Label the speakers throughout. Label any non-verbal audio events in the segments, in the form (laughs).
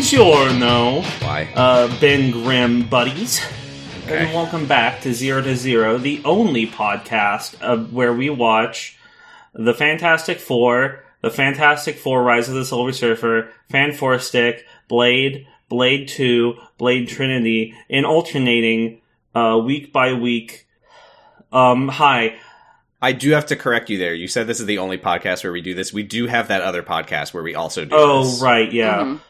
Speaker 1: sure know,
Speaker 2: Why?
Speaker 1: uh, Ben Grimm buddies.
Speaker 2: Okay.
Speaker 1: And welcome back to Zero to Zero, the only podcast uh, where we watch the Fantastic Four, the Fantastic Four Rise of the Silver Surfer, Fan Four Stick, Blade, Blade 2, Blade Trinity, in alternating uh, week by week. Um, hi.
Speaker 2: I do have to correct you there. You said this is the only podcast where we do this. We do have that other podcast where we also do
Speaker 1: Oh,
Speaker 2: this.
Speaker 1: right, yeah. I don't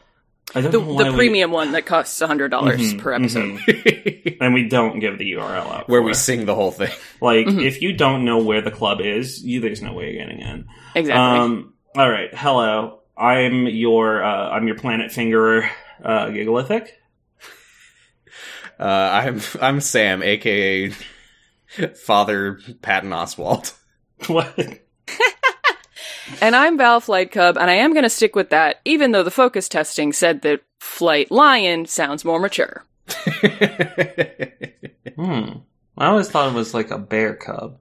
Speaker 3: Mm-hmm. The,
Speaker 1: know why
Speaker 3: the
Speaker 1: we- Mm-hmm.
Speaker 3: premium one that costs hundred dollars
Speaker 2: Mm-hmm,
Speaker 3: per episode.
Speaker 2: right.
Speaker 1: and we don't give the URL out.
Speaker 2: where
Speaker 1: for
Speaker 2: we
Speaker 1: it.
Speaker 2: sing the whole thing. (laughs)
Speaker 1: Like, if you don't know where the club is, you, there's no way you're getting in.
Speaker 3: Exactly.
Speaker 1: Um, all right, hello. I'm your uh, I'm your planet fingerer, uh, Gigalithic. (laughs)
Speaker 2: Uh, I'm I'm Sam, aka (laughs) Father Patton Oswald.
Speaker 1: What?
Speaker 3: and I'm Val Flight Cub, and I am going to stick with that, even though the focus testing said that Flight Lion sounds more mature.
Speaker 1: Hmm. I always thought it was like a bear cub.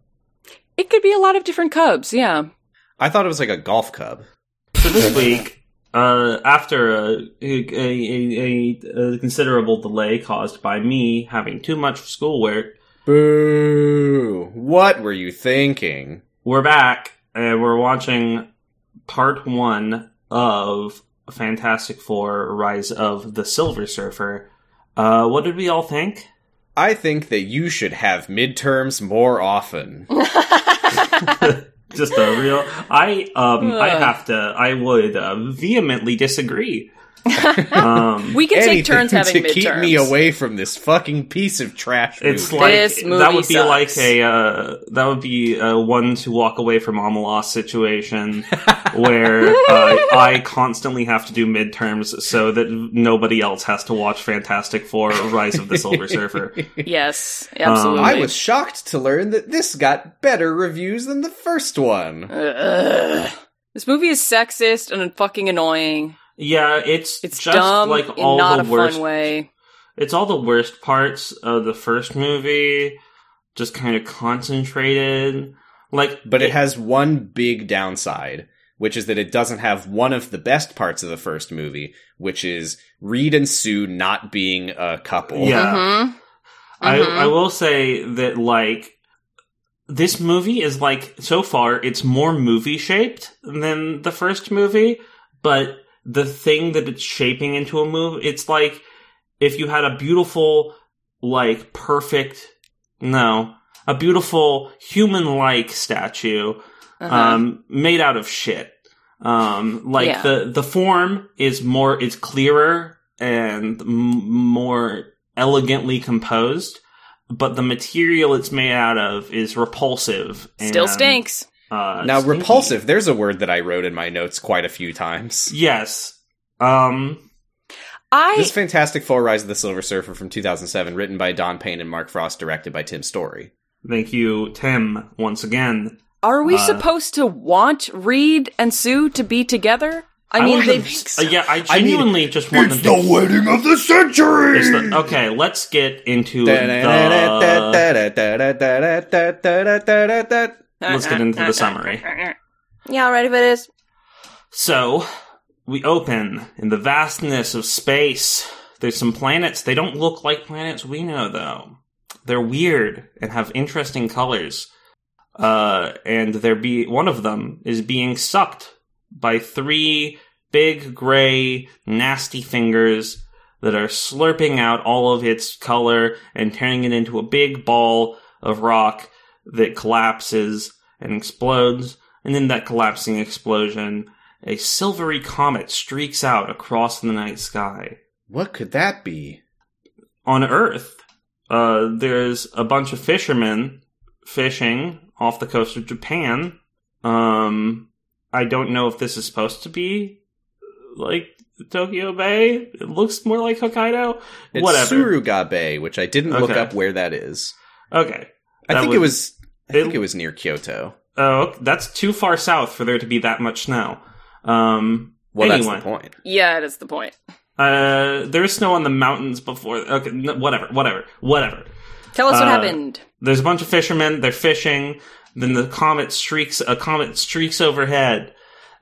Speaker 3: It could be a lot of different cubs,
Speaker 2: (laughs)
Speaker 3: yeah.
Speaker 2: (laughs) I thought it was like a golf cub.
Speaker 1: So this week, uh, after a, a, a, a, a considerable delay caused by me having too much schoolwork,
Speaker 2: Boo! What were you thinking?
Speaker 1: we're back and we're watching part one of Fantastic Four: Rise of the Silver Surfer. Uh, what did we all think?
Speaker 2: I think that you should have midterms more often.
Speaker 1: just
Speaker 3: (laughs)
Speaker 1: a real i um i
Speaker 3: Ugh.
Speaker 1: have to i would uh, vehemently disagree um
Speaker 3: We can
Speaker 2: Anything
Speaker 3: take turns having
Speaker 2: (laughs) to
Speaker 3: midterms.
Speaker 2: keep me away from this fucking piece of trash.
Speaker 1: it's
Speaker 2: movie.
Speaker 1: like
Speaker 3: This movie
Speaker 1: that would be like
Speaker 3: sucks.
Speaker 1: a uh, that would be a one to walk away from
Speaker 3: (laughs)
Speaker 1: Amalas situation where uh, I constantly have to do midterms so that nobody else has to watch Fantastic Four: Rise of the
Speaker 3: (laughs)
Speaker 1: Silver Surfer.
Speaker 3: Yes, absolutely.
Speaker 2: Um, I was shocked to learn that this got better reviews than the first one.
Speaker 3: Ugh. This movie is sexist and fucking annoying.
Speaker 1: Yeah, it's
Speaker 3: It's
Speaker 1: just
Speaker 3: dumb
Speaker 1: like
Speaker 3: in
Speaker 1: all
Speaker 3: not
Speaker 1: the
Speaker 3: a
Speaker 1: worst
Speaker 3: fun way.
Speaker 1: it's all the worst parts of the first movie just kind of concentrated like
Speaker 2: But it has one big downside, which is that it doesn't have one of the best parts of the first movie, which is Reed and Sue not being a couple.
Speaker 1: Yeah.
Speaker 3: hmm
Speaker 1: I,
Speaker 3: Mhm.
Speaker 1: I will say that like this movie is like so far it's more movie shaped than the first movie but the thing that it's shaping into a movie it's like if you had a beautiful like perfect no a beautiful human like statue
Speaker 3: Uh-huh.
Speaker 1: um, made out of shit. Um, like
Speaker 3: Yeah.
Speaker 1: the the form is more is clearer and m- more elegantly composed, but the material it's made out of is repulsive.
Speaker 3: Still
Speaker 1: and,
Speaker 3: stinks.
Speaker 1: Uh,
Speaker 2: Now,
Speaker 1: stinky.
Speaker 2: repulsive, there's a word that I wrote in my notes quite a few times.
Speaker 1: Yes. Um.
Speaker 3: I
Speaker 2: This Fantastic Four Rise of the Silver Surfer from 2007, written by Don Payne and Mark Frost, directed by Tim Story.
Speaker 1: Thank you, Tim, once again.
Speaker 3: Are we
Speaker 1: Uh,
Speaker 3: supposed to want Reed and Sue to be together? I, mean,
Speaker 1: want
Speaker 3: they.
Speaker 1: them- uh, yeah, I
Speaker 2: I mean,
Speaker 1: genuinely just want them to.
Speaker 2: wedding of the century!
Speaker 1: It's the- okay, let's get into the.
Speaker 2: That's
Speaker 1: Let's get into
Speaker 3: (laughs)
Speaker 1: the summary.
Speaker 3: Yeah, all right, if it is.
Speaker 1: So, we open in the vastness of space. There's some planets. They don't look like planets we know, though. They're weird and have interesting colors. Uh, and there be one of them is being sucked by three big gray nasty fingers that are slurping out all of its color and turning it into a big ball of rock that collapses and explodes. And in that collapsing explosion, a silvery comet streaks out across the night sky.
Speaker 2: What could that be?
Speaker 1: On Earth, uh, there's a bunch of fishermen fishing off the coast of Japan. Um, I don't know if this is supposed to be like Tokyo Bay. It looks more like Hokkaido.
Speaker 2: It's
Speaker 1: Whatever.
Speaker 2: Surugabe, which I didn't look
Speaker 1: Okay.
Speaker 2: up where that is.
Speaker 1: okay.
Speaker 2: I
Speaker 1: That
Speaker 2: think it was. I
Speaker 1: it-
Speaker 2: think it was near Kyoto.
Speaker 1: Oh, that's too far south for there to be that much snow. Um,
Speaker 2: Well,
Speaker 1: anyway.
Speaker 2: that's the point.
Speaker 3: Yeah, it is the point.
Speaker 1: Uh, there is snow on the mountains before. Okay, no, whatever, whatever, whatever.
Speaker 3: Tell us what
Speaker 1: Uh,
Speaker 3: happened.
Speaker 1: there's a bunch of fishermen they're fishing then the comet streaks a comet streaks overhead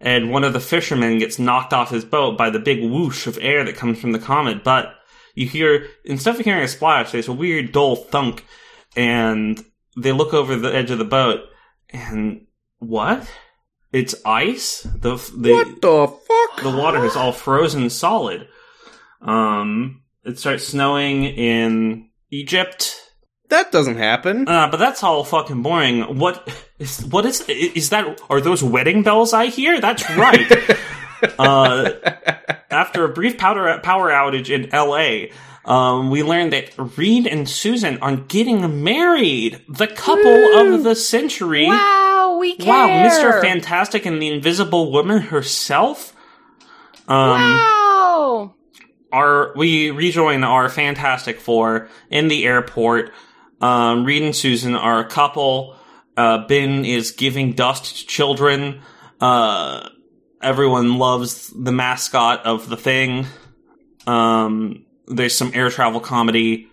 Speaker 1: and one of the fishermen gets knocked off his boat by the big whoosh of air that comes from the comet. But you hear, instead of hearing a splash, there's a weird dull thunk, and they look over the edge of the boat, and what? It's ice. The the
Speaker 2: what the fuck?
Speaker 1: the water is all frozen solid. Um, it starts snowing in Egypt.
Speaker 2: That doesn't happen.
Speaker 1: Uh, but that's all fucking boring. What is what is is that? Are those wedding bells I hear? That's right. uh, after a brief powder power outage in L.A., um, we learned that Reed and Susan are getting married. The couple of the century.
Speaker 4: Wow, we care.
Speaker 1: Wow, Mr. Fantastic and the Invisible Woman herself. Um,
Speaker 4: Wow.
Speaker 1: our we rejoin our Fantastic Four in the airport. Um, Reed and Susan are a couple. Uh, ben is giving dust to children. Uh, everyone loves the mascot of the thing. Um, there's some air travel comedy.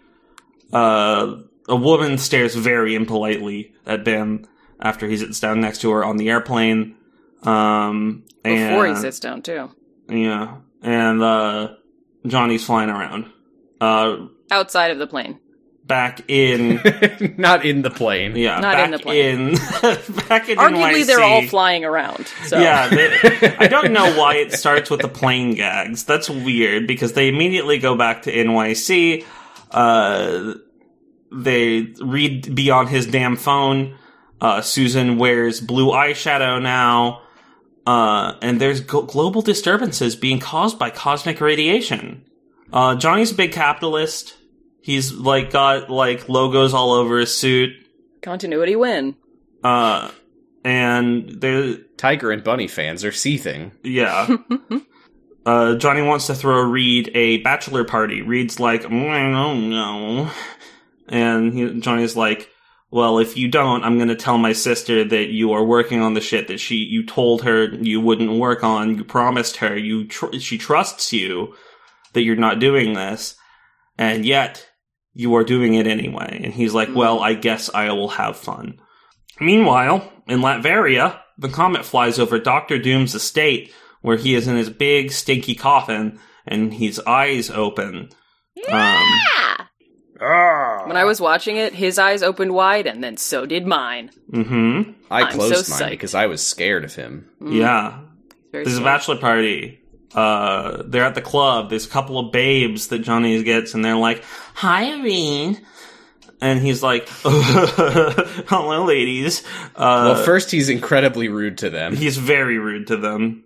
Speaker 1: Uh, a woman stares very impolitely at Ben after he sits down next to her on the airplane. Um,
Speaker 3: Before he
Speaker 1: and-
Speaker 3: sits down, too.
Speaker 1: yeah, and uh, Johnny's flying around. Uh,
Speaker 3: Outside of the plane.
Speaker 1: back
Speaker 3: (laughs)
Speaker 1: in
Speaker 2: (laughs) Not in the plane.
Speaker 1: yeah,
Speaker 3: Not
Speaker 1: back
Speaker 3: in the plane.
Speaker 1: in- (laughs) back in
Speaker 3: Arguably,
Speaker 1: NYC.
Speaker 3: they're all flying around. So.
Speaker 1: Yeah, they- I don't know why it starts with the plane gags. That's weird because they immediately go back to NYC. Uh, they read be on his damn phone. Uh, Susan wears blue eyeshadow now. Uh, and there's glo- global disturbances being caused by cosmic radiation. Uh, Johnny's a big capitalist. He's like got like logos all over his suit.
Speaker 3: Continuity win.
Speaker 1: Uh, and there
Speaker 2: Tiger and Bunny fans are seething.
Speaker 1: Yeah. uh, Johnny wants to throw Reed a bachelor party. Reed's like, "Mm, I don't know. And he, Johnny's like, well, if you don't, I'm going to tell my sister that you are working on the shit that she you told her you wouldn't work on. You promised her you tr- she trusts you that you're not doing this, and yet you are doing it anyway. And he's like, well, I guess I will have fun. Meanwhile, in Latveria, the comet flies over Doctor Doom's estate, where he is in his big stinky coffin and his eyes open. Um,
Speaker 4: Yeah.
Speaker 3: When I was watching it, his eyes opened wide, and then so did mine.
Speaker 1: hmm
Speaker 2: I
Speaker 3: I'm
Speaker 2: closed
Speaker 3: so
Speaker 2: mine
Speaker 3: psyched.
Speaker 2: because I was scared of him.
Speaker 3: Mm,
Speaker 1: Yeah,
Speaker 3: very
Speaker 1: There's a
Speaker 3: sad.
Speaker 1: bachelor party. Uh, they're at the club. There's a couple of babes that Johnny gets, and they're like, "Hi, Irene," and he's like, (laughs) "Hello, ladies." Uh,
Speaker 2: well, first he's incredibly rude to them.
Speaker 1: he's very rude to them.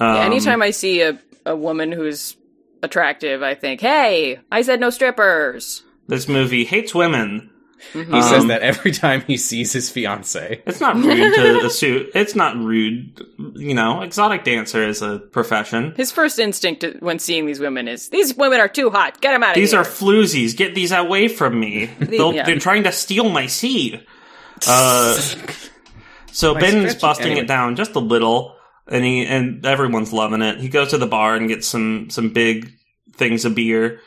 Speaker 1: Um,
Speaker 3: Yeah, anytime I see a, a woman who's attractive, I think, hey, I said no strippers.
Speaker 1: this movie hates women.
Speaker 2: Mm-hmm. He says
Speaker 1: Um,
Speaker 2: that every time he sees his fiance.
Speaker 1: It's not rude
Speaker 2: (laughs)
Speaker 1: to assume. It's not rude. You know, exotic dancer is a profession.
Speaker 3: His first instinct when seeing these women is, these women are too hot. Get them out of
Speaker 1: These
Speaker 3: here.
Speaker 1: are floozies. Get these away from me. They'll,
Speaker 3: yeah.
Speaker 1: They're trying to steal my seed. Uh, so Ben's
Speaker 2: stretchy-
Speaker 1: busting
Speaker 2: anyway.
Speaker 1: it down just a little, and he and everyone's loving it. He goes to the bar and gets some some big things of beer,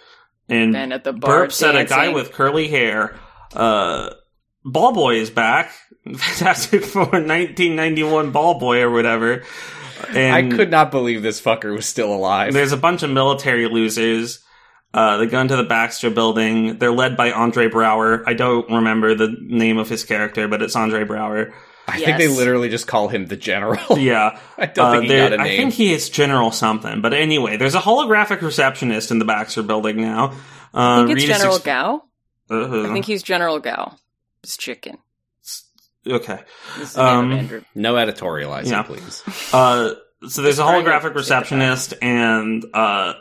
Speaker 1: and
Speaker 3: Ben at the bar
Speaker 1: burps at a guy
Speaker 3: dancing.
Speaker 1: with curly hair. Uh, ball boy is back. (laughs) Fantastic for 1991 ball boy or whatever.
Speaker 2: I
Speaker 1: And
Speaker 2: could not believe this fucker was still alive.
Speaker 1: there's a bunch of military losers. Uh, they go into the Baxter building. They're led by Andre Brower. I don't remember the name of his character, but it's Andre
Speaker 2: (laughs)
Speaker 1: Brower.
Speaker 2: I think they
Speaker 3: Yes.
Speaker 2: literally just call him the
Speaker 1: (laughs)
Speaker 2: general. (laughs)
Speaker 1: Yeah.
Speaker 2: I don't
Speaker 1: Uh,
Speaker 2: think he
Speaker 1: there-
Speaker 2: got a
Speaker 1: I
Speaker 2: name.
Speaker 1: think he is General something. But anyway, there's a holographic receptionist in the Baxter building now.
Speaker 3: I
Speaker 1: Uh,
Speaker 3: think it's
Speaker 1: Reed is
Speaker 3: General
Speaker 1: ex-
Speaker 3: Gao.
Speaker 1: Uh,
Speaker 3: I think he's General Gao. It's chicken.
Speaker 1: Uh-huh. okay.
Speaker 3: This is um,
Speaker 1: Um,
Speaker 3: Andrew.
Speaker 2: No editorializing,
Speaker 1: Yeah.
Speaker 2: please.
Speaker 1: Uh, so there's a
Speaker 3: trying to think
Speaker 1: holographic
Speaker 3: about-
Speaker 1: receptionist, and uh,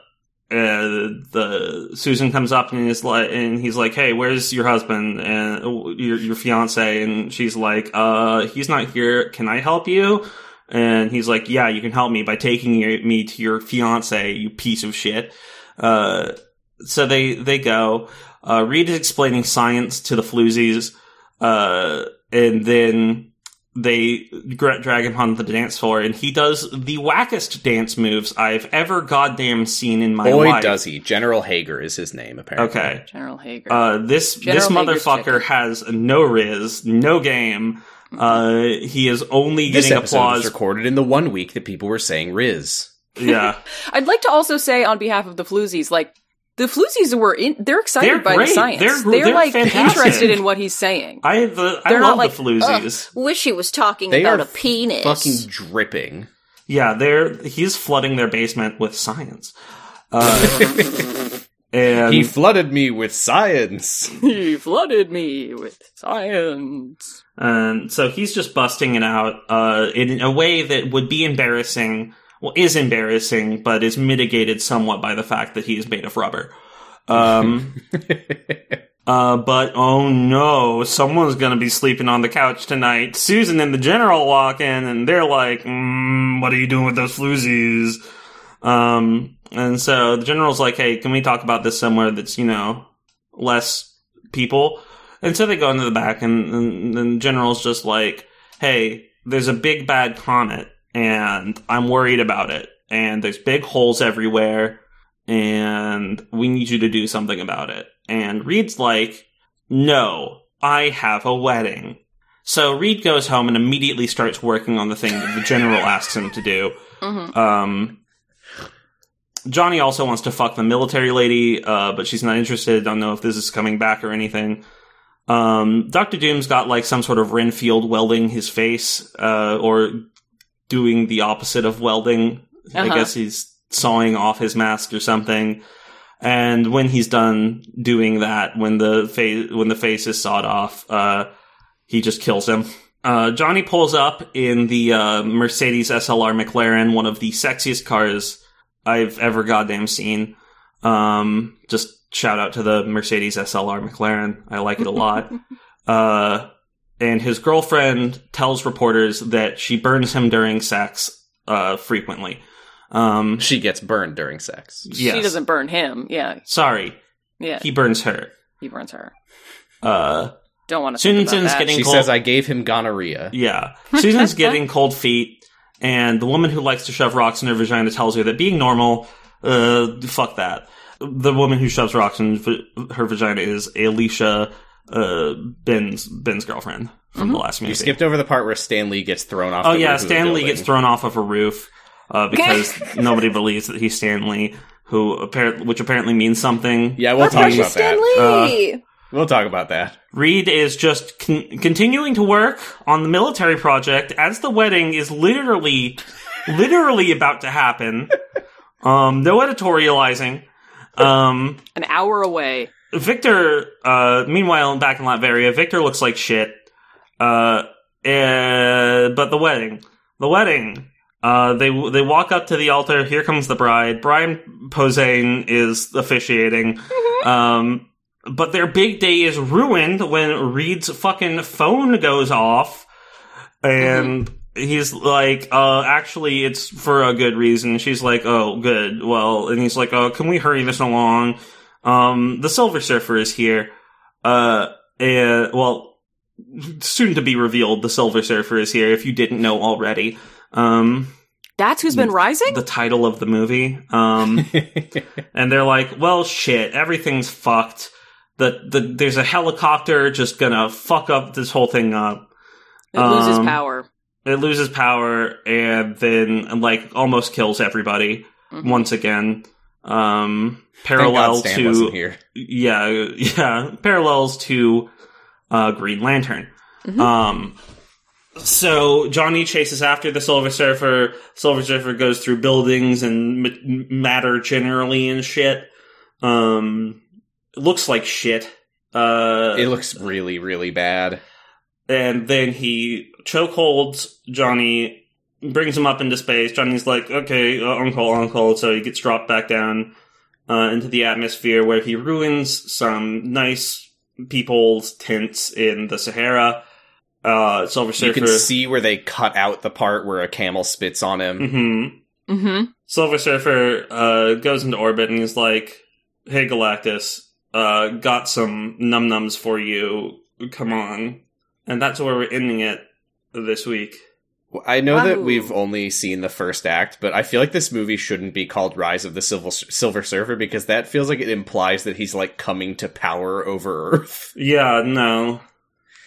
Speaker 1: uh, the Susan comes up and is like, and he's like, "Hey, where's your husband and uh, your your fiance?" And she's like, "Uh, he's not here. Can I help you?" And he's like, "Yeah, you can help me by taking your, me to your fiance, you piece of shit." Uh, so they they go. Uh, Reed is explaining science to the floozies, uh, and then they gra- drag him onto the dance floor, and he does the wackest dance moves I've ever goddamn seen in my
Speaker 2: Boy,
Speaker 1: life.
Speaker 2: does he. General Hager is his name, apparently.
Speaker 1: Okay,
Speaker 3: General Hager.
Speaker 1: uh, this
Speaker 3: General
Speaker 1: this
Speaker 3: Hager's
Speaker 1: motherfucker
Speaker 3: chicken.
Speaker 1: has no riz, no game. Uh, he is only
Speaker 2: This
Speaker 1: getting
Speaker 2: episode was
Speaker 1: applause.
Speaker 2: recorded in the one week that people were saying Riz.
Speaker 1: yeah,
Speaker 3: I'd like to also say on behalf of the Floozies, like the Floozies were in, they're excited
Speaker 1: They're
Speaker 3: by
Speaker 1: great.
Speaker 3: the science.
Speaker 1: They're gr- they're
Speaker 3: like
Speaker 1: fantastic.
Speaker 3: interested in what he's saying.
Speaker 1: I the I
Speaker 3: They're
Speaker 1: love
Speaker 3: not like,
Speaker 1: the floozies.
Speaker 4: Wish he was
Speaker 2: (laughs)
Speaker 4: talking
Speaker 2: They
Speaker 4: about
Speaker 2: are
Speaker 4: a penis.
Speaker 2: Fucking dripping.
Speaker 1: Yeah, they're he's flooding their basement with science. Uh, and
Speaker 2: he flooded me with science. (laughs)
Speaker 3: he flooded me with science.
Speaker 1: And Um, so he's just busting it out uh, in a way that would be embarrassing, well, is embarrassing, but is mitigated somewhat by the fact that he is made of rubber. Um, uh, but oh no, someone's going to be sleeping on the couch tonight. Susan and the general walk in, and they're like, mm, "What are you doing with those floozies?" Um, and so the general's like, "Hey, can we talk about this somewhere that's you know less people?" And so they go into the back, and, and, and the general's just like, hey, there's a big bad comet, and I'm worried about it. And there's big holes everywhere, and we need you to do something about it. And Reed's like, no, I have a wedding. So Reed goes home and immediately starts working on the thing that the general asks him to do.
Speaker 3: Mhm.
Speaker 1: Um, Johnny also wants to fuck the military lady, uh, but she's not interested. Don't know if this is coming back or anything. Um, Doctor Doom's got like some sort of Renfield welding his face, uh, or doing the opposite of welding.
Speaker 3: Uh-huh.
Speaker 1: I guess he's sawing off his mask or something. And when he's done doing that, when the face when the face is sawed off, uh, he just kills him. Uh, Johnny pulls up in the uh, Mercedes SLR McLaren, one of the sexiest cars I've ever goddamn seen. Um, just shout out to the Mercedes SLR McLaren. I like it
Speaker 3: (laughs)
Speaker 1: a lot. uh, and his girlfriend tells reporters that she burns him during sex uh, frequently. Um,
Speaker 2: She gets burned during sex.
Speaker 3: She
Speaker 1: yes.
Speaker 3: doesn't burn him. Yeah,
Speaker 1: Sorry,
Speaker 3: yeah. He,
Speaker 1: he burns her.
Speaker 3: burns her.
Speaker 1: Uh,
Speaker 3: Don't want to. think
Speaker 1: Sunsoon's
Speaker 3: about that.
Speaker 1: getting
Speaker 2: She
Speaker 1: cold.
Speaker 2: says, I gave him gonorrhea.
Speaker 1: Yeah. Susan's getting cold feet, and the woman who likes to shove rocks in her vagina tells her that being normal, uh, fuck that. The woman who shoves rocks in v- her vagina is Alicia, uh, Ben's, Ben's girlfriend from the last movie.
Speaker 2: You skipped over the part where Stanley gets thrown off
Speaker 1: oh,
Speaker 2: the
Speaker 1: yeah,
Speaker 2: roof of the
Speaker 1: Stanley
Speaker 2: building.
Speaker 1: gets thrown off of a roof, uh, because nobody believes that he's Stanley, who apparently, which apparently means something.
Speaker 2: Yeah, we'll talk about
Speaker 4: Stan
Speaker 2: that. Uh,
Speaker 4: Lee.
Speaker 2: We'll talk about that. (laughs)
Speaker 1: Reed is just con- continuing to work on the military project as the wedding is literally, literally about to happen. Um, no editorializing. Um,
Speaker 3: an hour away.
Speaker 1: Victor, uh, meanwhile, back in Latveria, Victor looks like shit. Uh, eh, but the wedding, the wedding. Uh, they they walk up to the altar. Here comes the bride. Brian Posehn is officiating. Um, but their big day is ruined when Reed's fucking phone goes off, and he's like, "Uh, actually, it's for a good reason." She's like, "Oh, good. Well," and he's like, "Oh, can we hurry this along?" Um, the Silver Surfer is here. Uh, and, well, soon to be revealed, the Silver Surfer is here. If you didn't know already, um,
Speaker 3: That's who's
Speaker 2: Mm.
Speaker 3: been rising.
Speaker 1: the title of the movie.
Speaker 2: (laughs)
Speaker 1: Um, and they're like, "Well, shit, everything's fucked. The the there's a helicopter just gonna fuck up this whole thing up."
Speaker 3: It loses
Speaker 1: um,
Speaker 3: power.
Speaker 1: It loses power and then like almost kills everybody
Speaker 3: Mhm.
Speaker 1: once again. Um,
Speaker 2: Mm-hmm. Thank God
Speaker 1: parallel
Speaker 2: Stan
Speaker 1: to
Speaker 2: wasn't here.
Speaker 1: yeah, (laughs) yeah, parallels to uh, Green Lantern.
Speaker 3: Mhm.
Speaker 1: Um, so Johnny chases after the Silver Surfer. Silver Surfer goes through buildings and m- matter generally and shit. Um, looks like shit. Uh,
Speaker 2: It looks really, really bad.
Speaker 1: and then he chokeholds Johnny, brings him up into space. Johnny's like, okay, uh, uncle, uncle. So he gets dropped back down uh, into the atmosphere where he ruins some nice people's tents in the Sahara. Uh, Silver
Speaker 2: You
Speaker 1: Surfer.
Speaker 2: can see where they cut out the part where a camel spits on him.
Speaker 1: hmm
Speaker 3: Mm-hmm.
Speaker 1: Silver Surfer uh, goes into orbit and he's like, hey, Galactus, uh, got some num nums for you. Come on. And that's where we're ending it this week.
Speaker 2: I know that
Speaker 4: Oh.
Speaker 3: Wow.
Speaker 2: we've only seen the first act, but I feel like this movie shouldn't be called Rise of the Silver, Silver Surfer because that feels like it implies that he's like coming to power over Earth.
Speaker 1: Yeah, no.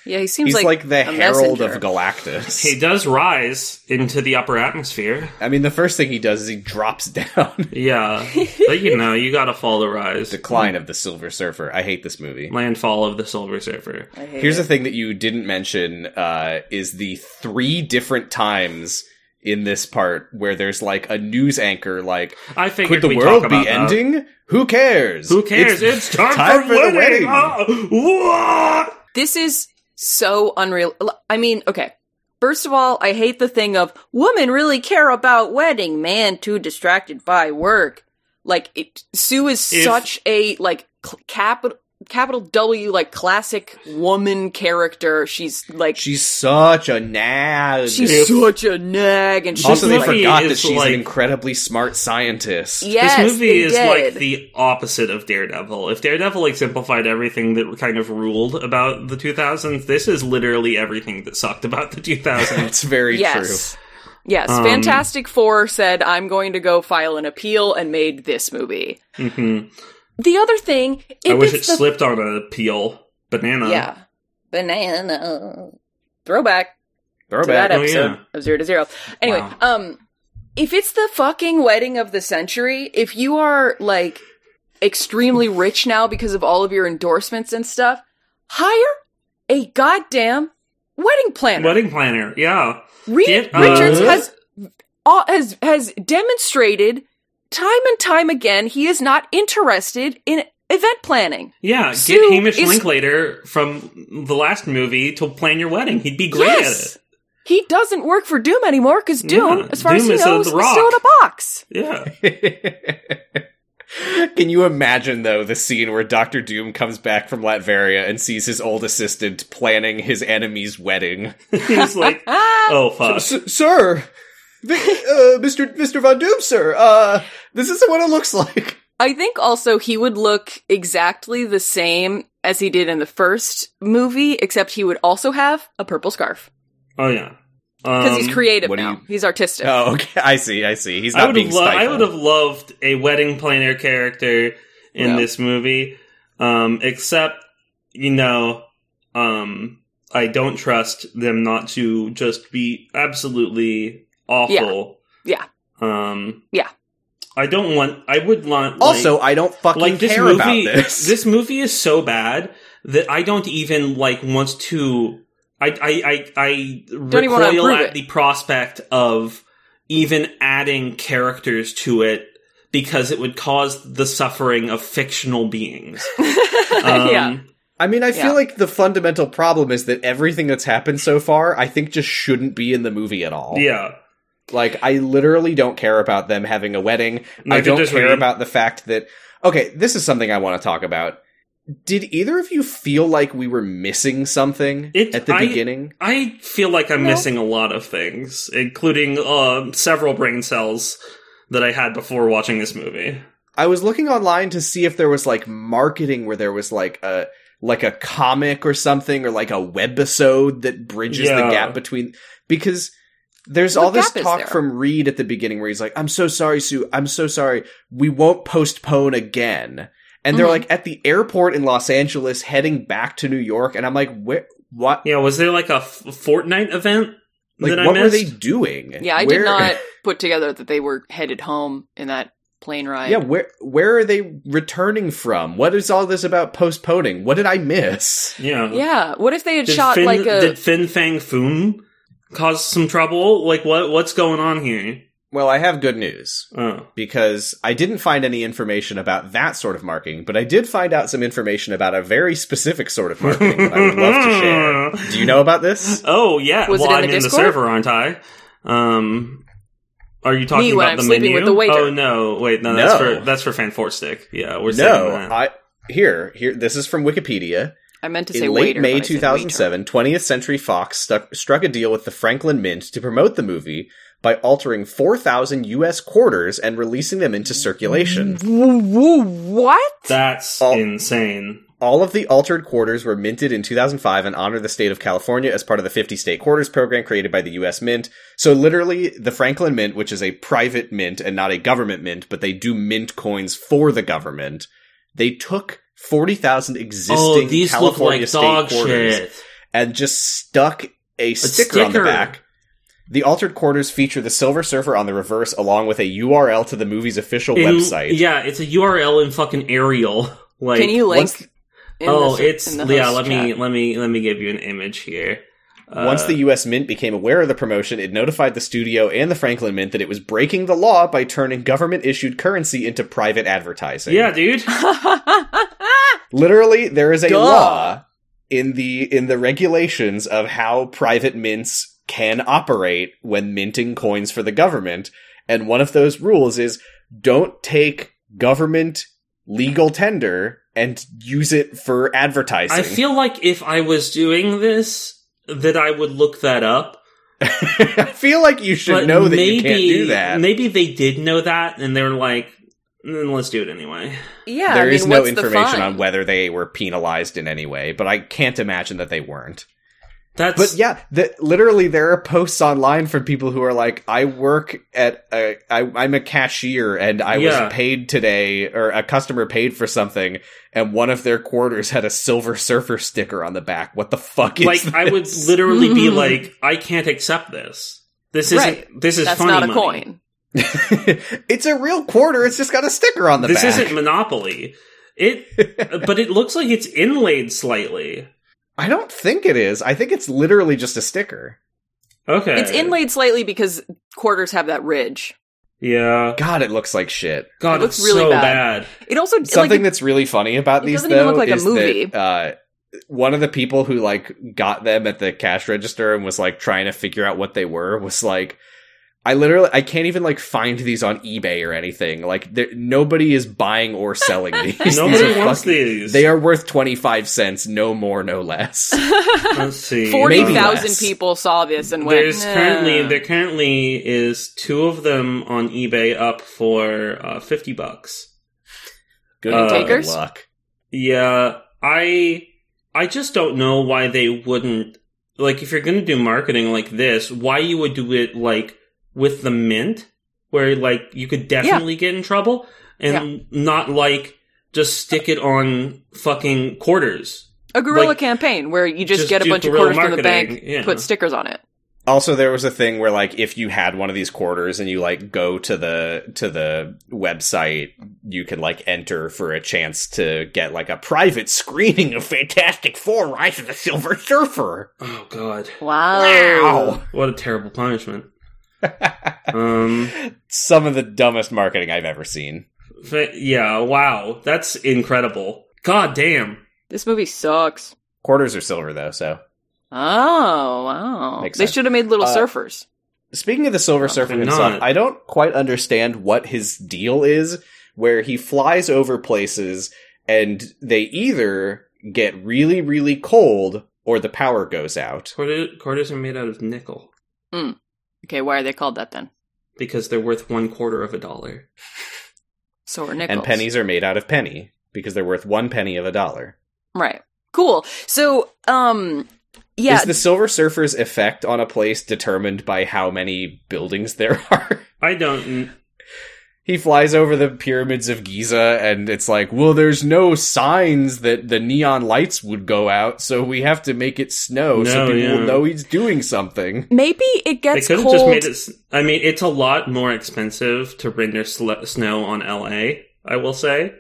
Speaker 4: Yeah, he seems
Speaker 2: He's like,
Speaker 4: like,
Speaker 2: the
Speaker 4: a
Speaker 2: herald
Speaker 4: messenger.
Speaker 2: of Galactus.
Speaker 1: He does rise into the upper atmosphere.
Speaker 2: I mean, the first thing he does is he drops (laughs) down.
Speaker 4: (laughs)
Speaker 1: Yeah. but you know, you gotta fall to rise.
Speaker 2: Decline of the Silver Surfer. I hate this movie.
Speaker 1: Landfall of the Silver Surfer.
Speaker 4: I hate
Speaker 2: Here's
Speaker 4: it.
Speaker 2: the thing that you didn't mention uh, is the three different times in this part where there's like a news anchor like
Speaker 1: I figured
Speaker 2: could the
Speaker 1: we
Speaker 2: world
Speaker 1: talk
Speaker 2: be
Speaker 1: about that.
Speaker 2: ending who cares
Speaker 1: Who cares? It's, time, for, winning. Oh, what?
Speaker 4: This is so unreal. I mean, okay. First of all, I hate the thing of women really care about wedding, man too distracted by work. Like it, Sue is
Speaker 1: If-
Speaker 4: such a like cl- capital capital W like classic woman character. She's like she's,
Speaker 2: she's such a nag
Speaker 1: If-
Speaker 4: such a nag and she's
Speaker 2: also they
Speaker 1: This
Speaker 4: like,
Speaker 1: movie
Speaker 2: forgot that
Speaker 1: is
Speaker 2: she's
Speaker 1: like-
Speaker 2: an incredibly smart scientist
Speaker 4: yes,
Speaker 1: this movie
Speaker 4: they
Speaker 1: is
Speaker 4: did.
Speaker 1: like the opposite of Daredevil. If Daredevil exemplified everything that kind of ruled about the 2000s, this is literally everything that sucked about the
Speaker 4: (laughs)
Speaker 1: 2000s.
Speaker 2: that's very
Speaker 4: yes. Yes,
Speaker 1: Um,
Speaker 4: Fantastic Four said, I'm going to go file an appeal and made this movie.
Speaker 1: Mhm.
Speaker 4: The other thing, if
Speaker 1: I wish it uh,
Speaker 4: it's the
Speaker 1: slipped on a peel banana.
Speaker 4: Yeah. Banana. Throwback
Speaker 2: true
Speaker 4: to that
Speaker 2: throwback
Speaker 1: Oh,
Speaker 4: episode
Speaker 1: yeah.
Speaker 4: of Zero to Zero. Anyway,
Speaker 1: Wow.
Speaker 4: um, if it's the fucking wedding of the century, if you are like extremely rich now because of all of your endorsements and stuff, hire a goddamn wedding planner.
Speaker 1: Wedding planner. Yeah.
Speaker 4: Reed
Speaker 1: Get-
Speaker 4: Richards
Speaker 2: uh,
Speaker 4: has, uh, has has demonstrated time and time again he is not interested in event planning.
Speaker 1: Yeah,
Speaker 4: Sue
Speaker 1: get Hamish
Speaker 4: is-
Speaker 1: Linklater from the last movie to plan your wedding. He'd be great
Speaker 4: yes! He doesn't work for Doom anymore because Doom,
Speaker 1: Yeah,
Speaker 4: as far as
Speaker 1: Doom
Speaker 4: he
Speaker 1: is a
Speaker 4: knows, is
Speaker 1: rock.
Speaker 4: still in a box.
Speaker 1: at it.
Speaker 2: (laughs) Can you imagine though the scene where Doctor Doom comes back from Latveria and sees his old assistant planning his enemy's wedding?
Speaker 1: Yeah. (laughs) He's like,
Speaker 4: Ah,
Speaker 1: oh, fuck.
Speaker 4: (laughs)
Speaker 2: sir, uh, Mister Mister Von Doom, sir, uh, this isn't what it looks
Speaker 4: (laughs)
Speaker 2: like.
Speaker 4: I think also he would look exactly the same as he did in the first movie, except he would also have a purple scarf
Speaker 1: Oh, yeah.
Speaker 4: because
Speaker 1: Um,
Speaker 4: he's creative
Speaker 2: what do
Speaker 4: now.
Speaker 2: you-
Speaker 4: He's artistic.
Speaker 2: Oh, okay, I see, I see. He's
Speaker 1: I
Speaker 2: not
Speaker 1: would
Speaker 2: being
Speaker 1: have lo- I would
Speaker 2: stifled.
Speaker 1: have loved a wedding planner character in
Speaker 4: Yeah.
Speaker 1: this movie, um, except you know, um, I don't trust them not to just be absolutely awful.
Speaker 4: Yeah.
Speaker 1: Um.
Speaker 4: Yeah.
Speaker 1: I don't want. I would want. like-
Speaker 2: Also, I don't fucking
Speaker 1: like this
Speaker 2: care
Speaker 1: movie. (laughs)
Speaker 2: about this.
Speaker 1: movie is so bad that I don't even like want to. I I I, I
Speaker 4: even
Speaker 1: recoil
Speaker 4: wanna improve
Speaker 1: at
Speaker 4: it.
Speaker 1: the prospect of even adding characters to it because it would cause the suffering of fictional beings. Um,
Speaker 4: (laughs) (laughs) yeah.
Speaker 2: I mean, I
Speaker 4: Yeah.
Speaker 2: feel like the fundamental problem is that everything that's happened so far, I think, just shouldn't be in the movie at all.
Speaker 1: yeah.
Speaker 2: Like, I literally don't care about them having a wedding. I
Speaker 1: Neither
Speaker 2: don't
Speaker 1: does
Speaker 2: care
Speaker 1: Reed.
Speaker 2: about the fact that. Okay, this is something I want to talk about. Did either of you feel like we were missing something
Speaker 1: It-
Speaker 2: at the
Speaker 1: I-
Speaker 2: beginning?
Speaker 1: I feel like I'm
Speaker 4: No.
Speaker 1: missing a lot of things, including uh, several brain cells that I had before watching this movie.
Speaker 2: I was looking online to see if there was like marketing where there was like a like a comic or something or like a webisode that bridges
Speaker 1: Yeah.
Speaker 2: the gap between because there's
Speaker 4: What
Speaker 2: all this
Speaker 4: gap is
Speaker 2: talk
Speaker 4: there?
Speaker 2: from Reed at the beginning where he's like, I'm so sorry, Sue, I'm so sorry. We won't postpone again. And they're
Speaker 4: Mhm.
Speaker 2: like at the airport in Los Angeles heading back to New York, and I'm like, where what
Speaker 1: Yeah, was there like a f- Fortnite event
Speaker 2: like
Speaker 1: that I
Speaker 2: what were
Speaker 1: missed?
Speaker 2: they doing?
Speaker 4: Yeah, I
Speaker 2: Where-
Speaker 4: did not put together that they were headed home in that plane
Speaker 2: (laughs)
Speaker 4: ride.
Speaker 2: Yeah, where where are they returning from? What is all this about postponing? What did I miss?
Speaker 1: Yeah.
Speaker 4: Yeah. What if they had
Speaker 1: Did
Speaker 4: shot
Speaker 1: Fin,
Speaker 4: like a
Speaker 1: did Fin Fang Foom cause some trouble? Like what? What's going on here?
Speaker 2: Well, I have good news
Speaker 1: Oh,
Speaker 2: because I didn't find any information about that sort of marketing, but I did find out some information about a very specific sort of marketing that I would love to
Speaker 1: (laughs)
Speaker 2: share. Do you know about this?
Speaker 1: oh yeah.
Speaker 4: Was it
Speaker 1: well,
Speaker 4: in
Speaker 1: I'm
Speaker 4: the
Speaker 1: in the
Speaker 4: Discord?
Speaker 1: server, aren't I? Um, are you talking
Speaker 4: Me when
Speaker 1: about
Speaker 4: I'm
Speaker 1: the
Speaker 4: sleeping
Speaker 1: menu?
Speaker 4: with the waiter.
Speaker 1: Oh no, wait, no, that's
Speaker 2: No.
Speaker 1: for that's for Fan Four Stick. Yeah, we're
Speaker 2: No,
Speaker 1: saving that.
Speaker 2: I here here this is from Wikipedia.
Speaker 4: I meant to say
Speaker 2: In late
Speaker 4: waiter,
Speaker 2: May
Speaker 4: but I said waiter.
Speaker 2: 2007, 20th Century Fox stuck, struck a deal with the Franklin Mint to promote the movie by altering 4,000 US quarters and releasing them into circulation.
Speaker 4: Woo- woo- What?
Speaker 1: that's
Speaker 2: Oh.
Speaker 1: insane.
Speaker 2: All of the altered quarters were minted in 2005 and honor the state of California as part of the 50 state quarters program created by the US Mint. So literally the Franklin Mint, which is a private mint and not a government mint, but they do mint coins for the government. They took 40,000 existing
Speaker 1: oh, these look
Speaker 2: California
Speaker 1: like
Speaker 2: state
Speaker 1: dog
Speaker 2: quarters
Speaker 1: shit.
Speaker 2: and just stuck a, sticker, on the
Speaker 1: sticker.
Speaker 2: back. The altered quarters feature the Silver Surfer on the reverse, along with a URL to the movie's official
Speaker 1: In-
Speaker 2: website.
Speaker 1: Yeah, it's a URL in fucking Arial. (laughs) Like,
Speaker 3: Can you
Speaker 2: once-
Speaker 3: link? in
Speaker 1: oh,
Speaker 3: this-
Speaker 1: it's
Speaker 3: in the
Speaker 1: yeah.
Speaker 3: host
Speaker 1: Let me
Speaker 3: chat?
Speaker 1: let me let me give you an image here. Uh,
Speaker 2: Once the U.S. Mint became aware of the promotion, it notified the studio and the Franklin Mint that it was breaking the law by turning government issued currency into private advertising.
Speaker 1: Uh, yeah,
Speaker 2: (laughs)
Speaker 1: dude.
Speaker 4: (laughs)
Speaker 2: literally there is a
Speaker 3: Duh.
Speaker 2: law in the in the regulations of how private mints can operate when minting coins for the government and one of those rules is don't take government legal tender and use it for advertising
Speaker 1: I feel like if I was doing this, that I would look that up.
Speaker 2: (laughs) I feel like you should
Speaker 1: but
Speaker 2: know that
Speaker 1: maybe
Speaker 2: you can't do that
Speaker 1: maybe they did know that, and they're like, "Mm, let's do it anyway.
Speaker 3: yeah,
Speaker 2: There
Speaker 3: I mean,
Speaker 2: is no
Speaker 3: what's the
Speaker 2: information
Speaker 3: fun?
Speaker 2: on whether they were penalized in any way but i can't imagine that they weren't
Speaker 1: That's
Speaker 2: But yeah, the, literally, there are posts online from people who are like, "I work at a, I, I'm a cashier, and I
Speaker 1: Yeah.
Speaker 2: was paid today, or a customer paid for something, and one of their quarters had a Silver Surfer sticker on the back. What the fuck is
Speaker 1: like
Speaker 2: this?
Speaker 1: I would literally
Speaker 3: (laughs)
Speaker 1: be like, I can't accept this. This isn't.
Speaker 3: Right.
Speaker 1: This is
Speaker 3: That's
Speaker 1: funny
Speaker 3: not a
Speaker 1: money.
Speaker 3: coin.
Speaker 2: (laughs) it's a real quarter. It's just got a sticker on the
Speaker 1: This
Speaker 2: back.
Speaker 1: isn't Monopoly. It, but it looks like it's inlaid slightly.
Speaker 2: (laughs) I don't think it is. I think it's literally just a sticker.
Speaker 1: Okay,
Speaker 3: It's inlaid slightly because quarters have that ridge.
Speaker 1: Yeah,
Speaker 2: God, it looks like shit.
Speaker 1: God,
Speaker 3: It looks
Speaker 1: it's
Speaker 3: really
Speaker 1: so
Speaker 3: bad. (laughs)
Speaker 1: bad.
Speaker 3: It also
Speaker 2: Something
Speaker 3: like,
Speaker 2: that's really funny about
Speaker 3: it
Speaker 2: these
Speaker 3: doesn't even
Speaker 2: though,
Speaker 3: look like a
Speaker 2: is that,
Speaker 3: movie.
Speaker 2: uh, one of the people who like got them at the cash register and was like trying to figure out what they were was like, I literally I can't even like find these on eBay or anything. Like there, nobody is buying or selling
Speaker 3: (laughs)
Speaker 2: these. These
Speaker 1: Nobody
Speaker 2: are
Speaker 1: wants
Speaker 2: fucking-
Speaker 1: these.
Speaker 2: They are worth twenty five cents, no more, no
Speaker 3: (laughs)
Speaker 2: less.
Speaker 1: Let's see.
Speaker 3: forty
Speaker 2: maybe
Speaker 3: thousand
Speaker 2: less.
Speaker 3: people saw this and went.
Speaker 1: There's
Speaker 3: "Nah."
Speaker 1: currently there currently is two of them on eBay up for uh, fifty bucks.
Speaker 2: Good
Speaker 1: Uh,
Speaker 2: fucking
Speaker 3: Takers?
Speaker 2: luck.
Speaker 1: Yeah, I I just don't know why they wouldn't like if you're going to do marketing like this, why you would do it like with the mint where like you could definitely get in trouble and not like just stick it on fucking quarters.
Speaker 3: a guerrilla
Speaker 1: like,
Speaker 3: campaign where you just,
Speaker 1: just
Speaker 3: get a
Speaker 1: do
Speaker 3: bunch of
Speaker 1: guerrilla
Speaker 3: quarters from the
Speaker 1: marketing,
Speaker 3: bank,
Speaker 1: yeah.
Speaker 3: put stickers on it.
Speaker 2: Also, there was a thing where like if you had one of these quarters and you like go to the to the website, you could like enter for a chance to get like a private screening of Fantastic Four: Rise of the Silver Surfer.
Speaker 1: Oh god.
Speaker 3: Wow.
Speaker 2: Wow.
Speaker 1: What a terrible punishment. um
Speaker 2: Some of the dumbest marketing I've ever seen.
Speaker 1: fa- yeah, wow. That's incredible. God damn.
Speaker 3: This movie sucks.
Speaker 2: Quarters are silver though, so
Speaker 3: Oh wow.
Speaker 2: Makes
Speaker 3: they
Speaker 2: sense.
Speaker 3: should have made little
Speaker 2: Uh,
Speaker 3: surfers.
Speaker 2: Speaking of the Silver Surfer
Speaker 1: they're
Speaker 2: himself,
Speaker 1: not.
Speaker 2: I don't quite understand what his deal is, where he flies over places and they either get really, really cold or the power goes out.
Speaker 1: Quarter- quarters are made out of nickel
Speaker 3: Okay, why are they called that then?
Speaker 1: because they're worth 1 quarter of a dollar.
Speaker 3: So are nickels.
Speaker 2: And pennies are made out of penny because they're worth one penny of a dollar.
Speaker 3: Right. Cool. So um yeah,
Speaker 2: Is the Silver Surfer's effect on a place determined by how many buildings there (laughs) are?
Speaker 1: I don't
Speaker 2: he flies over the pyramids of Giza and it's like, well, there's no signs that the neon lights would go out, so we have to make it snow so
Speaker 1: No,
Speaker 2: people
Speaker 1: yeah.
Speaker 2: will know he's
Speaker 3: (laughs)
Speaker 2: doing something.
Speaker 3: maybe it
Speaker 1: They
Speaker 3: gets
Speaker 1: could have
Speaker 3: cold.
Speaker 1: just made it. s- I mean, it's a lot more expensive to render sl- snow on LA. I will say,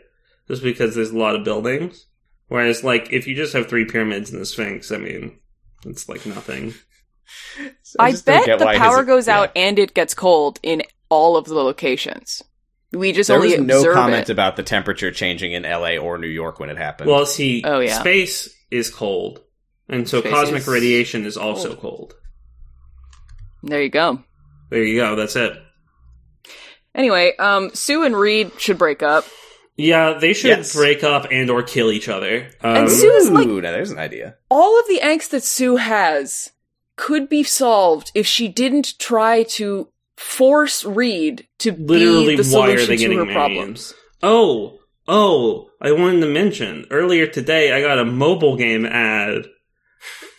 Speaker 1: just because there's a lot of buildings. Whereas, like, if you just have three pyramids and the Sphinx, I mean, it's like nothing.
Speaker 3: I,
Speaker 2: just don't
Speaker 3: bet
Speaker 2: get
Speaker 3: the
Speaker 2: why his-
Speaker 3: power goes
Speaker 2: yeah.
Speaker 3: out and it gets cold in all of the locations. We just
Speaker 2: There
Speaker 3: only
Speaker 2: was no
Speaker 3: observe it.
Speaker 2: comment about the temperature changing in LA or New York when it happened.
Speaker 1: Well, see,
Speaker 3: Oh, yeah.
Speaker 1: space is cold, and so
Speaker 3: Space
Speaker 1: cosmic
Speaker 3: is
Speaker 1: radiation is also cold.
Speaker 3: There you go.
Speaker 1: There you go. That's it.
Speaker 3: Anyway, um, Sue and Reed should break up.
Speaker 1: Yeah, they should
Speaker 2: Yes.
Speaker 1: break up and or kill each other. Um,
Speaker 3: And Sue is like-
Speaker 2: Ooh, now there's an idea.
Speaker 3: all of the angst that Sue has could be solved if she didn't try to force Reed to
Speaker 1: Literally,
Speaker 3: be the
Speaker 1: why
Speaker 3: solution
Speaker 1: are they
Speaker 3: to
Speaker 1: getting
Speaker 3: her
Speaker 1: married?
Speaker 3: problems.
Speaker 1: Oh, oh, I wanted to mention earlier today I got a mobile game ad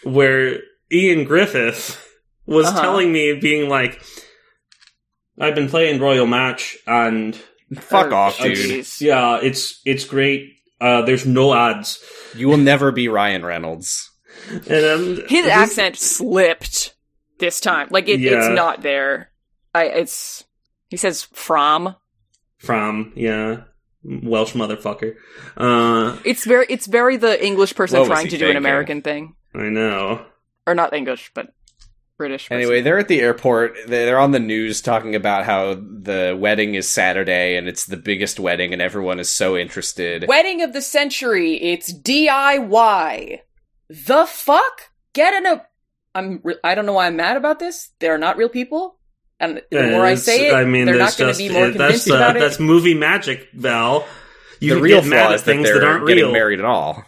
Speaker 1: where Ian Griffith was
Speaker 3: Uh-huh.
Speaker 1: telling me, being like, I've been playing Royal Match and
Speaker 2: Fuck
Speaker 3: Or-
Speaker 2: off,
Speaker 1: oh,
Speaker 2: dude.
Speaker 3: jeez.
Speaker 1: yeah, it's it's great. Uh, there's no ads.
Speaker 2: You will never be Ryan Reynolds.
Speaker 1: And, um,
Speaker 4: His
Speaker 1: this-
Speaker 4: accent slipped this time. Like it, it's
Speaker 1: Yeah.
Speaker 4: not there. I it's he says from.
Speaker 1: from yeah Welsh motherfucker. Uh,
Speaker 4: It's very it's very the English person
Speaker 2: What was
Speaker 4: trying
Speaker 2: he
Speaker 4: to do an
Speaker 2: thinking?
Speaker 4: American thing.
Speaker 1: I know.
Speaker 4: Or not English, but British. person.
Speaker 2: Anyway, they're at the airport. They're on the news talking about how the wedding is Saturday and it's the biggest wedding and everyone is so interested.
Speaker 5: Wedding of the century. It's DIY. The fuck? Get an. A- I'm. Re- I don't know why I'm mad about this. They're not real people. And the more I
Speaker 1: It's-
Speaker 5: say it,
Speaker 1: I mean,
Speaker 5: they're not
Speaker 1: there's
Speaker 5: going to
Speaker 1: just-
Speaker 5: be more
Speaker 1: it-
Speaker 5: convinced
Speaker 1: that's, uh,
Speaker 5: about it.
Speaker 1: That's movie magic, Val. You
Speaker 2: the
Speaker 1: can
Speaker 2: real
Speaker 1: get mad
Speaker 2: flaw
Speaker 1: at
Speaker 2: is that
Speaker 1: things
Speaker 2: they're
Speaker 1: that, aren't
Speaker 2: getting
Speaker 1: real.
Speaker 2: married at all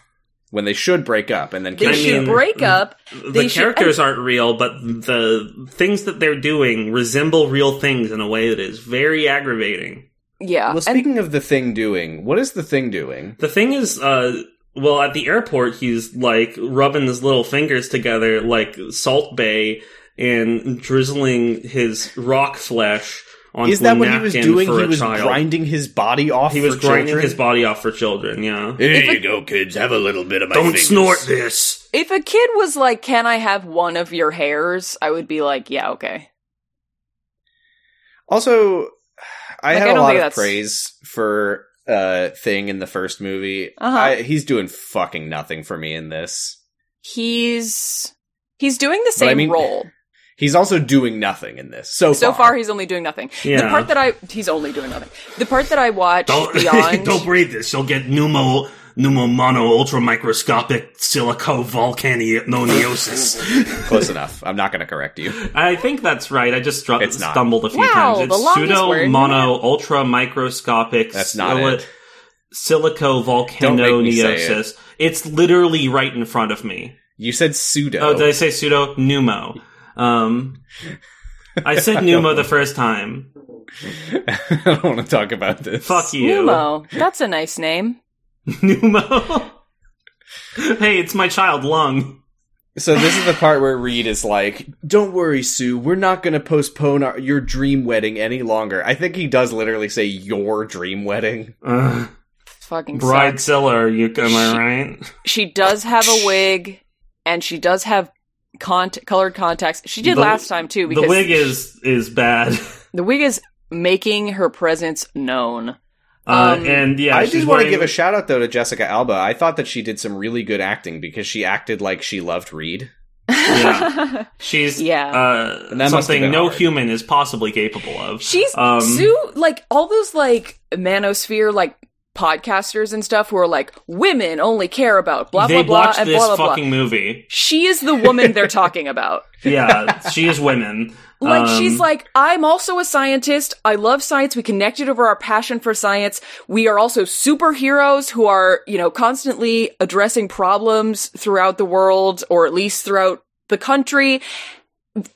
Speaker 2: when they should break up and then
Speaker 4: They
Speaker 1: I
Speaker 2: catch
Speaker 4: should
Speaker 1: mean- mm.
Speaker 2: up.
Speaker 4: break up.
Speaker 1: The
Speaker 4: They should-
Speaker 1: characters aren't real, but the things that they're doing resemble real things in a way that is very aggravating.
Speaker 4: Yeah.
Speaker 2: Well,
Speaker 4: and
Speaker 2: speaking of the thing doing, what is the thing doing?
Speaker 1: The thing is, uh, well, at the airport, he's like rubbing his little fingers together like Salt Bay and drizzling his rock flesh on
Speaker 2: Is that
Speaker 1: a
Speaker 2: what he
Speaker 1: napkin
Speaker 2: was doing?
Speaker 1: for
Speaker 2: He
Speaker 1: a
Speaker 2: was
Speaker 1: child.
Speaker 2: grinding his body off.
Speaker 1: He was
Speaker 2: for
Speaker 1: grinding
Speaker 2: children?
Speaker 1: his body off for children. Yeah.
Speaker 6: Here
Speaker 4: If
Speaker 6: you
Speaker 4: it-
Speaker 6: go, kids. Have a little bit of my
Speaker 1: Don't
Speaker 6: fingers.
Speaker 1: snort this.
Speaker 4: if a kid was like, Can I have one of your hairs? I would be like, Yeah, okay.
Speaker 2: Also, I
Speaker 4: Like, I
Speaker 2: had
Speaker 4: don't
Speaker 2: a lot
Speaker 4: think
Speaker 2: of
Speaker 4: that's-
Speaker 2: praise for uh thing in the first movie.
Speaker 4: Uh-huh.
Speaker 2: I, he's doing fucking nothing for me in this.
Speaker 4: He's he's doing the
Speaker 2: But I
Speaker 4: same
Speaker 2: mean-
Speaker 4: role.
Speaker 2: He's also doing nothing in this so,
Speaker 4: So far he's only doing nothing. The
Speaker 1: Yeah.
Speaker 4: part that I he's only doing nothing. The part that I watched
Speaker 1: Don't (laughs)
Speaker 4: beyond
Speaker 1: don't breathe this. You'll get pneumo pneumomono ultramicroscopic silicovolcanoniosis.
Speaker 2: Close enough. I'm not going to correct you.
Speaker 1: I think that's right. I just stru-
Speaker 2: It's not.
Speaker 1: stumbled a few
Speaker 4: Wow,
Speaker 1: times.
Speaker 4: the
Speaker 1: It's
Speaker 4: longest
Speaker 1: pseudo
Speaker 4: word.
Speaker 1: mono ultramicroscopic
Speaker 2: That's not it. Don't make me say
Speaker 1: silicovolcanoniosis. It's literally right in front of me.
Speaker 2: You said pseudo.
Speaker 1: Oh, did I say pseudo pneumo? Um, I
Speaker 2: (laughs)
Speaker 1: said pneumo the first time.
Speaker 2: (laughs) I don't want to talk about this.
Speaker 1: Fuck you. (laughs)
Speaker 4: Pneumo. That's a nice name.
Speaker 1: Pneumo. hey, it's my child lung.
Speaker 2: So this is the part where Reed is like, "Don't worry, Sue. We're not going to postpone our, your dream wedding any longer." I think he does literally say your dream wedding.
Speaker 1: Ugh.
Speaker 4: Fucking
Speaker 1: Bride
Speaker 4: sucks.
Speaker 1: seller, you am I right?
Speaker 4: She does have a wig and she does have cont- colored contacts. She did
Speaker 1: The-
Speaker 4: last time too because
Speaker 1: The wig is is bad,
Speaker 4: the wig is making her presence known.
Speaker 1: uh,
Speaker 4: Um,
Speaker 1: and yeah,
Speaker 2: I
Speaker 1: she's
Speaker 2: did want to
Speaker 1: wearing-
Speaker 2: give a shout out though to Jessica Alba. I thought that she did some really good acting because she acted like she loved Reed.
Speaker 1: Yeah.
Speaker 4: (laughs)
Speaker 1: She's
Speaker 4: Yeah.
Speaker 1: uh,
Speaker 2: And that must have
Speaker 1: something
Speaker 2: been
Speaker 1: no
Speaker 2: hard.
Speaker 1: human is possibly capable of.
Speaker 4: She's
Speaker 1: Um,
Speaker 4: Sue, like all those like manosphere like podcasters and stuff who are like women only care about blah
Speaker 1: they
Speaker 4: blah blah
Speaker 1: watched
Speaker 4: and
Speaker 1: this
Speaker 4: blah blah
Speaker 1: fucking
Speaker 4: blah.
Speaker 1: movie.
Speaker 4: She is the
Speaker 1: (laughs)
Speaker 4: woman they're talking about.
Speaker 1: Yeah, she is women.
Speaker 4: (laughs) Like
Speaker 1: Um,
Speaker 4: she's like, I'm also a scientist. I love science. We connected over our passion for science. We are also superheroes who are, you know, constantly addressing problems throughout the world or at least throughout the country.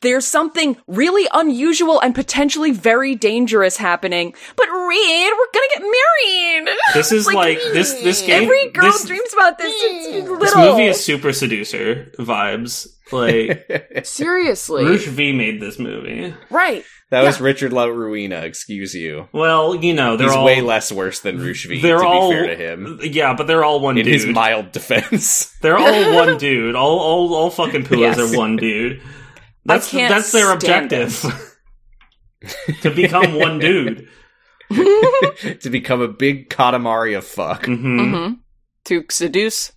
Speaker 4: There's something really unusual and potentially very dangerous happening. But Reed, we're gonna get married.
Speaker 1: This is like, this this game.
Speaker 4: Every girl
Speaker 1: this,
Speaker 4: dreams about this since little.
Speaker 1: this movie is super seducer vibes.
Speaker 2: (laughs)
Speaker 1: Like
Speaker 4: seriously
Speaker 1: Rouge V made this movie.
Speaker 4: right.
Speaker 2: That was Richard La Ruina. Excuse you.
Speaker 1: Well, you know they're
Speaker 2: He's
Speaker 1: all
Speaker 2: way less worse than Rushvi.
Speaker 1: they're
Speaker 2: to
Speaker 1: all
Speaker 2: be fair to him,
Speaker 1: Yeah, but they're all one
Speaker 2: in
Speaker 1: dude.
Speaker 2: his mild defense. (laughs)
Speaker 1: They're
Speaker 4: (laughs)
Speaker 1: all one dude. All all all fucking pillars
Speaker 4: Yes.
Speaker 1: are one
Speaker 4: (laughs)
Speaker 1: dude. That's
Speaker 4: I can't
Speaker 1: that's their
Speaker 4: stand
Speaker 1: objective. (laughs) to become one
Speaker 4: (laughs)
Speaker 1: dude.
Speaker 2: to become a big Katamari of fuck.
Speaker 1: hmm
Speaker 4: Mhm. To seduce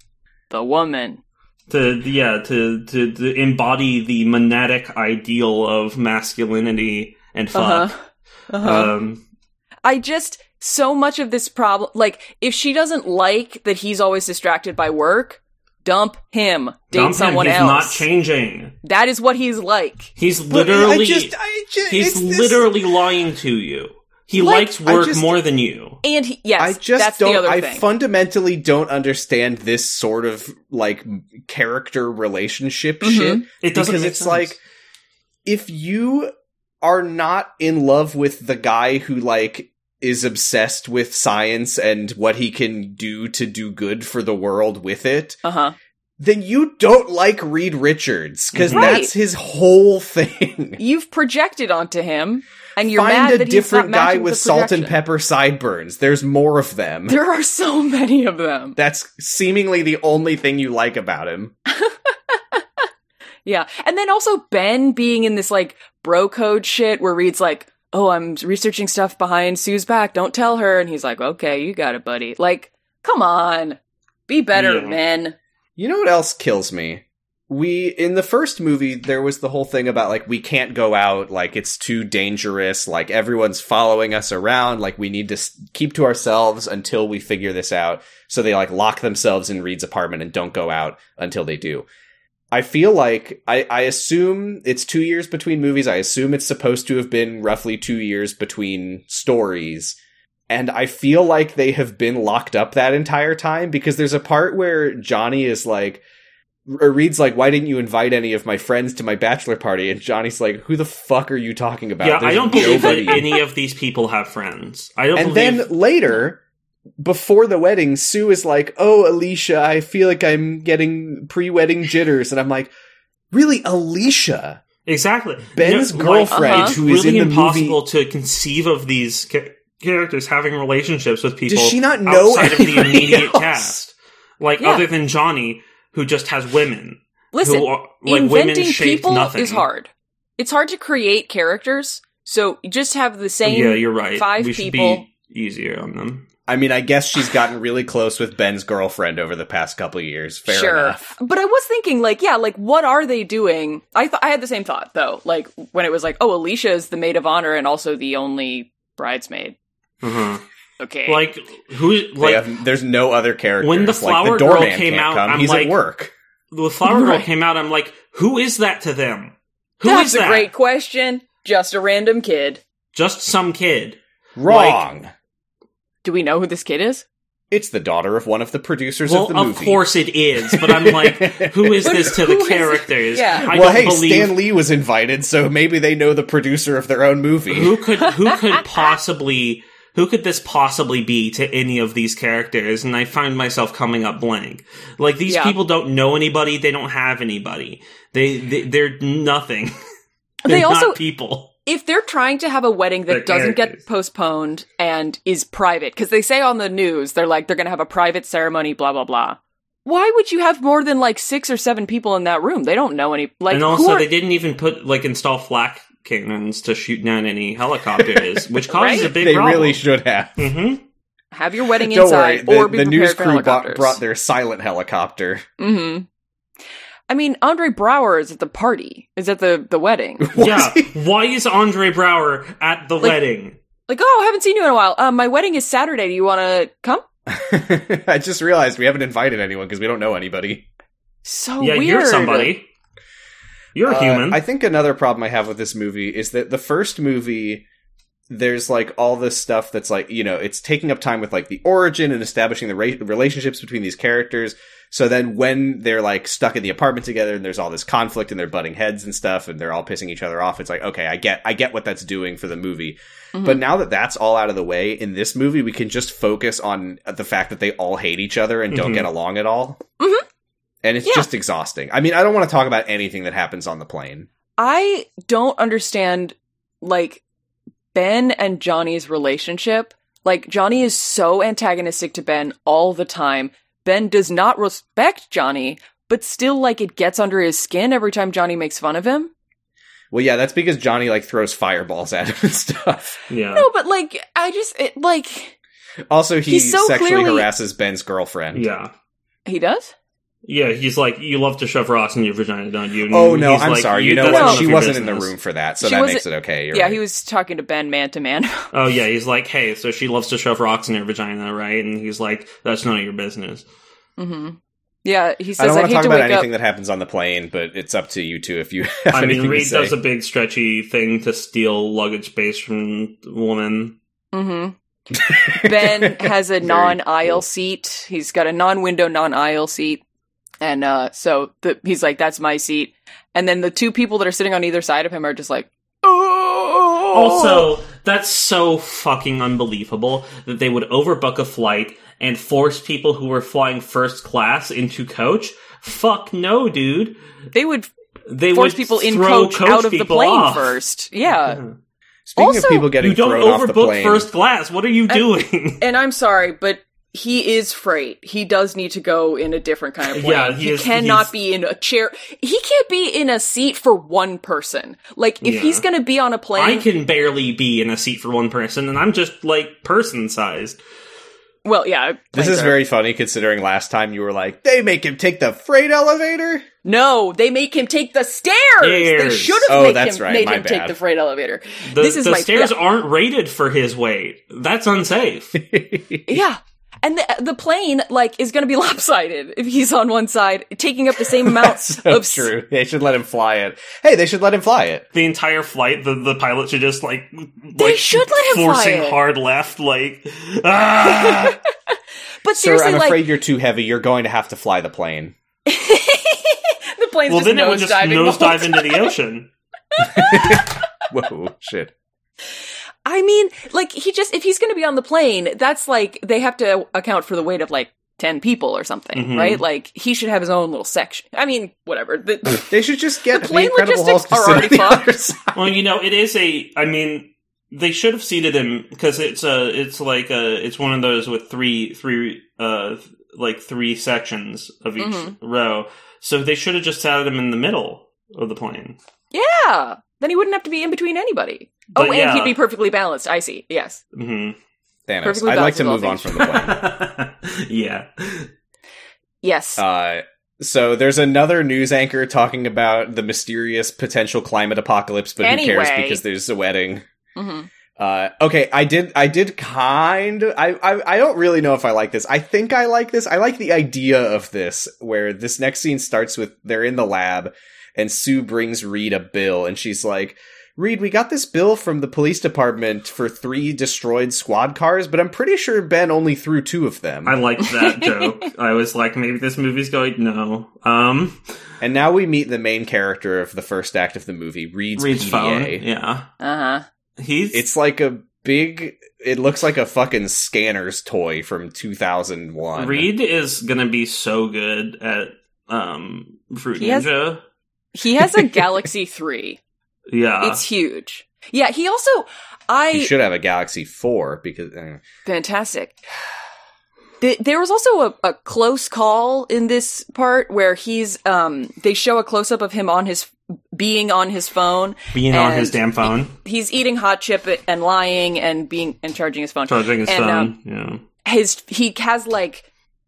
Speaker 4: the woman.
Speaker 1: To yeah, to, to to embody the monadic ideal of masculinity and fuck.
Speaker 4: Uh-huh. Uh-huh.
Speaker 1: Um
Speaker 4: I just so much of this problem like if she doesn't like that he's always distracted by work, dump him, date
Speaker 1: dump him.
Speaker 4: someone
Speaker 1: he's not
Speaker 4: else.
Speaker 1: changing.
Speaker 4: that is what he's like.
Speaker 1: He's literally
Speaker 2: I just, I just,
Speaker 1: he's
Speaker 2: it's this-
Speaker 1: literally lying to you. He
Speaker 4: Like,
Speaker 1: likes
Speaker 2: I
Speaker 1: work
Speaker 2: just-
Speaker 1: more than you.
Speaker 4: And he, yes,
Speaker 2: I just
Speaker 4: that's
Speaker 2: don't.
Speaker 4: the other
Speaker 2: I
Speaker 4: thing.
Speaker 2: fundamentally don't understand this sort of like character relationship
Speaker 4: Mhm.
Speaker 2: shit.
Speaker 1: It doesn't
Speaker 2: because
Speaker 1: make
Speaker 2: it's
Speaker 1: sense.
Speaker 2: like if you are not in love with the guy who like is obsessed with science and what he can do to do good for the world with it
Speaker 4: uh-huh.
Speaker 2: then you don't like reed richards because
Speaker 1: Mhm.
Speaker 4: Right.
Speaker 2: that's his whole thing
Speaker 4: You've projected onto him and (laughs) you're
Speaker 2: find
Speaker 4: mad
Speaker 2: a
Speaker 4: that
Speaker 2: different
Speaker 4: he's not
Speaker 2: guy
Speaker 4: matching
Speaker 2: with
Speaker 4: the
Speaker 2: salt and
Speaker 4: projection.
Speaker 2: pepper sideburns there's more of them
Speaker 4: There are so (laughs) many of them.
Speaker 2: that's seemingly the only thing you like about him
Speaker 4: Yeah. And then also Ben being in this like bro code shit where Reed's like, Oh, I'm researching stuff behind Sue's back. Don't tell her. And he's like, Okay, you got it, buddy. Like, come on. Be better,
Speaker 1: Yeah.
Speaker 4: men.
Speaker 2: You know what else kills me? We in the first movie there was the whole thing about like we can't go out, like it's too dangerous, like everyone's following us around, like we need to s- keep to ourselves until we figure this out. So they like lock themselves in Reed's apartment and don't go out until they do. I feel like I, I assume it's two years between movies. I assume it's supposed to have been roughly two years between stories. And I feel like they have been locked up that entire time because there's a part where Johnny is like, or Reed's like, why didn't you invite any of my friends to my bachelor party? And Johnny's like, who the fuck are you talking about?
Speaker 1: yeah, I
Speaker 2: There's
Speaker 1: don't believe that
Speaker 2: nobody."
Speaker 1: any of these people have friends. I don't
Speaker 2: and
Speaker 1: believe
Speaker 2: then later before the wedding sue is like oh alicia i feel like i'm getting pre-wedding jitters and i'm like really alicia
Speaker 1: exactly
Speaker 2: ben's
Speaker 1: You know, like,
Speaker 2: girlfriend
Speaker 4: uh-huh.
Speaker 2: who is
Speaker 1: really
Speaker 2: in the
Speaker 1: impossible
Speaker 2: movie
Speaker 1: to conceive of these ca- characters having relationships with people
Speaker 2: does she not know
Speaker 1: outside of the
Speaker 2: anybody
Speaker 1: immediate
Speaker 2: else?
Speaker 1: cast like
Speaker 4: Yeah.
Speaker 1: other than johnny who just has women
Speaker 4: Listen,
Speaker 1: who are like women
Speaker 4: inventing
Speaker 1: shaped
Speaker 4: people
Speaker 1: nothing
Speaker 4: is hard. It's hard to create characters. So you just have the same.
Speaker 1: yeah you're right
Speaker 4: five
Speaker 1: we should
Speaker 4: people.
Speaker 1: be easier on them
Speaker 2: i mean i guess she's gotten really close with ben's girlfriend over the past couple of years fair
Speaker 4: sure.
Speaker 2: enough
Speaker 4: But I was thinking, like, yeah, like, what are they doing? I thought I had the same thought though. Like when it was like, oh, Alicia is the maid of honor and also the only bridesmaid.
Speaker 1: uh-huh.
Speaker 4: Okay,
Speaker 1: like who
Speaker 2: They
Speaker 1: like
Speaker 2: have- there's no other characters.
Speaker 1: When the
Speaker 2: like,
Speaker 1: flower
Speaker 2: the
Speaker 1: girl
Speaker 2: doorman
Speaker 1: came
Speaker 2: can't
Speaker 1: out,
Speaker 2: come.
Speaker 1: I'm
Speaker 2: he's
Speaker 1: like-
Speaker 2: at work.
Speaker 1: the flower girl
Speaker 4: Right.
Speaker 1: came out i'm like who is that to them Who is
Speaker 4: that's a
Speaker 1: that
Speaker 4: great question. Just a random kid.
Speaker 1: just some kid
Speaker 2: Wrong.
Speaker 4: Do we know who this kid is?
Speaker 2: it's the daughter of one of the producers
Speaker 1: well
Speaker 2: of the
Speaker 1: of
Speaker 2: movie.
Speaker 1: course it is but i'm like who is this to
Speaker 4: Who
Speaker 1: the
Speaker 4: is-
Speaker 1: characters
Speaker 4: Yeah.
Speaker 1: i
Speaker 2: well,
Speaker 1: don't
Speaker 2: hey,
Speaker 1: believe
Speaker 2: Stan Lee was invited, so maybe they know the producer of their own movie.
Speaker 1: who could who could possibly who could this possibly be to any of these characters and i find myself coming up blank like these
Speaker 4: Yeah.
Speaker 1: people don't know anybody they don't have anybody they, they they're nothing they're
Speaker 4: they also
Speaker 1: not people
Speaker 4: if they're trying to have a wedding that
Speaker 1: Their
Speaker 4: doesn't
Speaker 1: characters.
Speaker 4: get postponed and is private, because they say on the news they're like they're going to have a private ceremony, blah blah blah. Why would you have more than like six or seven people in that room? They don't know any. Like,
Speaker 1: and
Speaker 4: who
Speaker 1: also
Speaker 4: are-
Speaker 1: they didn't even put like install flak cannons to shoot down any helicopters
Speaker 4: (laughs)
Speaker 1: which causes
Speaker 4: Right?
Speaker 1: a big
Speaker 2: They
Speaker 1: problem
Speaker 2: really should have.
Speaker 1: hmm
Speaker 4: have your wedding
Speaker 2: Don't worry,
Speaker 4: inside
Speaker 2: the,
Speaker 4: or be
Speaker 2: the
Speaker 4: prepared
Speaker 2: news
Speaker 4: for
Speaker 2: crew bought,
Speaker 4: helicopters.
Speaker 2: brought their silent helicopter. (laughs)
Speaker 4: hmm I mean, Andre Brower is at the party. Is at the the
Speaker 2: (laughs)
Speaker 4: wedding.
Speaker 1: yeah why is andre brower at the wedding
Speaker 4: like, oh, I haven't seen you in a while. Um, my wedding is Saturday. Do you want to come?
Speaker 2: I just realized we haven't invited anyone because we don't know anybody.
Speaker 4: So
Speaker 1: yeah
Speaker 4: weird.
Speaker 1: you're somebody you're a
Speaker 2: Uh,
Speaker 1: human
Speaker 2: I think another problem I have with this movie is that the first movie, there's like all this stuff that's like, you know, it's taking up time with like the origin and establishing the ra- relationships between these characters. So then when they're like stuck in the apartment together and there's all this conflict and they're butting heads and stuff and they're all pissing each other off, it's like, okay, I get, I get what that's doing for the movie.
Speaker 4: Mhm.
Speaker 2: But now that that's all out of the way in this movie, we can just focus on the fact that they all hate each other and don't
Speaker 1: Mhm.
Speaker 2: get along at all.
Speaker 4: Mhm.
Speaker 2: And it's
Speaker 4: Yeah.
Speaker 2: just exhausting. I mean, I don't want to talk about anything that happens on the plane.
Speaker 4: I don't understand like Ben and Johnny's relationship. Like Johnny is so antagonistic to Ben all the time. Ben does not respect Johnny, but still like it gets under his skin every time Johnny makes fun of him.
Speaker 2: Well, yeah, that's because Johnny like throws fireballs at him and stuff.
Speaker 1: yeah
Speaker 4: No, but like I just it, like
Speaker 2: Also, he
Speaker 4: He's so
Speaker 2: sexually
Speaker 4: clearly-
Speaker 2: harasses Ben's girlfriend.
Speaker 1: yeah
Speaker 4: he does.
Speaker 1: Yeah, he's like, you love to shove Ross in your vagina, don't you? And
Speaker 2: Oh no,
Speaker 1: he's
Speaker 2: I'm
Speaker 1: like,
Speaker 2: sorry. You know
Speaker 1: that's
Speaker 4: No.
Speaker 1: none
Speaker 2: what?
Speaker 1: of
Speaker 2: She
Speaker 1: your
Speaker 2: wasn't in the
Speaker 1: business.
Speaker 2: room for that, so
Speaker 4: She
Speaker 2: that
Speaker 4: wasn't-
Speaker 2: makes it okay. You're
Speaker 4: yeah,
Speaker 2: right.
Speaker 4: he was talking to Ben man to man. (laughs)
Speaker 1: Oh yeah, he's like, hey, so she loves to shove rocks in her vagina, right? And he's like, that's none of your
Speaker 2: (laughs)
Speaker 1: business.
Speaker 4: Mhm. Yeah, he
Speaker 2: I
Speaker 4: says
Speaker 2: don't
Speaker 4: I,
Speaker 2: want to
Speaker 4: hate
Speaker 2: talk
Speaker 4: to
Speaker 2: about
Speaker 4: wake up.
Speaker 2: anything that happens on the plane, but it's up to you two if you. (laughs) Have
Speaker 1: I mean,
Speaker 2: anything
Speaker 1: Reed
Speaker 2: to say.
Speaker 1: does a big stretchy thing to steal luggage space from the woman. (laughs)
Speaker 4: Mm-hmm. ben has a
Speaker 2: Very
Speaker 4: non aisle
Speaker 2: cool.
Speaker 4: seat. He's got a non window, non aisle seat. And uh, so the, he's like, that's my seat. And then the two people that are sitting on either side of him are just like, oh.
Speaker 1: Also, that's so fucking unbelievable that they would overbook a flight and force people who were flying first class into coach. Fuck no, dude.
Speaker 4: they would
Speaker 1: They
Speaker 4: force
Speaker 1: would
Speaker 4: people in
Speaker 1: throw
Speaker 4: coach, out of the
Speaker 1: people
Speaker 4: plane
Speaker 1: off. (laughs)
Speaker 4: first. Yeah.
Speaker 2: Speaking
Speaker 4: Also,
Speaker 2: of people getting
Speaker 1: You don't
Speaker 2: thrown off the
Speaker 1: overbook
Speaker 2: plane,
Speaker 4: (laughs)
Speaker 1: first class. What are you doing? (laughs)
Speaker 4: And I'm sorry, but he is freight. He does need to go in a different kind of way.
Speaker 1: Yeah,
Speaker 4: he,
Speaker 1: he is-
Speaker 4: cannot
Speaker 1: he's-
Speaker 4: be in a chair. He can't be in a seat for one person. Like if
Speaker 1: Yeah.
Speaker 4: he's going to be on a plane,
Speaker 1: I can barely be in a seat for one person, and I'm just like person sized.
Speaker 4: well, yeah.
Speaker 2: This
Speaker 4: planes
Speaker 2: is
Speaker 4: are-
Speaker 2: very funny considering last time you were like, they make him take the freight elevator. (laughs)
Speaker 4: No, they make him take the stairs. They
Speaker 1: Stairs.
Speaker 4: should have
Speaker 2: Oh,
Speaker 4: make
Speaker 2: that's
Speaker 4: him,
Speaker 2: right.
Speaker 4: made
Speaker 2: My
Speaker 4: him
Speaker 2: bad.
Speaker 4: take the freight elevator.
Speaker 1: The,
Speaker 4: this is
Speaker 1: the
Speaker 4: my
Speaker 1: stairs aren't rated for his weight. That's
Speaker 2: (laughs)
Speaker 1: unsafe.
Speaker 4: Yeah. And the, the plane, like, is going to be (laughs) lopsided if he's on one side, taking up the same amount
Speaker 2: So
Speaker 4: of. s-
Speaker 2: true. They should let him fly it. Hey, they should let him fly it.
Speaker 1: the entire flight, the, the pilot should just like
Speaker 4: They should let him fly
Speaker 1: forcing
Speaker 4: it.
Speaker 1: hard left,
Speaker 4: (laughs)
Speaker 1: like ah!
Speaker 4: But
Speaker 2: Sir,
Speaker 4: seriously,
Speaker 2: I'm
Speaker 4: like,
Speaker 2: afraid you're too heavy. You're going to have to fly the plane.
Speaker 4: (laughs)
Speaker 2: (laughs)
Speaker 4: the plane's
Speaker 1: well,
Speaker 4: just
Speaker 1: then it would
Speaker 4: nose
Speaker 1: just
Speaker 4: diving. the whole
Speaker 1: nosedive
Speaker 4: time.
Speaker 1: into the ocean.
Speaker 2: Whoa, shit.
Speaker 4: (laughs) I mean, like, he just, if he's going to be on the plane, that's like, they have to account for the weight of, like, 10 people or something,
Speaker 1: Mhm.
Speaker 4: right? Like, he should have his own little section. I mean, whatever. The-
Speaker 2: They should just get
Speaker 4: The
Speaker 2: the,
Speaker 4: plane
Speaker 2: Incredible Hulk
Speaker 4: logistics
Speaker 2: to
Speaker 4: are
Speaker 2: sit on
Speaker 4: already
Speaker 2: the
Speaker 4: fucked.
Speaker 2: other side.
Speaker 1: Well, you know, it is a. I mean, they should have seated him because it's a. It's like a. It's one of those with three, three, uh, th- like three sections of each
Speaker 4: Mhm.
Speaker 1: row. So they should have just sat him in the middle of the plane.
Speaker 4: yeah. Then he wouldn't have to be in between anybody.
Speaker 1: But
Speaker 4: oh, and
Speaker 1: yeah.
Speaker 4: he'd be perfectly balanced. I see. Yes.
Speaker 1: Mm-hmm.
Speaker 2: Thanos,
Speaker 4: Perfectly
Speaker 2: I'd like
Speaker 4: balanced
Speaker 2: to
Speaker 4: with
Speaker 2: move
Speaker 4: all
Speaker 2: on
Speaker 4: things.
Speaker 2: from the plane.
Speaker 1: (laughs) yeah.
Speaker 4: Yes.
Speaker 2: Uh, so there's another news anchor talking about the mysterious potential climate apocalypse, but who cares
Speaker 4: Anyway.
Speaker 2: because there's a wedding.
Speaker 4: hmm
Speaker 2: Uh, okay, I did, I did kind of, I, I, I don't really know if I like this. I think I like this. I like the idea of this, where this next scene starts with they're in the lab, and Sue brings Reed a bill, and she's like, Reed, we got this bill from the police department for three destroyed squad cars, but I'm pretty sure Ben only threw two of them.
Speaker 1: I liked
Speaker 4: (laughs)
Speaker 1: that joke. I was like, maybe this movie's going no. Um,
Speaker 2: And now we meet the main character of the first act of the movie, Reed's,
Speaker 1: Reed's
Speaker 2: PDA.
Speaker 1: phone. Yeah,
Speaker 4: Uh huh.
Speaker 1: he's
Speaker 2: It's like a big. It looks like a fucking scanner's toy from 2001.
Speaker 1: Reed is gonna be so good at um Fruit
Speaker 4: He has-
Speaker 1: Ninja.
Speaker 4: He has a Galaxy 3.
Speaker 1: Yeah,
Speaker 4: It's huge. Yeah, he also
Speaker 2: You
Speaker 4: I
Speaker 2: should have a Galaxy 4 because. eh.
Speaker 4: fantastic. Th- There was also a, a close call in this part where he's um they show a close up of him on his being on his phone.
Speaker 1: being on his
Speaker 4: and
Speaker 1: damn phone,
Speaker 4: He's eating hot chip and lying and being and charging his phone.
Speaker 1: charging his
Speaker 4: and,
Speaker 1: phone.
Speaker 4: um,
Speaker 1: yeah,
Speaker 4: His he has like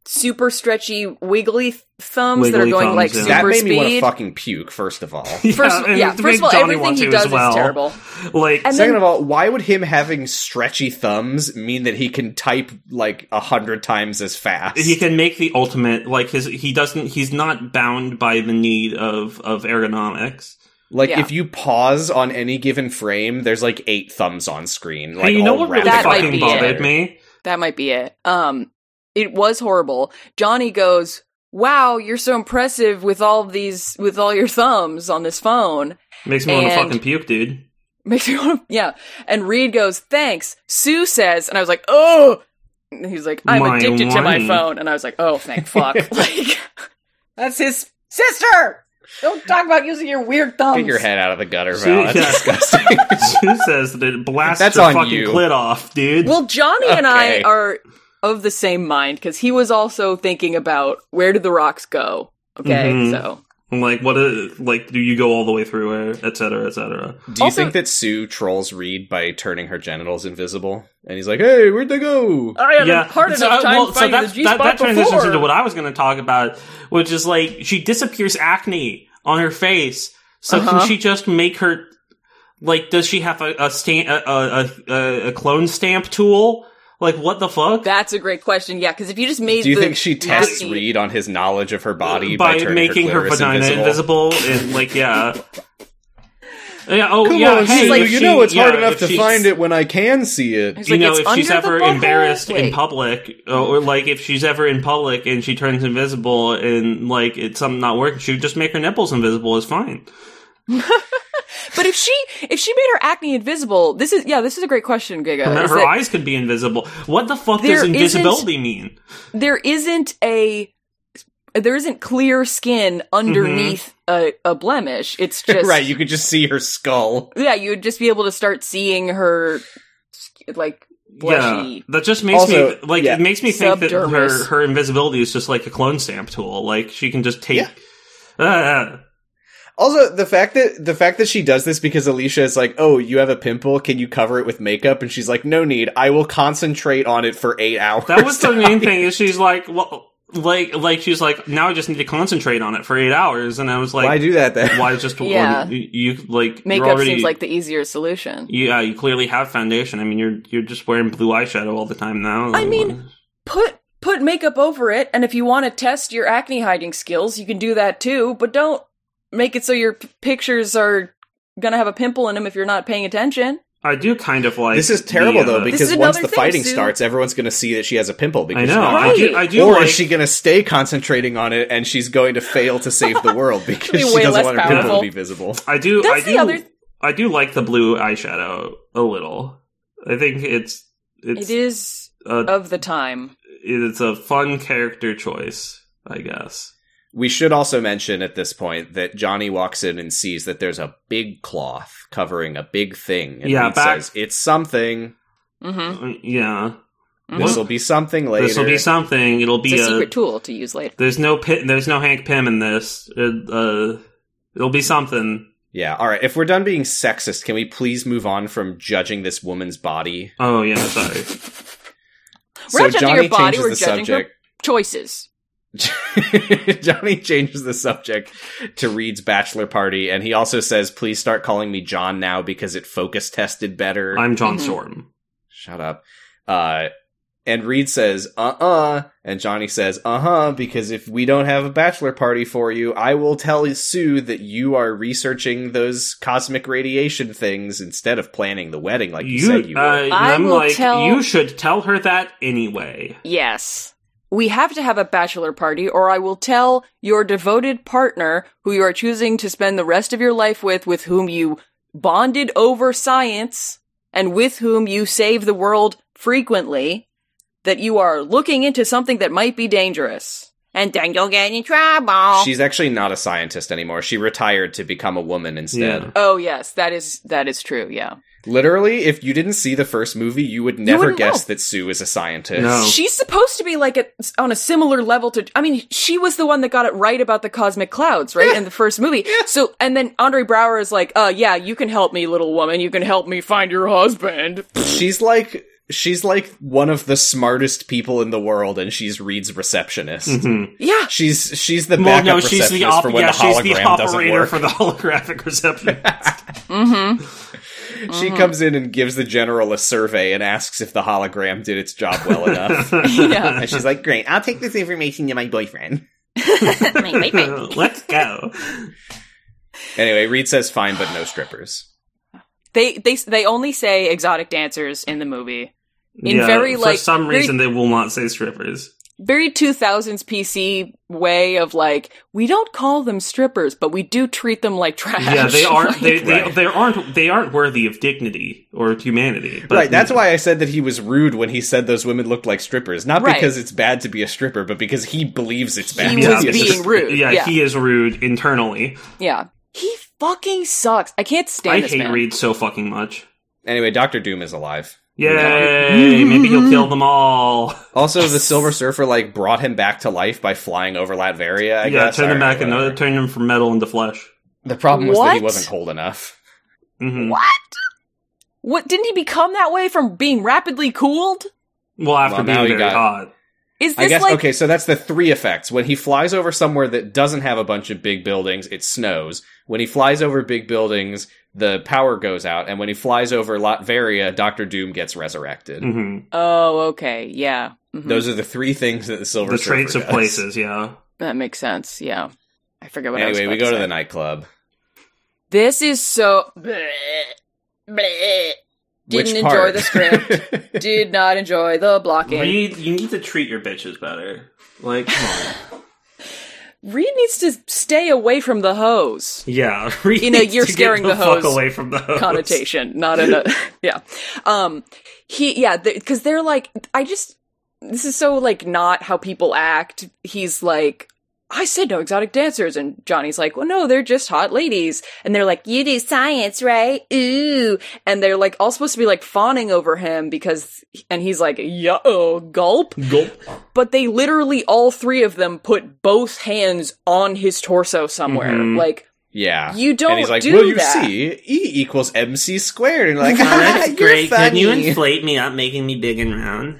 Speaker 4: super stretchy wiggly th- thumbs that
Speaker 1: Wiggly
Speaker 4: are going
Speaker 1: thumbs,
Speaker 4: like
Speaker 1: yeah.
Speaker 4: super
Speaker 2: That made me want to
Speaker 4: speed.
Speaker 2: fucking puke, first of all.
Speaker 4: (laughs) First, (laughs) yeah,
Speaker 1: and it
Speaker 4: first
Speaker 1: made
Speaker 4: of all,
Speaker 1: Johnny
Speaker 4: everything
Speaker 1: want
Speaker 4: he
Speaker 1: to
Speaker 4: does
Speaker 1: as well.
Speaker 4: is terrible.
Speaker 1: Like,
Speaker 4: (laughs) And
Speaker 2: Second
Speaker 4: then-
Speaker 2: of all, why would him having stretchy thumbs mean that he can type like a hundred times as fast?
Speaker 1: he can make the ultimate. Like his, he doesn't. He's not bound by the need of of ergonomics.
Speaker 2: Like
Speaker 4: Yeah.
Speaker 2: if you pause on any given frame, there's like eight thumbs on screen. Like
Speaker 1: Hey, you know
Speaker 2: all
Speaker 1: what really
Speaker 2: wrapped
Speaker 4: That might
Speaker 1: fucking
Speaker 4: be
Speaker 2: around
Speaker 1: bothered
Speaker 2: each other.
Speaker 1: me?
Speaker 4: That might be it. Um, it was horrible. Johnny goes, "Wow, you're so impressive with all of these, with all your thumbs on this phone."
Speaker 1: Makes me want to
Speaker 4: And-
Speaker 1: fucking puke, dude.
Speaker 4: Makes me want to, yeah. And Reed goes, "Thanks." Sue says, and I was like, "Oh." And he's like, "I'm
Speaker 1: My
Speaker 4: addicted to my
Speaker 1: wine.
Speaker 4: phone," and I was like, "Oh,
Speaker 1: (laughs)
Speaker 4: thank fuck!" like,
Speaker 7: That's his sister. Don't talk about using your weird thumbs.
Speaker 2: Get your head out of the gutter,
Speaker 1: See,
Speaker 2: Val. That's
Speaker 1: yeah.
Speaker 2: disgusting.
Speaker 1: (laughs) Sue says that it blasts
Speaker 2: That's
Speaker 1: your
Speaker 2: on
Speaker 1: fucking
Speaker 2: you.
Speaker 1: clit off, dude.
Speaker 4: well, Johnny and I
Speaker 2: Okay.
Speaker 4: are of the same mind because he was also thinking about where did the rocks go. Okay,
Speaker 1: Mhm.
Speaker 4: so
Speaker 1: like, what? A, like, do you go all the way through it, et cetera, et cetera?
Speaker 2: Do you
Speaker 4: Also-
Speaker 2: think that Sue trolls Reed by turning her genitals invisible? And he's like, "Hey, where'd they go?"
Speaker 4: I had a hard
Speaker 1: so,
Speaker 4: enough
Speaker 1: uh,
Speaker 4: time
Speaker 1: well, so
Speaker 4: finding
Speaker 1: that,
Speaker 4: the G
Speaker 1: that,
Speaker 4: spot
Speaker 1: that transitions
Speaker 4: before.
Speaker 1: into what I was going to talk about, which is like she disappears acne on her face. So
Speaker 4: Uh-huh.
Speaker 1: can she just make her like? Does she have a a, stamp, a, a, a, a clone stamp tool? Like what the fuck?
Speaker 4: That's a great question. Yeah, because if you just made,
Speaker 2: Do you
Speaker 4: the
Speaker 2: think she tests
Speaker 4: nasty-
Speaker 2: Reed on his knowledge of her body by,
Speaker 1: by,
Speaker 2: turning
Speaker 1: making her,
Speaker 2: clitoris
Speaker 1: vagina
Speaker 2: invisible?
Speaker 1: invisible. and like
Speaker 2: (laughs)
Speaker 1: yeah. Yeah. Oh,
Speaker 2: Come
Speaker 1: yeah.
Speaker 2: on,
Speaker 1: hey,
Speaker 2: Sue,
Speaker 1: if
Speaker 2: you
Speaker 1: she-
Speaker 2: know it's
Speaker 1: yeah,
Speaker 2: hard enough
Speaker 1: if
Speaker 2: to
Speaker 1: she-
Speaker 2: find it when I can see it. (laughs)
Speaker 4: It's
Speaker 1: you
Speaker 4: like,
Speaker 1: know,
Speaker 4: it's
Speaker 1: if
Speaker 4: under
Speaker 1: she's
Speaker 4: the
Speaker 1: ever
Speaker 4: butthole?
Speaker 1: embarrassed in
Speaker 4: Wait.
Speaker 1: public, or like if she's ever in public and she turns invisible and like it's something not working, she would just make her nipples invisible. Is fine.
Speaker 4: But if she if she made her acne invisible, this is yeah, this is a great question, Giga.
Speaker 1: Her,
Speaker 4: Oh, is
Speaker 1: her
Speaker 4: that
Speaker 1: eyes could be invisible. What the fuck does
Speaker 4: There isn't-
Speaker 1: invisibility mean?
Speaker 4: There isn't a there isn't clear skin underneath
Speaker 1: Mm-hmm.
Speaker 4: a, a blemish.
Speaker 1: (laughs)
Speaker 4: It's just
Speaker 2: right, you could just see her skull.
Speaker 4: yeah, you would just be able to start seeing her like
Speaker 1: Yeah,
Speaker 4: Blushy.
Speaker 1: that just makes
Speaker 2: Also,
Speaker 1: me like
Speaker 2: yeah.
Speaker 1: it makes me think that her
Speaker 4: Subdermis.
Speaker 1: her invisibility is just like a clone stamp tool. Like she can just take.
Speaker 2: Yeah.
Speaker 1: Ah,
Speaker 2: Also, the fact that the fact that she does this because Alicia is like, "Oh, you have a pimple. Can you cover it with makeup?" and she's like, "No need. I will concentrate on it for eight hours."
Speaker 1: that was the main thing. Is she's like, well, like like she's like now I just need to concentrate on it for eight hours, and I was like,
Speaker 2: (laughs) Why do that then?
Speaker 1: why just one-
Speaker 4: Yeah.
Speaker 1: you, you like you're
Speaker 4: Makeup
Speaker 1: already,
Speaker 4: seems like the easier solution.
Speaker 1: yeah you clearly have foundation. I mean you're you're just wearing blue eyeshadow all the time now.
Speaker 4: I mean-
Speaker 8: Put put makeup over it, and if you want to test your acne hiding skills, you can do that too. But don't make it so your p- pictures are gonna have a pimple in them if you're not paying attention.
Speaker 1: I do kind of like
Speaker 2: This is terrible
Speaker 1: the, uh,
Speaker 2: though because
Speaker 8: is
Speaker 2: once the
Speaker 8: another thing,
Speaker 2: fighting
Speaker 8: Sue.
Speaker 2: starts, everyone's going to see that she has a pimple. Because
Speaker 1: I
Speaker 2: she's
Speaker 1: know
Speaker 2: not-
Speaker 1: I do
Speaker 8: Right.
Speaker 1: I do
Speaker 2: or
Speaker 1: like,
Speaker 2: is she going to stay concentrating on it and she's going to fail to save the world because
Speaker 8: Be
Speaker 2: she
Speaker 8: way
Speaker 2: doesn't
Speaker 8: less
Speaker 2: want her pimple
Speaker 8: powerful.
Speaker 2: to be visible?
Speaker 1: I do.
Speaker 8: That's
Speaker 1: I do.
Speaker 8: the other-
Speaker 1: I do like the blue eyeshadow a little. I think it's it's
Speaker 8: It is
Speaker 1: a,
Speaker 8: of the time.
Speaker 1: it's a fun character choice, I guess.
Speaker 2: We should also mention at this point that Johnny walks in and sees that there's a big cloth covering a big thing. And
Speaker 1: Yeah,
Speaker 2: Reed
Speaker 1: back-
Speaker 2: says, it's something.
Speaker 8: Mm-hmm.
Speaker 1: Yeah,
Speaker 2: This will be something later.
Speaker 1: this will be something. It'll be
Speaker 4: It's a
Speaker 1: a,
Speaker 4: secret tool to use later.
Speaker 1: there's no pit. There's no Hank Pym in this. It, uh, it'll be something.
Speaker 2: yeah, all right. If we're done being sexist, can we please move on from judging this woman's body?
Speaker 1: Oh yeah, sorry.
Speaker 4: We're not judging her body, we're judging her Choices.
Speaker 2: (laughs) Johnny changes the subject to Reed's bachelor party, and he also says, "Please start calling me John now because it focus tested better."
Speaker 1: I'm John
Speaker 4: Mhm.
Speaker 1: Storm.
Speaker 2: Shut up. Uh, and Reed says, "Uh uh and Johnny says, "Uh huh," because if we don't have a bachelor party for you, I will tell Sue that you are researching those cosmic radiation things instead of planning the wedding like you, said you
Speaker 1: uh,
Speaker 2: were.
Speaker 1: and
Speaker 4: I
Speaker 1: I'm
Speaker 4: will
Speaker 1: like,
Speaker 4: tell-
Speaker 1: you should tell her that anyway.
Speaker 4: Yes. We have to have a bachelor party, or I will tell your devoted partner who you are choosing to spend the rest of your life with, with whom you bonded over science, and with whom you save the world frequently, that you are looking into something that might be dangerous. And then you'll get in trouble.
Speaker 2: She's actually not a scientist anymore. She retired to become a woman instead.
Speaker 1: Yeah.
Speaker 4: oh, yes, that is, that is true, yeah.
Speaker 2: Literally, if you didn't see the first movie, you would never
Speaker 4: wouldn't
Speaker 2: guess
Speaker 4: know.
Speaker 2: that Sue is a scientist.
Speaker 1: No.
Speaker 8: She's supposed to be like a, on a similar level to. I mean, she was the one that got it right about the cosmic clouds, right, in the first movie.
Speaker 4: So, and then Andre Brower is like, uh, yeah, you can help me, little woman. You can help me find your husband.
Speaker 2: She's like she's like one of the smartest people in the world, and she's Reed's receptionist.
Speaker 1: Mhm.
Speaker 4: Yeah.
Speaker 2: She's she's the
Speaker 1: Well,
Speaker 2: backup
Speaker 1: no, she's the
Speaker 2: receptionist
Speaker 1: op-
Speaker 2: for when
Speaker 1: yeah,
Speaker 2: the hologram
Speaker 1: she's the
Speaker 2: doesn't
Speaker 1: operator
Speaker 2: work.
Speaker 1: for the holographic
Speaker 2: (laughs)
Speaker 1: reception. (laughs)
Speaker 4: Mm hmm.
Speaker 2: She
Speaker 1: Mm-hmm.
Speaker 2: comes in and gives the general a survey and asks if the hologram did its job well enough. (laughs)
Speaker 4: Yeah.
Speaker 2: And she's like, "Great, I'll take this information to my boyfriend."
Speaker 1: Let's go.
Speaker 2: Anyway, Reed says, "Fine, but no strippers."
Speaker 4: They they they only say exotic dancers in the movie. In
Speaker 1: yeah,
Speaker 4: very,
Speaker 1: for
Speaker 4: like,
Speaker 1: some
Speaker 4: very-
Speaker 1: reason they will not say strippers.
Speaker 4: Very 2000s PC way of like we don't call them strippers, but we do treat them like trash.
Speaker 1: Yeah, they aren't. They,
Speaker 4: (laughs) Like,
Speaker 1: they,
Speaker 2: Right.
Speaker 1: they aren't. They aren't worthy of dignity or humanity. But,
Speaker 2: right, that's why I said that he was rude when he said those women looked like strippers. Not
Speaker 4: Right.
Speaker 2: because it's bad to be a stripper, but because he believes it's bad.
Speaker 4: He
Speaker 1: Yeah.
Speaker 4: was
Speaker 1: Yes.
Speaker 4: being rude.
Speaker 1: Yeah,
Speaker 4: Yeah,
Speaker 1: he is rude internally.
Speaker 4: yeah. He fucking sucks. I can't stand
Speaker 1: I
Speaker 4: this
Speaker 1: hate
Speaker 4: man.
Speaker 1: Reed so fucking much.
Speaker 2: Anyway, Doctor Doom is alive.
Speaker 1: Yay! Maybe he'll kill them all.
Speaker 2: Also, the Silver Surfer like brought him back to life by flying over Latveria. I
Speaker 1: yeah,
Speaker 2: guess.
Speaker 1: turn them
Speaker 2: All right,
Speaker 1: back and
Speaker 2: whatever.
Speaker 1: turn them from metal into flesh.
Speaker 2: The problem was that he
Speaker 4: What?
Speaker 2: wasn't cold enough.
Speaker 1: hmm
Speaker 4: What? What didn't he become that way from being rapidly cooled?
Speaker 1: Well, after
Speaker 2: Well, now
Speaker 1: being
Speaker 2: he
Speaker 1: very
Speaker 2: got-
Speaker 1: hot.
Speaker 4: Is
Speaker 2: I
Speaker 4: this
Speaker 2: guess
Speaker 4: like
Speaker 2: okay, so that's the three effects. When he flies over somewhere that doesn't have a bunch of big buildings, it snows. When he flies over big buildings, the power goes out, and when he flies over Latveria, Doctor Doom gets resurrected.
Speaker 1: hmm
Speaker 4: Oh, okay. Yeah. Mhm.
Speaker 2: Those are the three things that the Silver
Speaker 1: Mm-hmm. The
Speaker 2: Surfer
Speaker 1: traits of
Speaker 2: does.
Speaker 1: places. Yeah.
Speaker 4: that makes sense. Yeah. I forget what I was
Speaker 2: Anyway,
Speaker 4: about
Speaker 2: we go to
Speaker 4: say.
Speaker 2: the nightclub.
Speaker 4: This is so. Bleh.
Speaker 2: (laughs)
Speaker 4: Bleh. Didn't
Speaker 2: Which
Speaker 4: enjoy
Speaker 2: part?
Speaker 4: the script. (laughs) Did not enjoy the blocking. Reed,
Speaker 1: Reed, you need to treat your bitches better. Like, come on.
Speaker 4: needs to stay away from the hose
Speaker 1: (laughs) yeah. Reed
Speaker 4: You know,
Speaker 1: needs
Speaker 4: you're
Speaker 1: to get
Speaker 4: scaring the
Speaker 1: fuck
Speaker 4: hose
Speaker 1: away from the hose.
Speaker 4: (laughs) connotation, not in a. (laughs) yeah. Um, he, yeah, because they're like, I just. This is so, like, not how people act. He's like, I said no exotic dancers. And Johnny's like, well, no, they're just hot ladies. And they're like, you do science, right? Ooh. And they're like all supposed to be like fawning over him because, and he's like, yo, gulp.
Speaker 1: (laughs) Gulp.
Speaker 4: But they literally, all three of them put both hands on his torso somewhere.
Speaker 1: Mhm.
Speaker 4: Like,
Speaker 2: (laughs) Yeah.
Speaker 4: you don't
Speaker 2: and he's like,
Speaker 4: do
Speaker 2: "Will you
Speaker 4: that.
Speaker 2: see E equals MC squared?" And you're
Speaker 4: (laughs)
Speaker 2: like, "Ah,
Speaker 1: Oh, that's
Speaker 2: "You're
Speaker 1: great. Can
Speaker 2: funny."
Speaker 1: you inflate me up, making me big and round?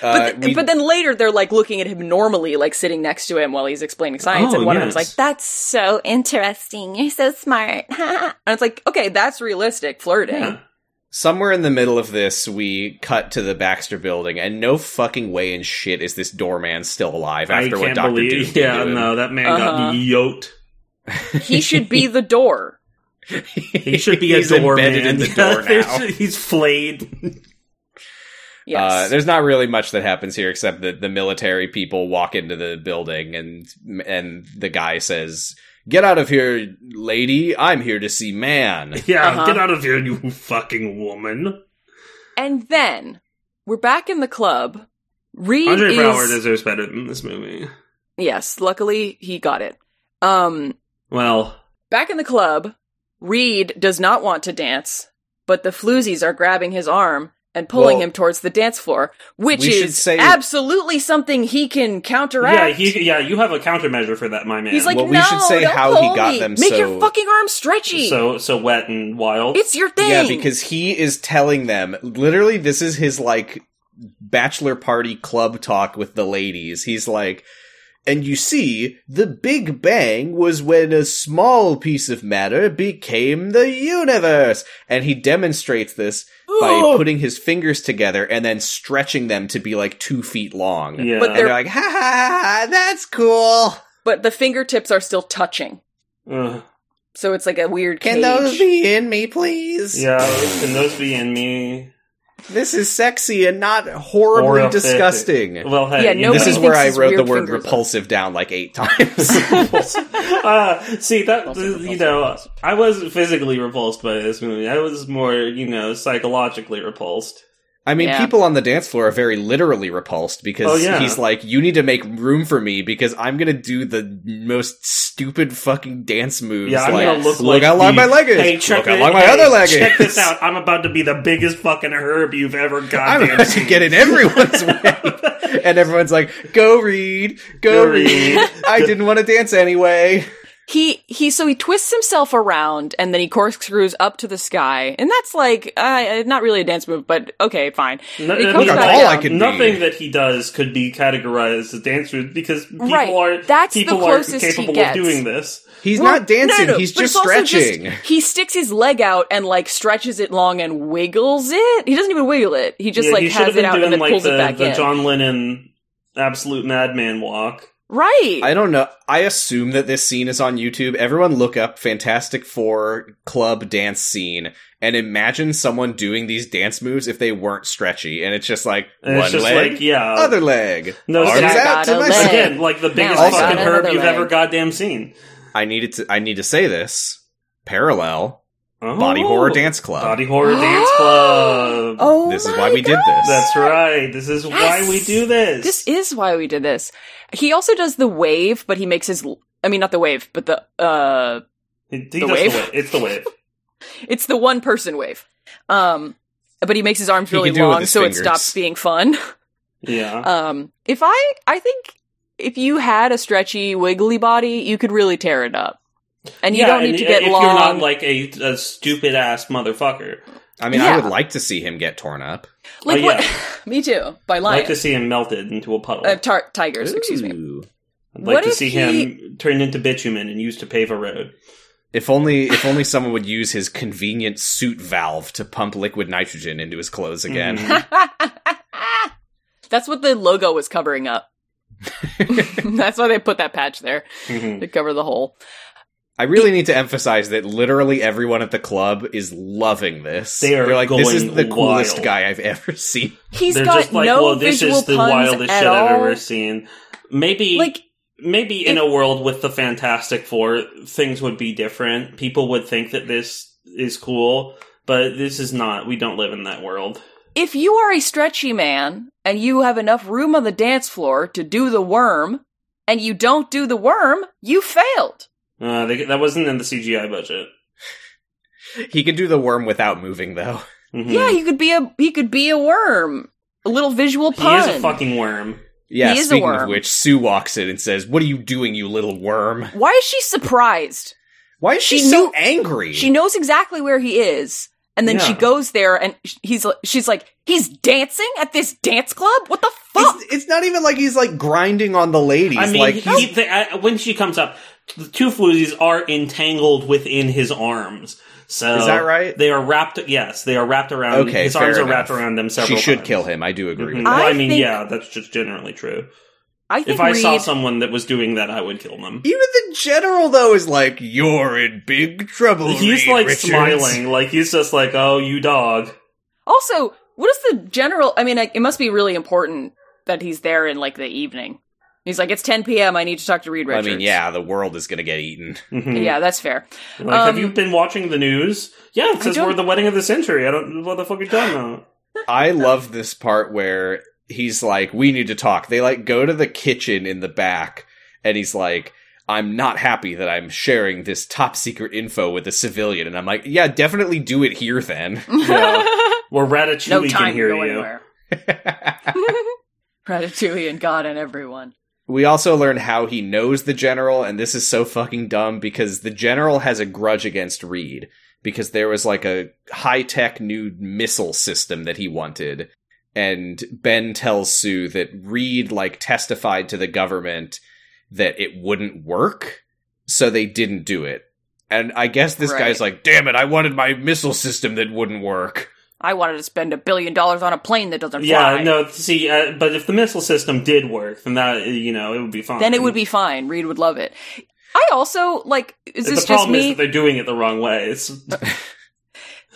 Speaker 2: Uh,
Speaker 4: But, th-
Speaker 2: we-
Speaker 4: but then later they're like looking at him normally, like sitting next to him while he's explaining science,
Speaker 1: Oh,
Speaker 4: and one
Speaker 1: yes.
Speaker 4: of them's like, "That's so interesting. You're so smart." (laughs) and it's like, okay, that's realistic flirting.
Speaker 1: Yeah.
Speaker 2: somewhere in the middle of this, we cut to the Baxter building, and no fucking way in shit is this doorman still alive
Speaker 1: I
Speaker 2: after what
Speaker 1: can't
Speaker 2: Doctor Doom
Speaker 1: believe.
Speaker 2: did
Speaker 1: Yeah,
Speaker 2: to him. (laughs)
Speaker 1: no, that man got
Speaker 4: Uh-huh.
Speaker 1: yoked.
Speaker 4: He should be the door.
Speaker 1: He (laughs) should be a
Speaker 2: He's
Speaker 1: door
Speaker 2: embedded
Speaker 1: man. (laughs)
Speaker 2: in the
Speaker 1: Yeah,
Speaker 2: door
Speaker 1: they
Speaker 2: now.
Speaker 1: should- he's flayed.
Speaker 2: Uh,
Speaker 4: Yes,
Speaker 2: there's not really much that happens here except that the military people walk into the building and and the guy says, "Get out of here, lady! I'm here to see man."
Speaker 1: (laughs) Yeah,
Speaker 4: Uh-huh.
Speaker 1: get out of here, you fucking woman.
Speaker 4: and then we're back in the club. Reed
Speaker 1: Andre
Speaker 4: is
Speaker 1: Brower deserves better than this movie.
Speaker 4: yes. Luckily, he got it. Um,
Speaker 1: Well,
Speaker 4: Back in the club, Reed does not want to dance, but the floozies are grabbing his arm and pulling
Speaker 2: Well,
Speaker 4: him towards the dance floor, which
Speaker 2: we should
Speaker 4: is
Speaker 2: say-
Speaker 4: absolutely something he can
Speaker 1: yeah,
Speaker 4: counteract.
Speaker 1: he, yeah, you have a countermeasure for that, my man.
Speaker 4: He's like,
Speaker 2: Well,
Speaker 4: no,
Speaker 2: we should say
Speaker 4: don't
Speaker 2: how he
Speaker 4: pull
Speaker 2: got
Speaker 4: me.
Speaker 2: them
Speaker 4: Make
Speaker 2: so-
Speaker 4: your fucking arm stretchy.
Speaker 1: so so wet and wild.
Speaker 4: it's your thing.
Speaker 2: Yeah, because he is telling them literally this is his like bachelor party club talk with the ladies. He's like and you see, the Big Bang was when a small piece of matter became the universe. And he demonstrates this by
Speaker 4: Ooh.
Speaker 2: putting his fingers together and then stretching them to be like two feet long.
Speaker 1: yeah,
Speaker 4: but
Speaker 2: And they're like, ha ha, ha ha, that's cool.
Speaker 4: but the fingertips are still touching,
Speaker 1: Ugh.
Speaker 4: so it's like a weird
Speaker 2: Can
Speaker 4: cage.
Speaker 2: those be in me, please?
Speaker 1: yeah. Can those be in me?
Speaker 2: This is sexy and not horribly
Speaker 1: Horrific.
Speaker 2: disgusting.
Speaker 1: Well, hey,
Speaker 4: Yeah,
Speaker 1: you
Speaker 4: nobody
Speaker 2: this
Speaker 1: know.
Speaker 2: is
Speaker 4: (laughs) thinks
Speaker 2: where I
Speaker 4: it's
Speaker 2: wrote the
Speaker 4: weird
Speaker 2: word
Speaker 4: fingers.
Speaker 2: repulsive down like eight (laughs) times.
Speaker 1: (laughs) uh, see that
Speaker 4: Repulsive,
Speaker 1: you know,
Speaker 4: repulsive.
Speaker 1: I wasn't physically repulsed by this movie. I was more, you know, psychologically repulsed.
Speaker 2: I mean,
Speaker 4: Yeah.
Speaker 2: people on the dance floor are very literally repulsed because
Speaker 1: Oh, yeah.
Speaker 2: he's like, "You need to make room for me because I'm gonna do the most stupid fucking dance moves."
Speaker 1: Yeah, I'm
Speaker 2: like,
Speaker 1: gonna look,
Speaker 2: look
Speaker 1: like
Speaker 2: how long
Speaker 1: the-
Speaker 2: my leg is.
Speaker 1: Hey, check
Speaker 2: look how
Speaker 1: it-
Speaker 2: long my
Speaker 1: hey,
Speaker 2: other leg
Speaker 1: Check
Speaker 2: is.
Speaker 1: this out. I'm about to be the biggest fucking herb you've ever
Speaker 2: (laughs) I'm
Speaker 1: goddamn
Speaker 2: about to
Speaker 1: seen.
Speaker 2: get in everyone's way, and everyone's like, "Go read, go,
Speaker 1: Go
Speaker 2: read.
Speaker 1: read.
Speaker 2: (laughs) I didn't want to dance anyway.
Speaker 4: he he so he twists himself around and then he corkscrews up to the sky, and that's like uh, not really a dance move, but okay, fine.
Speaker 1: No-
Speaker 4: It
Speaker 1: no-
Speaker 4: comes
Speaker 1: no-
Speaker 4: back
Speaker 2: all I
Speaker 4: down.
Speaker 2: can be.
Speaker 1: Nothing that he does could be categorized as dance moves because people
Speaker 4: Right.
Speaker 1: are
Speaker 4: That's the
Speaker 1: people
Speaker 4: closest
Speaker 1: are
Speaker 4: he
Speaker 1: capable
Speaker 4: gets.
Speaker 1: of doing this.
Speaker 2: He's
Speaker 4: Well,
Speaker 2: not dancing.
Speaker 4: no, no, no,
Speaker 2: he's
Speaker 4: but
Speaker 2: just
Speaker 4: it's also
Speaker 2: stretching."
Speaker 4: he sticks his leg out and like stretches it long and wiggles it. He doesn't even wiggle it. He just
Speaker 1: Yeah,
Speaker 4: like
Speaker 1: he should
Speaker 4: has
Speaker 1: have been
Speaker 4: it out
Speaker 1: doing
Speaker 4: and then
Speaker 1: like
Speaker 4: pulls
Speaker 1: the,
Speaker 4: it back
Speaker 1: the
Speaker 4: in.
Speaker 1: John Lennon absolute madman walk.
Speaker 4: right.
Speaker 2: I don't know. I assume that this scene is on YouTube. Everyone look up Fantastic Four club dance scene and imagine someone doing these dance moves if they weren't stretchy. And it's just like
Speaker 1: And
Speaker 2: one
Speaker 1: it's just
Speaker 2: leg,
Speaker 1: like, yeah,
Speaker 2: other leg,
Speaker 1: No,
Speaker 2: arms
Speaker 1: it's-
Speaker 2: out to
Speaker 4: I got
Speaker 2: my
Speaker 4: a
Speaker 2: side.
Speaker 4: leg.
Speaker 1: again, like the biggest
Speaker 2: I
Speaker 1: fucking
Speaker 2: got
Speaker 1: herb
Speaker 4: another
Speaker 1: you've
Speaker 4: leg.
Speaker 1: ever goddamn seen.
Speaker 2: I needed to. I need to say this. Parallel body
Speaker 1: Oh.
Speaker 2: horror dance club.
Speaker 1: Body horror
Speaker 4: (gasps)
Speaker 1: dance club.
Speaker 4: Oh,
Speaker 2: this is
Speaker 4: my
Speaker 2: why we did
Speaker 4: God.
Speaker 2: this.
Speaker 1: That's right. This is why
Speaker 4: Yes.
Speaker 1: we do this.
Speaker 4: This is why we did this. He also does the wave, but he makes his. I mean, not the wave, but the uh,
Speaker 1: He- he
Speaker 4: the
Speaker 1: does
Speaker 4: wave.
Speaker 1: It's the wave.
Speaker 4: it's the one person wave. Um, but he makes his arms
Speaker 2: He
Speaker 4: really
Speaker 2: can do it with
Speaker 4: long,
Speaker 2: his
Speaker 4: so
Speaker 2: fingers.
Speaker 4: it stops being fun.
Speaker 1: Yeah.
Speaker 4: Um, if I, I think if you had a stretchy, wiggly body, you could really tear it up, (laughs) and you
Speaker 1: Yeah,
Speaker 4: don't need
Speaker 1: and
Speaker 4: to get
Speaker 1: if
Speaker 4: long.
Speaker 1: you're not like a, a stupid ass motherfucker.
Speaker 2: I mean, I
Speaker 4: Yeah.
Speaker 2: would like to see him get torn up.
Speaker 4: Like
Speaker 1: Oh,
Speaker 4: what?
Speaker 1: yeah.
Speaker 4: (laughs) me too. By
Speaker 1: I
Speaker 4: lion,
Speaker 1: like to see him melted into a puddle.
Speaker 4: uh, tar- tigers. Excuse me.
Speaker 2: Ooh.
Speaker 1: I'd like
Speaker 4: what
Speaker 1: to
Speaker 4: if
Speaker 1: see
Speaker 4: he-
Speaker 1: him turned into bitumen and used to pave a road.
Speaker 2: If only, if only someone would use his convenient suit valve to pump liquid nitrogen into his clothes (laughs) again.
Speaker 4: Mm.
Speaker 1: Mhm.
Speaker 4: (laughs) That's what the logo was
Speaker 1: (laughs)
Speaker 4: covering up. (laughs) That's why they put that patch there
Speaker 1: Mhm.
Speaker 4: to cover the hole.
Speaker 2: I really need to emphasize that literally everyone at the club is loving this.
Speaker 1: They are
Speaker 2: They're like, this is
Speaker 1: going
Speaker 2: the coolest
Speaker 1: wild."
Speaker 2: guy I've ever seen.
Speaker 4: He's
Speaker 1: They're
Speaker 4: got
Speaker 1: just like,
Speaker 4: no
Speaker 1: well, this
Speaker 4: visual
Speaker 1: is the
Speaker 4: puns
Speaker 1: wildest
Speaker 4: at
Speaker 1: shit
Speaker 4: all.
Speaker 1: I've ever seen. Maybe,
Speaker 4: Like
Speaker 1: maybe in
Speaker 4: if-
Speaker 1: a world with the Fantastic Four, things would be different. People would think that this is cool, but this is not. We don't live in that world.
Speaker 4: if you are a stretchy man and you have enough room on the dance floor to do the worm, and you don't do the worm, you failed.
Speaker 1: Uh, they, that wasn't in the CGI budget.
Speaker 2: He can do the worm without moving, though.
Speaker 1: Mhm.
Speaker 4: Yeah, you could be a he could be a worm. A little visual
Speaker 1: he
Speaker 4: pun.
Speaker 1: is a fucking worm.
Speaker 2: Yeah,
Speaker 4: He is a
Speaker 2: speaking of
Speaker 4: worm.
Speaker 2: which, Sue walks in and says, What are you doing, you little worm?
Speaker 4: Why is she surprised?
Speaker 2: Why is she,
Speaker 4: She
Speaker 2: so
Speaker 4: knew-
Speaker 2: angry?
Speaker 4: She knows exactly where he is, and then she
Speaker 1: Yeah.
Speaker 4: goes there, and sh- he's li- she's like, he's dancing at this dance club. What the fuck?
Speaker 2: It's, it's not even like he's like grinding on the ladies.
Speaker 1: I mean,
Speaker 2: like,
Speaker 1: he, he- the- uh, when she comes up, the two floozies are entangled within his arms. So
Speaker 2: Is that right?
Speaker 1: They are wrapped. Yes, they are wrapped around.
Speaker 2: Okay,
Speaker 1: his arms
Speaker 2: fair
Speaker 1: are wrapped
Speaker 2: enough.
Speaker 1: around them.
Speaker 2: she
Speaker 1: Several.
Speaker 2: should
Speaker 1: times.
Speaker 2: kill him. I do agree
Speaker 1: Mhm.
Speaker 2: with
Speaker 1: Well,
Speaker 2: that.
Speaker 1: I,
Speaker 4: I
Speaker 1: mean,
Speaker 4: think-
Speaker 1: yeah, that's just generally true.
Speaker 4: I think
Speaker 1: If I
Speaker 4: Reed,
Speaker 1: saw someone that was doing that, I would kill them.
Speaker 2: Even the general though is like, "You're in big trouble."
Speaker 1: He's
Speaker 2: Reed
Speaker 1: like
Speaker 2: Richards."
Speaker 1: smiling, like he's just like, "Oh, you dog."
Speaker 4: also, what is the general? I mean, like, it must be really important that he's there in like the evening. He's like, it's 10 p.m. I need to talk to Reed
Speaker 2: I
Speaker 4: Richards.
Speaker 2: mean, yeah, the world is gonna get eaten.
Speaker 1: Mhm.
Speaker 4: yeah,
Speaker 1: (laughs)
Speaker 4: that's fair.
Speaker 1: Like, have
Speaker 4: Um,
Speaker 1: you been watching the news? Yeah, it says
Speaker 4: don't-
Speaker 1: we're the wedding of the century. I don't. What the fuck are you talking about?
Speaker 2: (laughs) I love this part where he's like, "We need to talk." They like go to the kitchen in the back, and he's like, "I'm not happy that I'm sharing this top secret info with a civilian." And I'm like, "Yeah, definitely do it here then."
Speaker 4: (laughs)
Speaker 1: We're Ratatouille
Speaker 4: no
Speaker 1: can
Speaker 4: time to
Speaker 1: hear
Speaker 4: go
Speaker 1: you. (laughs)
Speaker 4: anywhere. (laughs) Ratatouille and God and everyone.
Speaker 2: We also learn how he knows the general, and this is so fucking dumb because the general has a grudge against Reed because there was like a high tech new missile system that he wanted. And Ben tells Sue that Reed like testified to the government that it wouldn't work, so they didn't do it. And I guess this
Speaker 4: Right.
Speaker 2: guy's like, damn it, I wanted my missile system that wouldn't work.
Speaker 4: I wanted to spend a billion dollars on a plane that doesn't
Speaker 1: Yeah,
Speaker 4: fly.
Speaker 1: no. See, uh, but if the missile system did work, then that uh, you know it would be fine.
Speaker 4: Then it would be fine. Reed would love it. I also like. Is
Speaker 1: The
Speaker 4: this just
Speaker 1: problem
Speaker 4: me?
Speaker 1: is that they're doing it the wrong way.
Speaker 4: (laughs)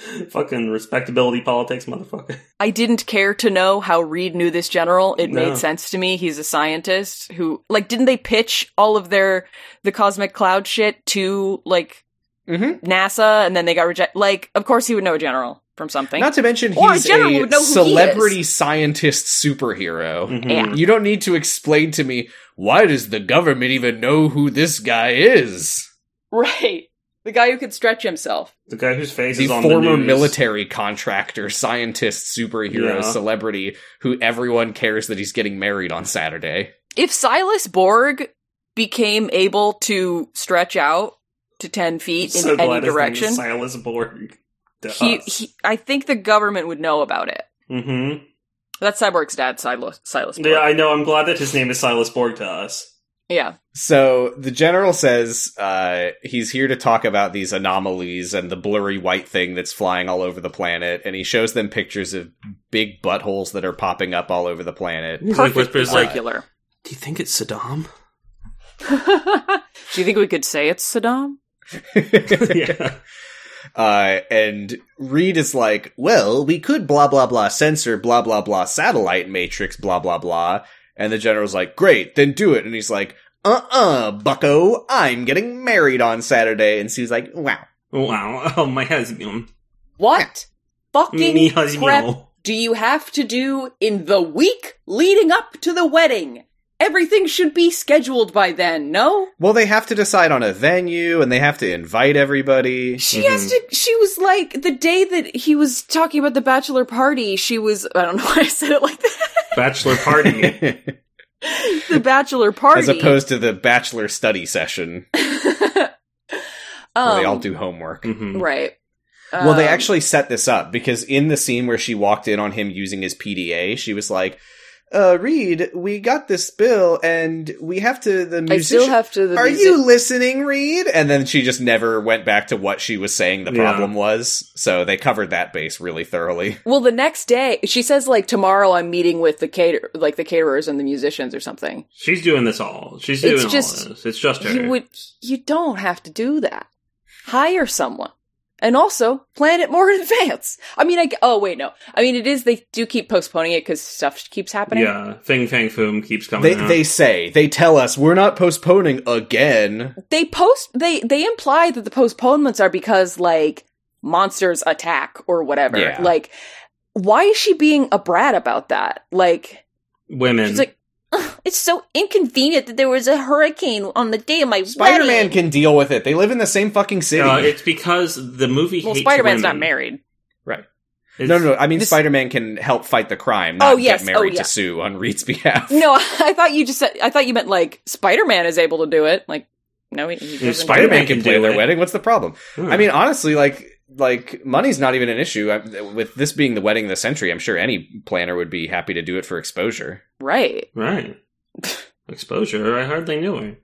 Speaker 1: It's fucking respectability politics, motherfucker.
Speaker 4: I didn't care to know how Reed knew this general. It
Speaker 1: No.
Speaker 4: made sense to me. He's a scientist who, like, didn't they pitch all of their the cosmic cloud shit to like
Speaker 2: Mm-hmm.
Speaker 4: NASA, and then they got rejected? Like, of course he would know a general from something.
Speaker 2: Not to mention,
Speaker 4: Or a
Speaker 2: he's
Speaker 4: general
Speaker 2: a
Speaker 4: would know who he is.
Speaker 2: celebrity scientist superhero.
Speaker 1: Mhm.
Speaker 4: Yeah.
Speaker 2: You don't need to explain to me why does the government even know who this guy is?
Speaker 4: (laughs) right, the guy who could stretch himself.
Speaker 1: The guy whose face
Speaker 2: The
Speaker 1: is on
Speaker 2: former
Speaker 1: the news.
Speaker 2: military contractor, scientist, superhero,
Speaker 1: Yeah.
Speaker 2: celebrity who everyone cares that he's getting married on Saturday.
Speaker 4: If Silas Borg became able to stretch out to ten feet (laughs) in
Speaker 1: So
Speaker 4: any
Speaker 1: glad his name is uh,
Speaker 4: direction,
Speaker 1: Silas Borg. To
Speaker 4: he, he, I think the government would know about it.
Speaker 1: hmm
Speaker 4: That's Cyborg's dad, Silas. Silas Borg.
Speaker 1: Yeah, I know. I'm glad that his name is Silas Borg to us.
Speaker 4: yeah.
Speaker 2: So the general says uh, he's here to talk about these anomalies and the blurry white thing that's flying all over the planet, and he shows them pictures of big buttholes that are popping up all over
Speaker 1: (laughs)
Speaker 2: the planet. (laughs)
Speaker 1: like
Speaker 4: Perfectly
Speaker 1: whispers, like,
Speaker 4: circular.
Speaker 1: Do you think it's Saddam?
Speaker 4: Do you think we could say it's Saddam?
Speaker 1: (laughs) yeah.
Speaker 2: Uh, and Reed is like, well, we could blah, blah, blah, censor, blah, blah, blah, satellite matrix, blah, blah, blah. And the general's like, great, then do it. And he's like, uh-uh, bucko, I'm getting married on Saturday. And Sue's like, wow.
Speaker 1: Wow. Oh, my husband.
Speaker 3: What
Speaker 1: Me
Speaker 3: fucking crap
Speaker 1: husband.
Speaker 3: do you have to do in the week leading up to the wedding? Everything should be scheduled by then, no?
Speaker 2: Well, they have to decide on a venue and they have to invite everybody.
Speaker 3: She has to. She was like the day that he was talking about the bachelor party. She was. I don't know (laughs) why I said it like that.
Speaker 1: Bachelor
Speaker 4: (laughs)
Speaker 1: party.
Speaker 2: As
Speaker 4: The bachelor
Speaker 3: (laughs)
Speaker 4: party.
Speaker 2: opposed to the bachelor study session where they all
Speaker 4: Um,
Speaker 2: do homework.
Speaker 1: Mhm.
Speaker 4: Right.
Speaker 2: Well, they
Speaker 4: Um,
Speaker 2: actually set this up because in the scene where she walked in on him using his PDA, she was like, uh, Reed, we got this bill and we have to the
Speaker 4: I
Speaker 2: musician.
Speaker 4: still have to. The
Speaker 2: Are
Speaker 4: music-
Speaker 2: you listening, Reed? And then she just never went back to what she was saying the
Speaker 1: Yeah.
Speaker 2: problem was. So they covered that base really thoroughly.
Speaker 4: Well, the next day, she says like tomorrow I'm meeting with the cater, like the caterers and the musicians or something.
Speaker 1: She's doing this all. She's doing
Speaker 4: It's
Speaker 1: all
Speaker 4: just-
Speaker 1: this. It's just her.
Speaker 4: You would. You don't have to do that. Hire someone, and also plan it more (laughs) in advance. I mean, I. g- Oh wait, no. I mean, it is. They do keep postponing it because stuff keeps happening.
Speaker 1: yeah. Fing Fang Foom keeps coming
Speaker 2: They
Speaker 1: out.
Speaker 2: they say they tell us we're not postponing again.
Speaker 4: they post they they imply that the postponements are because like monsters attack or whatever
Speaker 2: Yeah.
Speaker 4: like why is she being a brat about that like
Speaker 1: Women.
Speaker 4: she's like "Ugh, It's so inconvenient that there was a hurricane on the day of my
Speaker 2: Spider Man
Speaker 4: wedding.
Speaker 2: can deal with it. They live in the same fucking city.
Speaker 1: Uh, it's because the movie.
Speaker 4: Well,
Speaker 1: hates
Speaker 4: Spider Man's
Speaker 1: women.
Speaker 4: not married.
Speaker 2: right.
Speaker 1: It's-
Speaker 2: no, no, no. I mean,
Speaker 4: This-
Speaker 2: Spider Man can help fight the crime, not
Speaker 4: Oh, yes.
Speaker 2: get married
Speaker 4: Oh, yeah.
Speaker 2: to Sue on Reed's (laughs) behalf.
Speaker 4: No, (laughs) I thought you just said. I thought you meant like Spider Man is able to do it. Like, no, he, he
Speaker 1: Yeah,
Speaker 4: doesn't.
Speaker 2: Spider
Speaker 1: Spider-Man
Speaker 2: Man can
Speaker 1: can
Speaker 2: play
Speaker 1: do
Speaker 2: their
Speaker 1: it.
Speaker 2: wedding. What's the problem?
Speaker 1: Hmm.
Speaker 2: I mean, honestly, like like money's not even an issue I, with this being the wedding of the century. I'm sure any planner would be happy to do it for exposure.
Speaker 4: right. (laughs)
Speaker 1: right. Exposure. I hardly knew her.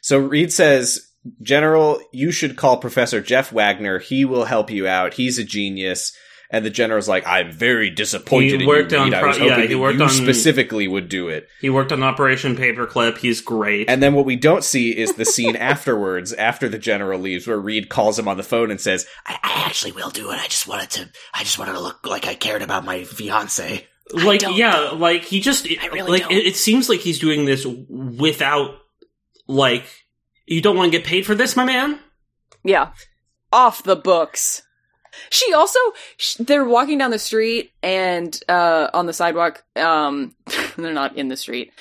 Speaker 2: So Reed says, General, you should call Professor Jeff Wagner. He will help you out. He's a genius. And the general's like, I'm very disappointed.
Speaker 1: He
Speaker 2: in
Speaker 1: worked
Speaker 2: you,
Speaker 1: on
Speaker 2: Reed. I
Speaker 1: pro-
Speaker 2: was hoping
Speaker 1: yeah, he
Speaker 2: that
Speaker 1: worked
Speaker 2: you
Speaker 1: on-
Speaker 2: specifically would do it.
Speaker 1: He worked on Operation Paperclip. He's great.
Speaker 2: And then what we don't see is the scene (laughs) afterwards, after the general leaves, where Reed calls him on the phone and says,
Speaker 9: I, I actually will do it. I just wanted to. I just wanted to look like I cared about my fiance.
Speaker 1: like
Speaker 9: don't.
Speaker 1: yeah like he just it,
Speaker 9: I really
Speaker 1: like
Speaker 9: don't.
Speaker 1: It, it seems like he's doing this without like you don't want to get paid for this my
Speaker 4: (laughs)
Speaker 1: man
Speaker 4: Yeah.
Speaker 3: off the books. She also sh- they're walking down the street and uh on the sidewalk um (laughs) they're not in the street.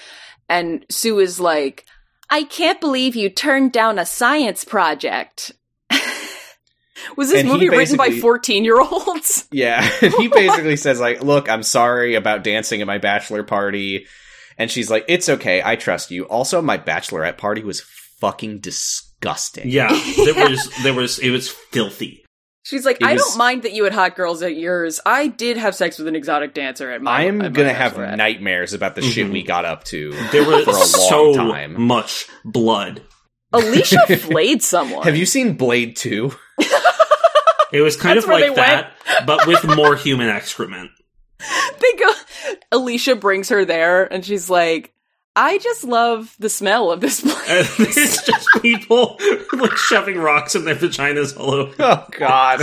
Speaker 3: And Sue is like, "I can't believe you turned down a science project." (laughs)
Speaker 4: Was this
Speaker 2: And he
Speaker 4: movie written by
Speaker 2: basically-
Speaker 4: fourteen-year-olds?
Speaker 2: Yeah. (laughs) And he basically says, like, look, I'm sorry about dancing at my bachelor party. And she's like, It's okay, I trust you. Also, my bachelorette party was fucking disgusting.
Speaker 1: yeah there was there was it was filthy
Speaker 3: (laughs) She's like,
Speaker 2: It
Speaker 3: "I
Speaker 2: was-
Speaker 3: don't mind that you had hot girls at yours. I did have sex with an exotic dancer at my
Speaker 2: I'm
Speaker 3: at my
Speaker 2: gonna have
Speaker 3: bachelorette."
Speaker 2: nightmares about the shit
Speaker 1: Mhm.
Speaker 2: we got up to.
Speaker 1: there
Speaker 2: for a long
Speaker 1: was so
Speaker 2: time.
Speaker 1: much blood
Speaker 2: (laughs)
Speaker 4: Alicia flayed someone.
Speaker 2: Have you seen Blade 2?
Speaker 1: it was kind
Speaker 4: That's
Speaker 1: of
Speaker 4: where
Speaker 1: like
Speaker 4: they
Speaker 1: that but with more human excrement (laughs)
Speaker 4: (laughs)
Speaker 3: they go Alicia brings her there and she's like, "I just love the smell of this place."
Speaker 4: (laughs)
Speaker 1: and it's just people like shoving rocks in their vaginas all over
Speaker 2: (laughs) Oh,
Speaker 3: (laughs)
Speaker 2: God.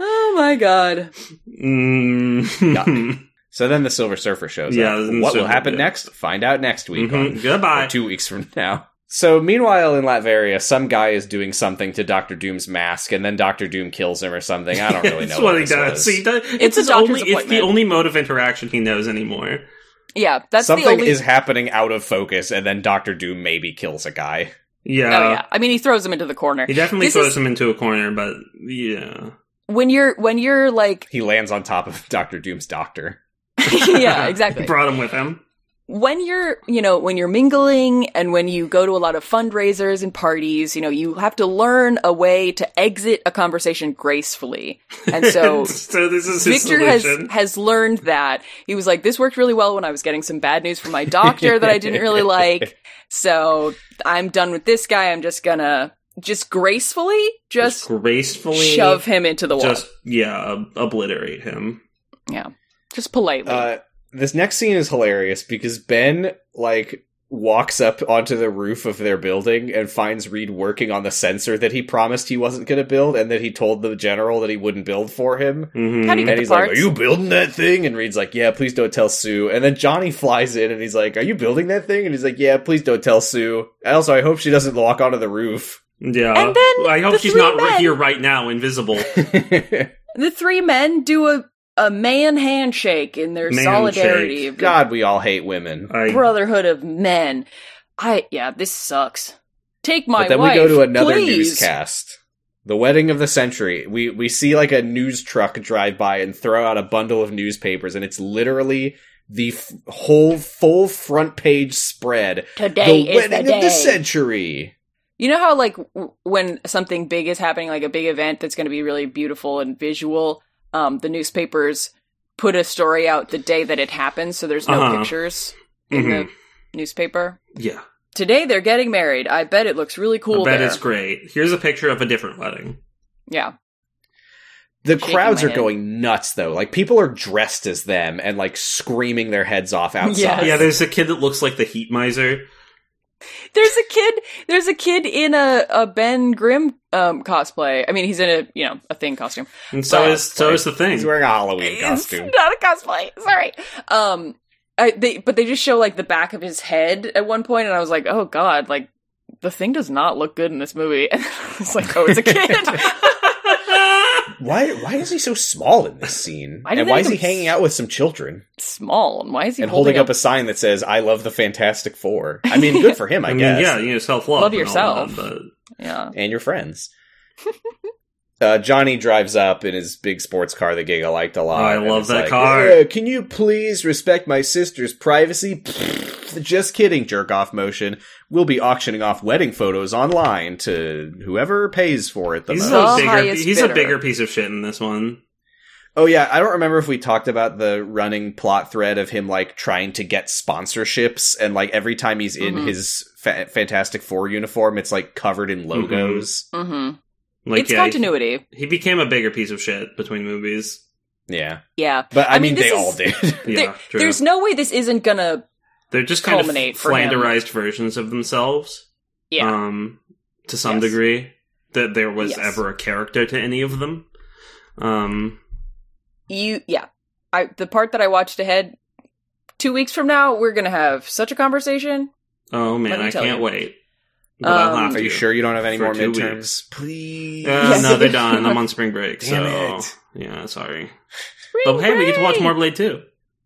Speaker 3: Oh my god.
Speaker 1: mm.
Speaker 2: so then the Silver Surfer shows
Speaker 1: Yeah,
Speaker 2: up.
Speaker 1: then the
Speaker 2: What will
Speaker 1: Silver-
Speaker 2: happen
Speaker 1: yeah.
Speaker 2: next? Find out next week on
Speaker 1: Mhm. (laughs) goodbye
Speaker 2: or two weeks from now. So, meanwhile, in Latveria, some guy is doing something to Doctor Doom's mask, and then Doctor Doom kills him or something. I don't
Speaker 1: (laughs)
Speaker 2: really know
Speaker 1: That's
Speaker 2: what,
Speaker 1: what he
Speaker 2: this
Speaker 1: does.
Speaker 2: was.
Speaker 1: He does.
Speaker 4: It's
Speaker 1: It's,
Speaker 4: a
Speaker 1: his
Speaker 4: doctor's
Speaker 1: only. It's the
Speaker 4: appointment.
Speaker 1: only mode of interaction he knows anymore.
Speaker 4: yeah, that's
Speaker 2: something
Speaker 4: the only.
Speaker 2: is happening out of focus, and then Doctor Doom maybe kills a guy.
Speaker 1: Yeah.
Speaker 4: oh yeah, I mean, he throws him into the corner.
Speaker 1: He definitely
Speaker 4: This
Speaker 1: throws
Speaker 4: is-
Speaker 1: him into a corner, but yeah.
Speaker 4: When you're when you're
Speaker 2: (laughs)
Speaker 4: like,
Speaker 2: He lands on top of Doctor Doom's doctor.
Speaker 4: yeah, exactly.
Speaker 1: He brought him with him.
Speaker 4: when you're, you know, when you're mingling and when you go to a lot of fundraisers and parties, you know, you have to learn a way to exit a conversation gracefully. And
Speaker 1: (laughs)
Speaker 4: so
Speaker 1: so this is his
Speaker 4: (laughs) Victor has
Speaker 1: solution.
Speaker 4: has learned that. He was like, "This worked really well when I was getting some bad news from my doctor that I
Speaker 2: (laughs)
Speaker 4: didn't really like. So I'm done with this guy. I'm just gonna just gracefully just
Speaker 1: gracefully
Speaker 4: shove him into the wall.
Speaker 1: Just yeah, ob- obliterate him.
Speaker 4: yeah, just politely.
Speaker 2: Uh, this next scene is hilarious because Ben like walks up onto the roof of their building and finds Reed working on the sensor that he promised he wasn't going to build, and that he told the general that he wouldn't build for him.
Speaker 1: Mhm.
Speaker 4: How do you get
Speaker 2: And
Speaker 4: the
Speaker 2: he's
Speaker 4: parts?
Speaker 2: like, "Are you building that thing?" And Reed's like, "Yeah, please don't tell Sue." And then Johnny flies in, and he's like, "Are you building that thing?" And he's like, "Yeah, please don't tell Sue." And also, I hope she doesn't walk onto the roof.
Speaker 1: yeah.
Speaker 4: And then
Speaker 1: I hope
Speaker 4: the
Speaker 1: she's
Speaker 4: three
Speaker 1: not right
Speaker 4: men-
Speaker 1: here right now,
Speaker 4: (laughs)
Speaker 1: invisible.
Speaker 3: The three men do a, a man handshake in their
Speaker 1: Man
Speaker 3: solidarity
Speaker 1: shake.
Speaker 3: of the
Speaker 2: God, we all hate women.
Speaker 1: I,
Speaker 3: brotherhood of men. I yeah, this sucks. Take my
Speaker 2: but then
Speaker 3: wife,
Speaker 2: we go to another
Speaker 3: please.
Speaker 2: newscast. The wedding of the century. We we see like a news truck drive by and throw out a bundle of newspapers, and it's literally the f- whole full front page spread.
Speaker 9: Today
Speaker 2: the wedding of the century.
Speaker 4: You know how like w- when something big is happening, like a big event that's going to be really beautiful and visual, um, the newspapers put a story out the day that it happens, so there's no
Speaker 1: Uh-huh.
Speaker 4: pictures in
Speaker 1: Mhm.
Speaker 4: the newspaper.
Speaker 1: yeah.
Speaker 4: Today they're getting married. I bet it looks really cool.
Speaker 1: I bet
Speaker 4: there.
Speaker 1: it's great. Here's a picture of a different wedding.
Speaker 4: Yeah,
Speaker 2: The
Speaker 4: Shaking
Speaker 2: crowds
Speaker 4: my
Speaker 2: are
Speaker 4: head.
Speaker 2: going nuts though. Like people are dressed as them and like screaming their heads off outside.
Speaker 4: Yes.
Speaker 1: Yeah, there's a kid that looks like the heat miser.
Speaker 4: there's a kid. There's a kid in a, a Ben Grimm um, cosplay. I mean, he's in a you know a thing costume.
Speaker 1: And so
Speaker 4: But-
Speaker 1: is so is the thing. (laughs)
Speaker 2: He's wearing a Halloween
Speaker 4: It's
Speaker 2: costume.
Speaker 4: not a cosplay. Sorry. Um, I, they but they just show like the back of his head at one point, and I was like, oh god, like (laughs)
Speaker 1: (laughs)
Speaker 4: the thing does not look good in this movie. And I was like, oh, it's a kid.
Speaker 2: Why why is he so small in this scene?
Speaker 4: Why do
Speaker 2: And
Speaker 4: they
Speaker 2: why
Speaker 4: make
Speaker 2: is he
Speaker 4: him
Speaker 2: hanging out with some children
Speaker 4: (laughs) Small. And why is he
Speaker 2: and holding up a sign that says "I love the Fantastic Four? I mean, good for him, I,
Speaker 1: (laughs) I mean,
Speaker 2: guess.
Speaker 1: yeah, you know, self love.
Speaker 4: Love yourself.
Speaker 1: but
Speaker 4: yeah.
Speaker 2: and your friends. uh, Johnny drives up in his big sports car that Giga liked a lot.
Speaker 1: Oh, I
Speaker 2: and
Speaker 1: love
Speaker 2: is
Speaker 1: that car.
Speaker 2: "Uh, Can you please respect my sister's privacy? (laughs) Just kidding, jerk off motion. We'll be auctioning off wedding photos online to whoever pays for it the
Speaker 1: he's
Speaker 2: most.
Speaker 1: a
Speaker 4: The
Speaker 1: bigger.
Speaker 4: highest
Speaker 1: He's a
Speaker 4: bidder.
Speaker 1: bigger piece of shit in this one.
Speaker 2: Oh yeah, I don't remember if we talked about the running plot thread of him like trying to get sponsorships and like every time he's in
Speaker 4: Mhm.
Speaker 2: his fa- Fantastic Four uniform, it's like covered in logos.
Speaker 4: Mm-hmm.
Speaker 1: Like,
Speaker 4: it's
Speaker 1: yeah,
Speaker 4: continuity.
Speaker 1: He, he became a bigger piece of shit between movies.
Speaker 2: Yeah,
Speaker 4: Yeah.
Speaker 2: but I,
Speaker 4: I
Speaker 2: mean,
Speaker 4: mean,
Speaker 2: they
Speaker 4: this
Speaker 2: all
Speaker 4: is-
Speaker 2: did. (laughs)
Speaker 1: Yeah,
Speaker 4: There-
Speaker 1: true.
Speaker 4: There's no way this isn't gonna.
Speaker 1: They're just kind of
Speaker 4: culminate for him.
Speaker 1: flanderized versions of themselves.
Speaker 4: Yeah.
Speaker 1: Um, to some
Speaker 4: Yes.
Speaker 1: degree, that there was
Speaker 4: Yes.
Speaker 1: ever a character to any of them. Um,
Speaker 4: You. Yeah. I. The part that I watched ahead. Two weeks from now, we're gonna have such a conversation.
Speaker 1: oh
Speaker 4: Let
Speaker 1: man,
Speaker 4: me
Speaker 1: I
Speaker 4: tell
Speaker 1: can't
Speaker 4: you.
Speaker 1: wait. But I'll
Speaker 4: Um,
Speaker 1: have
Speaker 2: Are you
Speaker 1: to.
Speaker 2: sure you don't have any
Speaker 1: For
Speaker 2: more
Speaker 1: two
Speaker 2: midterms?
Speaker 1: weeks.
Speaker 2: Please.
Speaker 1: Uh,
Speaker 4: Yes.
Speaker 1: No,
Speaker 4: (laughs)
Speaker 1: they're done. I'm on spring break.
Speaker 2: Damn
Speaker 1: so
Speaker 2: it.
Speaker 1: yeah, sorry. but Oh, hey, we get to watch more Blade Two.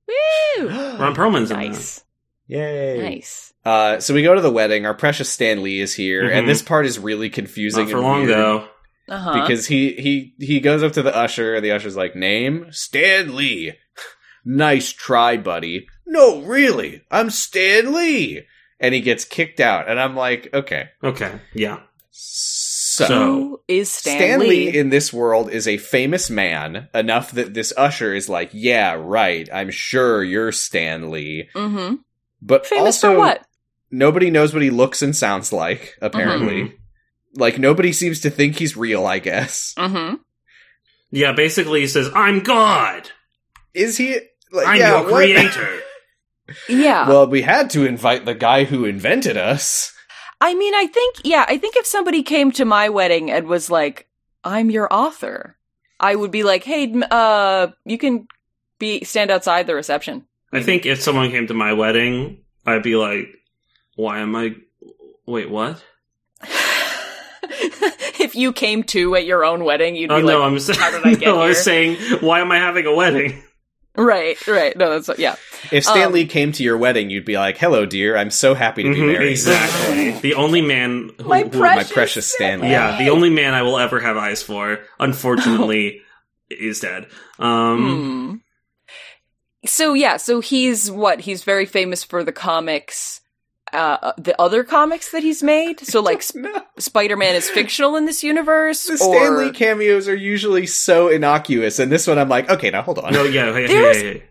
Speaker 1: (gasps)
Speaker 4: Woo!
Speaker 1: Ron Perlman's in nice.
Speaker 4: Nice.
Speaker 2: Yay.
Speaker 4: Nice.
Speaker 2: Uh, so we go to the wedding. Our precious Stan Lee is here,
Speaker 1: Mhm.
Speaker 2: and this part is really
Speaker 1: there.
Speaker 2: confusing.
Speaker 1: Not for
Speaker 2: and
Speaker 1: long
Speaker 2: weird
Speaker 1: though.
Speaker 4: Uh huh.
Speaker 2: because he he he goes up to the usher, and the usher's like, "Name Stan Lee." (laughs) nice try, buddy. No, really, I'm Stan Lee, and he gets kicked out. And I'm like, okay,
Speaker 1: Okay, yeah.
Speaker 2: so.
Speaker 1: So-
Speaker 4: Who is Stan,
Speaker 2: Stan
Speaker 4: Lee?
Speaker 2: Lee in this world is a famous man enough that this usher is like, yeah, right. I'm sure you're Stan Lee.
Speaker 4: mm-hmm.
Speaker 2: But
Speaker 4: Famous
Speaker 2: also,
Speaker 4: for what?
Speaker 2: Nobody knows what he looks and sounds like. Apparently,
Speaker 1: Mm-hmm.
Speaker 2: like nobody seems to think he's real. I guess
Speaker 4: Mm-hmm.
Speaker 1: Yeah, basically he says, "I'm God.
Speaker 2: is he? Like,
Speaker 1: I'm
Speaker 2: Uh, yeah,
Speaker 1: your
Speaker 2: what- (laughs)
Speaker 1: creator."
Speaker 4: Yeah.
Speaker 2: well, we had to invite the guy who invented us.
Speaker 4: I mean, I think, yeah, I think if somebody came to my wedding and was like, I'm your author, I would be like, hey, m- uh, you can be stand outside the reception. (laughs)
Speaker 1: I think if someone came to my wedding, I'd be like, "Why am I? Wait, what?
Speaker 4: if you came to at your own wedding, you'd be
Speaker 1: oh
Speaker 4: like,
Speaker 1: no, I'm saying. (laughs)
Speaker 4: "How did I get
Speaker 1: no, I was
Speaker 4: here?"
Speaker 1: saying, why am I having a wedding?
Speaker 4: right, right. No, that's, yeah.
Speaker 2: If Stan
Speaker 4: Um,
Speaker 2: Lee came to your wedding, you'd be like, "Hello, dear. I'm so happy to be
Speaker 1: Mhm,
Speaker 2: married."
Speaker 1: exactly. the only man who,
Speaker 4: My
Speaker 1: who-
Speaker 2: My
Speaker 4: Precious
Speaker 2: precious Stan Lee.
Speaker 1: yeah, the only man I will ever have eyes for,
Speaker 4: (laughs)
Speaker 1: unfortunately, is dead. Um,
Speaker 4: Hmm. So, yeah, so he's what? He's very famous for the comics. Uh, the other comics that he's made,
Speaker 2: (laughs)
Speaker 4: so like
Speaker 2: (laughs)
Speaker 4: Sp-
Speaker 2: No.
Speaker 4: Spider-Man is fictional in this universe.
Speaker 2: The
Speaker 4: or...
Speaker 2: Stan Lee cameos are usually so innocuous, and this one I'm like, okay, now hold on.
Speaker 1: No, yeah, hey, hey,
Speaker 4: Hmm. There's-
Speaker 1: hey, hey.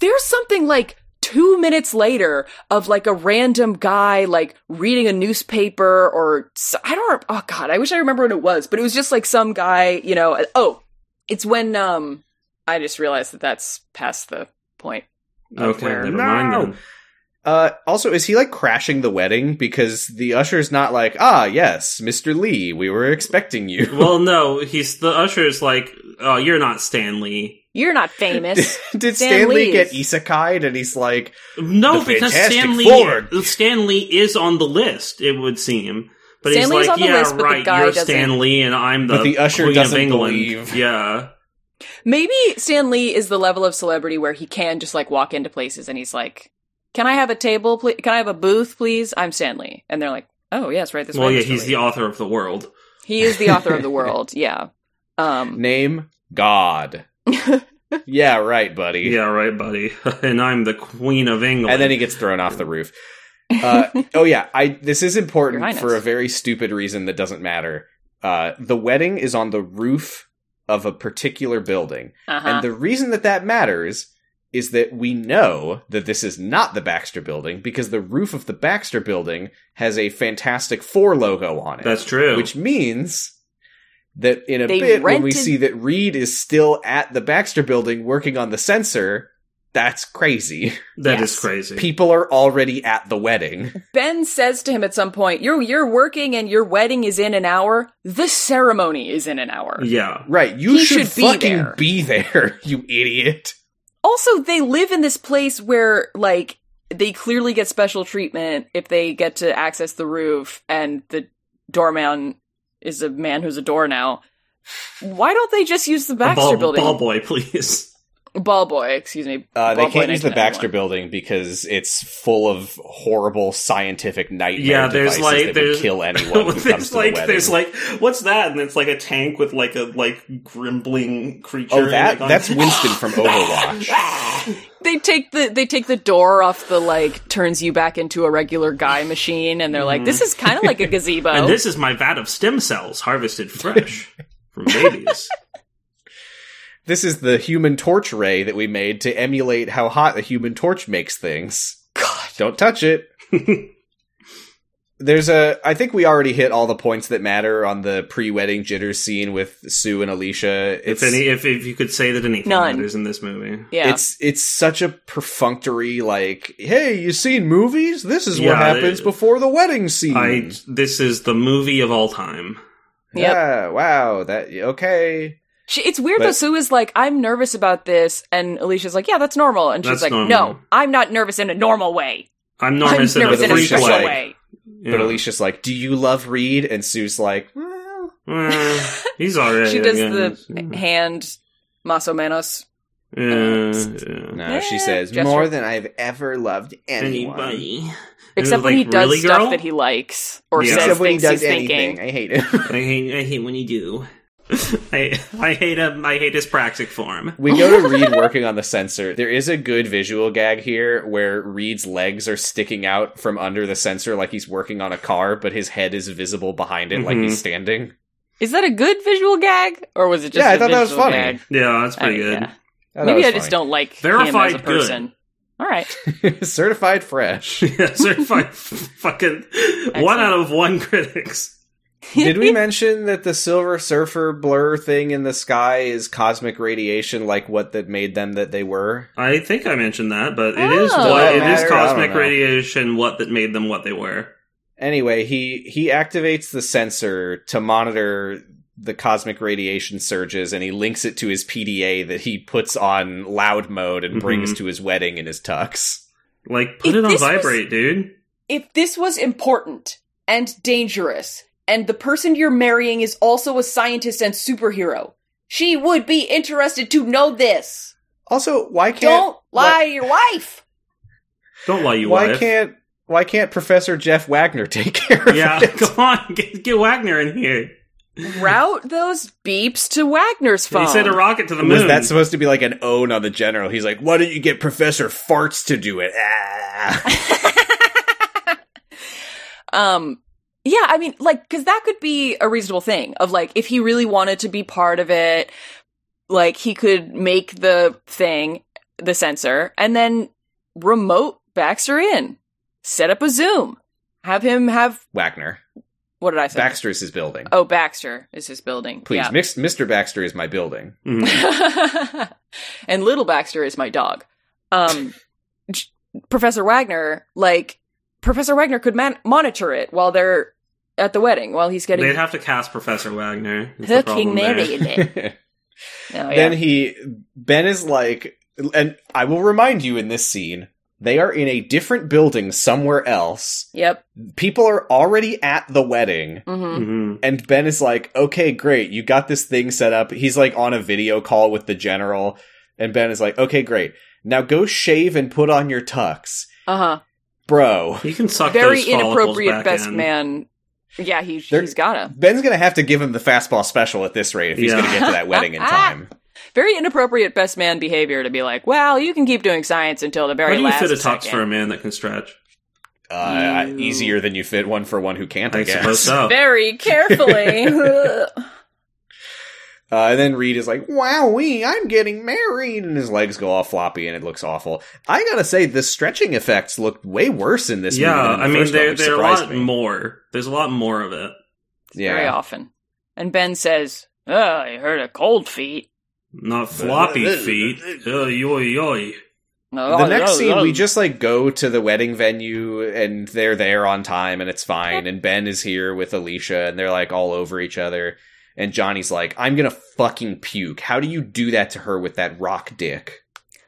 Speaker 4: there's something like two minutes later of like a random guy like reading a newspaper or s- I don't. Oh God, I wish I remember what it was, but it was just like some guy. You know, oh, it's when um I just realized that that's past the point. of
Speaker 1: Okay,
Speaker 4: where-
Speaker 1: never
Speaker 2: No.
Speaker 1: mind then.
Speaker 2: Uh, also, is he like crashing the wedding because the usher's not like, ah, yes, Mr. Lee, we were expecting you.
Speaker 1: Well, no, he's the usher's like, oh, you're not Stanley.
Speaker 4: You're
Speaker 2: (laughs)
Speaker 4: not famous.
Speaker 2: Did
Speaker 4: Stan
Speaker 2: Stanley
Speaker 4: Lee
Speaker 2: get
Speaker 4: is-
Speaker 2: isekai'd and he's like,
Speaker 1: No,
Speaker 2: The
Speaker 1: because
Speaker 2: Fantastic Four.
Speaker 1: Stanley Stanley is on the list. It would seem, but
Speaker 4: Stan Lee's
Speaker 1: he's like,
Speaker 4: on the
Speaker 1: yeah,
Speaker 4: list, but the
Speaker 1: right.
Speaker 4: guy
Speaker 1: you're
Speaker 4: doesn't."
Speaker 1: Stanley, and I'm the,
Speaker 2: But the usher
Speaker 1: Queen
Speaker 2: doesn't
Speaker 1: of England.
Speaker 2: believe.
Speaker 1: Yeah,
Speaker 4: Maybe Stan Lee is the level of celebrity where he can just like walk into places and he's like, "Can I have a table, please? Can I have a booth, please? I'm Stan Lee." And they're like, "Oh yes, right this
Speaker 1: well,
Speaker 4: way."
Speaker 1: yeah,
Speaker 4: Mr.
Speaker 1: he's
Speaker 4: Lee."
Speaker 1: the author of the world.
Speaker 4: he is the author of the world. Yeah. Um,
Speaker 2: name God. yeah, right, buddy.
Speaker 1: Yeah, right, buddy. (laughs) and I'm the Queen of England.
Speaker 2: And then he gets thrown off the roof. Uh, oh yeah, I this is
Speaker 4: Your
Speaker 2: important
Speaker 4: Highness.
Speaker 2: for a very stupid reason that doesn't matter. Uh, the wedding is on the roof of a particular building.
Speaker 4: uh-huh.
Speaker 2: And the reason that that matters is that we know that this is not the Baxter building because the roof of the Baxter building has a Fantastic Four logo on it.
Speaker 1: That's true.
Speaker 2: Which means that in a
Speaker 4: They
Speaker 2: bit, when we
Speaker 4: rented-
Speaker 2: see that Reed is still at the Baxter building working on the sensor,
Speaker 1: (laughs)
Speaker 2: that's crazy.
Speaker 1: That is
Speaker 4: Yes.
Speaker 1: crazy.
Speaker 2: People are already at the wedding.
Speaker 4: Ben says to him at some point, "You're you're working and your wedding is in an hour. The ceremony is in an hour."
Speaker 1: yeah.
Speaker 2: Right. You
Speaker 4: He
Speaker 2: should,
Speaker 4: should be
Speaker 2: fucking
Speaker 4: there.
Speaker 2: be there, (laughs) you idiot.
Speaker 4: Also, they live in this place where like they clearly get special treatment if they get to access the roof and the doorman is a man who's a door now. Why don't they just use the Baxter
Speaker 1: ball,
Speaker 4: building?
Speaker 1: ball boy, (laughs) please.
Speaker 4: Ball boy, excuse me.
Speaker 2: Uh, they
Speaker 4: Ball boy
Speaker 2: can't use the Baxter
Speaker 4: 1991.
Speaker 2: building because it's full of horrible scientific nightmare
Speaker 1: Yeah, there's like
Speaker 2: devices that
Speaker 1: there's (laughs)
Speaker 2: would kill anyone who
Speaker 1: there's
Speaker 2: comes to
Speaker 1: like
Speaker 2: the wedding.
Speaker 1: there's like what's that? And it's like a tank with like a like grimbling creature.
Speaker 2: oh, that
Speaker 1: like, on- (laughs)
Speaker 2: that's Winston from Overwatch.
Speaker 4: They take the they take the door off the like turns you back into a regular guy machine, and they're like, this is kind of like
Speaker 1: (laughs)
Speaker 4: a gazebo.
Speaker 1: Mm-hmm. And this is my vat of stem cells harvested
Speaker 4: (laughs)
Speaker 1: fresh from babies.
Speaker 2: This is the human torch ray that we made to emulate how hot the human torch makes things. God. Don't
Speaker 1: (laughs)
Speaker 2: touch it. There's a I think we already hit all the points that matter on the pre-wedding jitters scene with Sue and Alicia.
Speaker 1: if any, if, if you could say that anything
Speaker 4: None.
Speaker 1: matters in this movie,
Speaker 4: yeah,
Speaker 2: It's it's such a perfunctory like, hey, you seen movies? This is what
Speaker 1: Yeah,
Speaker 2: happens
Speaker 1: it-
Speaker 2: before the wedding scene.
Speaker 1: I this is the movie of all time.
Speaker 4: Yep.
Speaker 2: Yeah, wow, that okay.
Speaker 4: She, it's weird though.
Speaker 2: But-
Speaker 4: Sue is like, I'm nervous about this, and Alicia's like, Yeah, that's normal. And she's
Speaker 1: That's
Speaker 4: like,
Speaker 1: normal.
Speaker 4: No, I'm not nervous in a normal way.
Speaker 1: I'm
Speaker 4: I'm
Speaker 1: nervous,
Speaker 4: nervous in a
Speaker 2: freak
Speaker 4: special
Speaker 2: way.
Speaker 4: way.
Speaker 1: Yeah.
Speaker 2: But Alicia's like, Do you love Reed? And Sue's like, "Hmm, well,
Speaker 1: Eh, he's alright.
Speaker 4: (laughs) she
Speaker 1: I guess.
Speaker 4: does the hand maso manos.
Speaker 1: Yeah,
Speaker 4: (laughs)
Speaker 1: yeah.
Speaker 2: No, she
Speaker 4: Yeah,
Speaker 2: says
Speaker 4: Eh, gesture.
Speaker 2: more than I've ever loved anyone.
Speaker 1: anybody.
Speaker 4: Except when he
Speaker 1: like,
Speaker 4: does
Speaker 1: really,
Speaker 4: stuff
Speaker 1: girl?
Speaker 4: that he likes or
Speaker 1: Yeah.
Speaker 4: says
Speaker 2: Except
Speaker 4: things
Speaker 2: when he does
Speaker 4: he's
Speaker 2: anything,
Speaker 4: thinking.
Speaker 2: I hate him. (laughs)
Speaker 1: I hate, I hate when you do. (laughs) I I hate him. I hate his practic form.
Speaker 2: we go to Reed working on the sensor. There is a good visual gag here where Reed's legs are sticking out from under the sensor like he's working on a car, but his head is visible behind it like
Speaker 1: Mhm.
Speaker 2: he's standing.
Speaker 4: Is that a good visual gag, or was it just?
Speaker 2: Yeah,
Speaker 4: I
Speaker 2: I thought that was funny.
Speaker 1: Yeah, that's pretty
Speaker 4: I-
Speaker 1: good. (laughs)
Speaker 4: yeah.
Speaker 2: I thought
Speaker 4: Maybe I
Speaker 2: Oh, that was
Speaker 4: just
Speaker 2: funny.
Speaker 4: don't like him as
Speaker 1: Verified
Speaker 4: a
Speaker 1: good.
Speaker 4: person. All right,
Speaker 2: (laughs)
Speaker 1: (laughs)
Speaker 2: certified fresh.
Speaker 1: Yeah,
Speaker 4: (laughs)
Speaker 1: certified fucking one
Speaker 4: Excellent.
Speaker 1: out of one critics.
Speaker 2: Did
Speaker 4: (laughs)
Speaker 2: we mention that the Silver Surfer blur thing in the sky is cosmic radiation, like what that made them that they were?
Speaker 1: I think I mentioned that, but it is
Speaker 4: Oh.
Speaker 1: what it is
Speaker 2: Matter? I don't
Speaker 1: cosmic
Speaker 2: know.
Speaker 1: radiation what that made them what they were.
Speaker 2: Anyway, he he activates the sensor to monitor the cosmic radiation surges, and he links it to his PDA that he puts on loud mode and brings
Speaker 1: Mhm.
Speaker 2: to his wedding in his tux.
Speaker 1: Like put
Speaker 3: If
Speaker 1: it on
Speaker 3: this was-
Speaker 1: vibrate, dude.
Speaker 3: if this was important and dangerous, and the person you're marrying is also a scientist and superhero, she would be interested to know this.
Speaker 2: Also, why can't
Speaker 3: Don't lie
Speaker 2: why-
Speaker 3: to your wife.
Speaker 1: Don't lie, you
Speaker 2: Why
Speaker 1: wife.
Speaker 2: can't why can't Professor Jeff Wagner take care of
Speaker 1: (laughs) Yeah,
Speaker 2: it?
Speaker 1: come on, get, get Wagner in here.
Speaker 4: (laughs) route those beeps to Wagner's phone.
Speaker 1: He sent a rocket to the
Speaker 2: Was
Speaker 1: moon.
Speaker 2: that supposed to be like an own on the general? He's like, why don't you get Professor Farts to do it? Ah.
Speaker 4: (laughs) um yeah i mean like because that could be a reasonable thing of like if he really wanted to be part of it like he could make the thing the sensor and then remote baxter in set up a zoom have him have
Speaker 2: Wagner.
Speaker 4: what did i say
Speaker 2: Baxter is his building.
Speaker 4: oh baxter is his building
Speaker 2: Please,
Speaker 4: Yeah.
Speaker 2: mix, Mr. Baxter is my building.
Speaker 1: Mhm.
Speaker 4: (laughs) and little Baxter is my dog. Um, J- Professor Wagner, like Professor Wagner, could man- monitor it while they're at the wedding, while he's getting
Speaker 1: They'd have to cast Professor Wagner. is the
Speaker 4: hooking
Speaker 1: problem there.
Speaker 4: married. (laughs) Oh,
Speaker 2: (laughs) then
Speaker 4: yeah.
Speaker 2: he, Ben is like, and I will remind you in this scene, they are in a different building somewhere else.
Speaker 4: Yep.
Speaker 2: People are already at the wedding.
Speaker 4: hmm
Speaker 1: Mhm.
Speaker 2: And Ben is like, okay, great. You got this thing set up. He's like on a video call with the general. And Ben is like, okay, great. Now go shave and put on your tux.
Speaker 4: Uh huh.
Speaker 2: Bro.
Speaker 1: You can suck
Speaker 4: Very
Speaker 1: those follicles
Speaker 4: inappropriate
Speaker 1: back
Speaker 4: best
Speaker 1: in.
Speaker 4: man. Yeah, he,
Speaker 2: They're-
Speaker 4: he's gotta.
Speaker 2: Ben's gonna have to give him the fastball special at this rate if he's
Speaker 1: Yeah.
Speaker 2: gonna get to that wedding in time.
Speaker 4: Very inappropriate best man behavior to be like, well, you can keep doing science until the
Speaker 1: How
Speaker 4: very
Speaker 1: do you
Speaker 4: last
Speaker 1: fit a tux
Speaker 4: second."
Speaker 1: for a man that can stretch?
Speaker 2: Uh,
Speaker 4: Ew.
Speaker 2: easier than you fit one for one who can't. I,
Speaker 1: I
Speaker 2: guess.
Speaker 1: suppose so.
Speaker 4: Very carefully.
Speaker 1: (laughs)
Speaker 4: (laughs)
Speaker 2: Uh, and then Reed is like, "Wowee, I'm getting married," and his legs go all floppy, and it looks awful. I gotta say, the stretching effects looked way worse in this.
Speaker 1: yeah,
Speaker 2: movie than the
Speaker 1: I mean
Speaker 2: first one,
Speaker 1: there
Speaker 2: which
Speaker 1: there are a
Speaker 2: surprised
Speaker 1: lot
Speaker 2: me.
Speaker 1: more. There's a lot more of it.
Speaker 4: very
Speaker 2: Yeah,
Speaker 4: often. And Ben says, "Oh, I heard a cold feet."
Speaker 1: Not floppy feet. Oy, oy, oy.
Speaker 4: Oh,
Speaker 2: the next scene, we just like go to the wedding venue, and they're there on time, and it's fine. And Ben is here with Alicia, and they're like all over each other. And Johnny's like, "I'm gonna fucking puke. How do you do that to her with that rock dick?"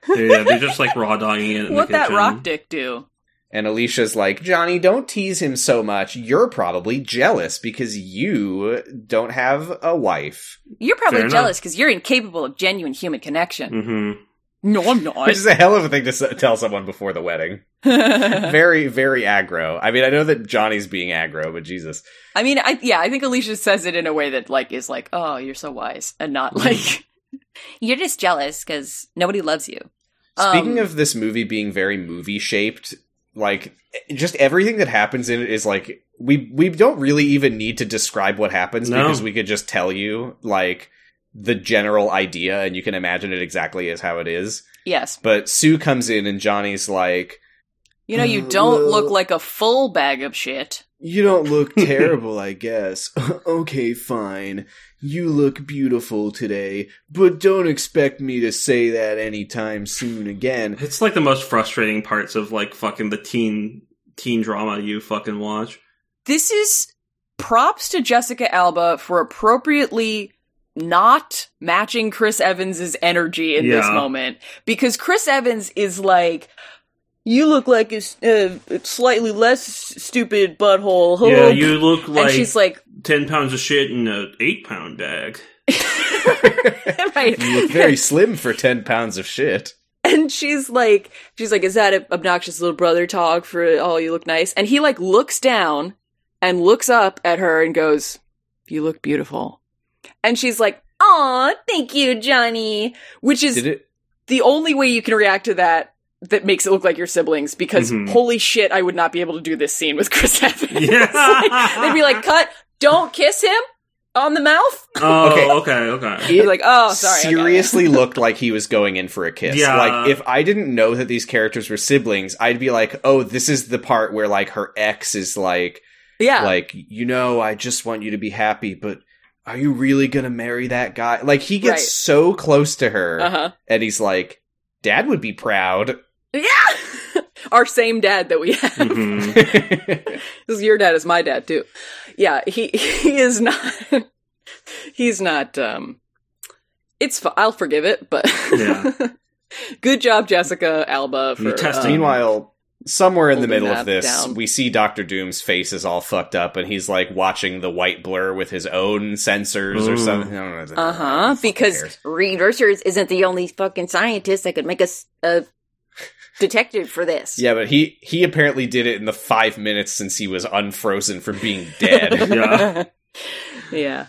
Speaker 1: yeah, they're just like raw dogging it. In
Speaker 4: what
Speaker 1: the
Speaker 4: that
Speaker 1: kitchen.
Speaker 4: rock dick do?
Speaker 2: And Alicia's like, Johnny, don't tease him so much. You're probably jealous because you don't have a wife.
Speaker 4: You're
Speaker 1: Fair
Speaker 4: probably
Speaker 1: enough.
Speaker 4: jealous because you're incapable of genuine human connection.
Speaker 1: Mm-hmm.
Speaker 4: No, I'm not.
Speaker 2: Which Mm.
Speaker 4: (laughs)
Speaker 2: is a hell of a thing to s- tell someone before the wedding. Very, very aggro. I mean, I know that Johnny's being aggro, but Jesus.
Speaker 4: I mean, I yeah, I think Alicia says it in a way that like is like, oh, you're so wise, and not
Speaker 2: Mm.
Speaker 4: like (laughs) you're just jealous because nobody loves you.
Speaker 2: Speaking
Speaker 4: Um,
Speaker 2: of this movie being very movie shaped, like just everything that happens in it is like we we don't really even need to describe what happens
Speaker 1: No.
Speaker 2: because we could just tell you like the general idea and you can imagine it exactly as how it is.
Speaker 4: yes,
Speaker 2: But Sue comes in and Johnny's like,
Speaker 4: you know,
Speaker 2: Mm,
Speaker 4: you don't look like a full bag of shit.
Speaker 2: "You don't look terrible, I guess. (laughs) okay, fine. You look beautiful today, but don't expect me to say that anytime soon again."
Speaker 1: It's like the most frustrating parts of like fucking the teen teen drama you fucking watch.
Speaker 4: This is props to Jessica Alba for appropriately not matching Chris Evans's energy in this
Speaker 1: Yeah.
Speaker 4: moment because Chris Evans is like. You look like a s- uh, slightly less stupid butthole.
Speaker 1: Yeah, you look like,
Speaker 4: (laughs) and she's like,
Speaker 1: ten pounds of shit in an eight pound
Speaker 4: (laughs)
Speaker 1: bag.
Speaker 4: right.
Speaker 2: You look
Speaker 4: (laughs)
Speaker 2: very slim for 10 pounds of shit.
Speaker 4: and she's like she's like is that a obnoxious little brother talk for oh you look nice and he like looks down and looks up at her and goes you look beautiful and she's like oh thank you johnny which is
Speaker 2: Did it
Speaker 4: the only way you can react to that that makes it look like your siblings because
Speaker 2: Mm-hmm.
Speaker 1: Mhm.
Speaker 4: holy shit i would not be able to do this scene with chris (laughs) evans
Speaker 1: Yeah.
Speaker 4: Like, they'd be like cut don't kiss him on the mouth
Speaker 1: Oh,
Speaker 2: Okay.
Speaker 1: okay, okay.
Speaker 4: I'd be like oh sorry I got it."
Speaker 2: seriously looked like he was going in for a kiss.
Speaker 1: Yeah.
Speaker 2: Like if I didn't know that these characters were siblings, I'd be like, "Oh, this is the part where like her ex is like
Speaker 4: yeah
Speaker 2: like, you know, I just want you to be happy, but are you really going to marry that guy?" Like he gets
Speaker 4: Right.
Speaker 2: so close to her
Speaker 4: uh-huh
Speaker 2: and he's like, "Dad would be proud."
Speaker 4: (laughs) Yeah. (laughs) Our same dad that we have.
Speaker 1: Mhm.
Speaker 4: Um, This is your dad is my dad too. Yeah, he (laughs) he is not he's not um it's fi- I'll forgive it, but
Speaker 1: Yeah.
Speaker 4: (laughs) Good job Jessica Alba for
Speaker 1: You're testing.
Speaker 4: um,
Speaker 2: Meanwhile, somewhere in the
Speaker 4: Holding
Speaker 2: middle of
Speaker 4: that
Speaker 2: this,
Speaker 4: down.
Speaker 2: we see Doctor Doom's face is all fucked up, and he's like watching the white blur with his own sensors or
Speaker 1: Ooh.
Speaker 2: something. I don't know.
Speaker 4: uh-huh because
Speaker 2: cares?
Speaker 4: Reed Richards isn't the only fucking scientist that could make us a detective for this.
Speaker 2: Yeah, but he he apparently did it in the five minutes since he was unfrozen from (laughs) being
Speaker 4: (laughs)
Speaker 2: dead.
Speaker 1: Yeah.
Speaker 4: yeah.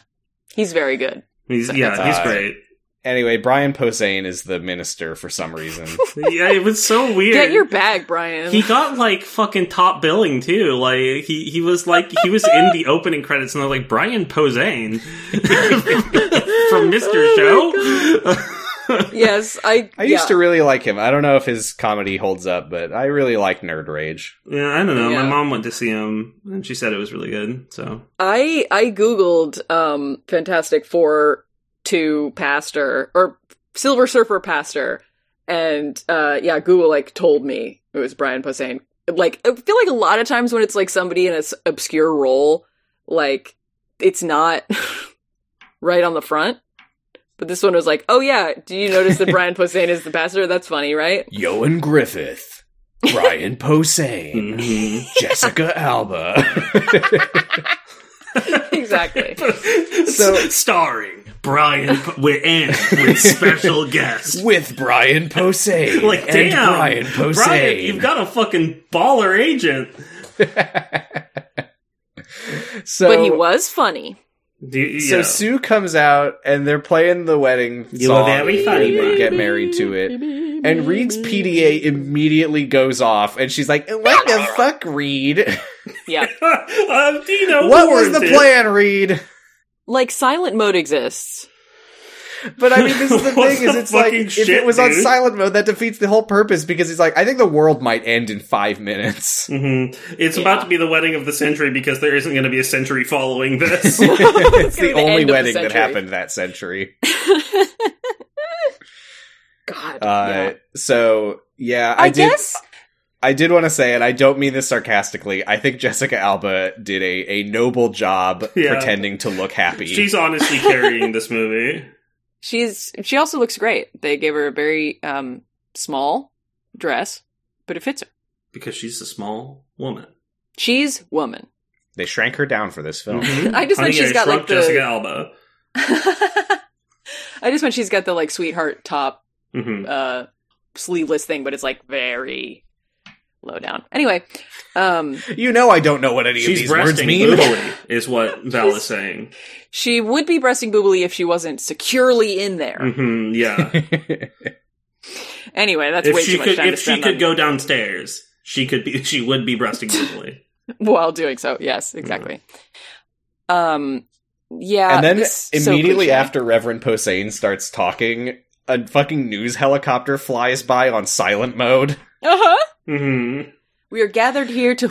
Speaker 4: He's very good.
Speaker 1: He's, yeah, he's
Speaker 2: Uh,
Speaker 1: great.
Speaker 2: anyway, Brian Posehn is the minister for
Speaker 1: (laughs)
Speaker 2: some reason.
Speaker 1: Yeah, it was so weird.
Speaker 4: Get your bag, Brian.
Speaker 1: he got like fucking top billing too. Like he he was like he was in the opening credits and they're like Brian
Speaker 4: (laughs)
Speaker 1: Posehn (laughs) from Mr.
Speaker 4: Oh
Speaker 1: Show.
Speaker 4: yes, I
Speaker 2: I used
Speaker 4: yeah.
Speaker 2: to really like him. I don't know if his comedy holds up, but I really like Nerd Rage.
Speaker 1: yeah, I don't know.
Speaker 4: Yeah.
Speaker 1: My mom went to see him and she said it was really good. So
Speaker 4: I I googled um Fantastic Four two pastor or Silver Surfer pastor, and uh yeah, Google like told me it was Brian Posehn. Like I feel like a lot of times when it's like somebody in an obscure role, like it's not (laughs) right on the front. But this one was like, oh yeah, do you notice that Brian Posehn is the pastor? That's funny, right?
Speaker 2: (laughs) Yoan Griffith,
Speaker 1: (laughs)
Speaker 2: Brian Posehn,
Speaker 1: mhm.
Speaker 2: (laughs) Jessica Alba.
Speaker 4: exactly.
Speaker 1: so starring Brian Po- with and with (laughs) special guest.
Speaker 2: with Brian Posey.
Speaker 1: like
Speaker 2: and
Speaker 1: damn,
Speaker 2: Brian Posey.
Speaker 1: Brian, you've got a fucking baller agent.
Speaker 2: so
Speaker 4: but he was funny.
Speaker 1: Do you-
Speaker 2: So
Speaker 1: yeah. (laughs)
Speaker 2: Sue comes out and they're playing the wedding
Speaker 1: You
Speaker 2: song.
Speaker 1: are very funny,
Speaker 2: and they
Speaker 1: Brian.
Speaker 2: get married to it. And Reed's PDA immediately goes off, and she's like, "What the fuck, Reed?
Speaker 4: Yeah.
Speaker 1: um, Dino,
Speaker 2: What was the
Speaker 1: warranted.
Speaker 2: plan, Reed?"
Speaker 4: Like silent mode exists.
Speaker 2: But I mean, this is
Speaker 1: (laughs)
Speaker 2: the
Speaker 1: What
Speaker 2: thing: is
Speaker 1: the
Speaker 2: it's like
Speaker 1: fucking
Speaker 2: if it
Speaker 1: shit,
Speaker 2: was on
Speaker 1: dude?
Speaker 2: silent mode, that defeats the whole purpose because he's like, "I think the world might end in five
Speaker 1: (laughs)
Speaker 2: minutes." (laughs)
Speaker 1: Mhm. It's about to be the wedding of the century because there isn't going to be a century following
Speaker 2: (laughs)
Speaker 1: this.
Speaker 2: it's
Speaker 4: gonna be
Speaker 2: the
Speaker 4: the
Speaker 2: only
Speaker 4: end of the
Speaker 2: wedding that
Speaker 4: century.
Speaker 2: happened that century.
Speaker 4: (laughs) God.
Speaker 2: Uh,
Speaker 4: yeah.
Speaker 2: So yeah, I,
Speaker 4: I,
Speaker 2: did.
Speaker 4: guess
Speaker 2: I did want to say, and I don't mean this sarcastically. I think Jessica Alba did a, a noble job
Speaker 1: (laughs) Yeah.
Speaker 2: pretending to look happy.
Speaker 1: She's honestly carrying this movie.
Speaker 4: she's she also looks great. They gave her a very um small dress, but it fits her.
Speaker 1: because she's a small woman.
Speaker 4: She's woman. (laughs)
Speaker 2: They shrank her down for
Speaker 1: (laughs)
Speaker 2: this film.
Speaker 4: I
Speaker 1: Honey,
Speaker 4: just meant she's
Speaker 1: I
Speaker 4: got
Speaker 1: shrunk
Speaker 4: like the.
Speaker 1: Jessica Alba.
Speaker 4: I just meant she's got the like sweetheart top
Speaker 1: hmm
Speaker 4: uh sleeveless thing, but it's like very low down. Anyway, um
Speaker 2: you know I don't know what any of
Speaker 1: She's
Speaker 2: these words
Speaker 1: breasting
Speaker 2: mean. (laughs)
Speaker 1: boobily, is what Val is saying.
Speaker 4: she would be breasting boobily if she wasn't securely in there.
Speaker 1: hmm yeah,
Speaker 4: Uh, Anyway, (laughs) that's
Speaker 1: if
Speaker 4: way
Speaker 1: she
Speaker 4: too much
Speaker 1: could,
Speaker 4: time to
Speaker 1: if she
Speaker 4: spend
Speaker 1: could
Speaker 4: on-
Speaker 1: go downstairs, she could be. (laughs) She would be breasting boobily.
Speaker 4: (laughs) while doing so. Yes,
Speaker 2: Mm-hmm.
Speaker 4: exactly. Um yeah.
Speaker 2: and then
Speaker 4: this is so
Speaker 2: immediately
Speaker 4: cliche.
Speaker 2: after Reverend Posehn starts talking, a fucking news helicopter flies by on silent mode.
Speaker 4: Uh-huh.
Speaker 1: hmm
Speaker 4: We are gathered here to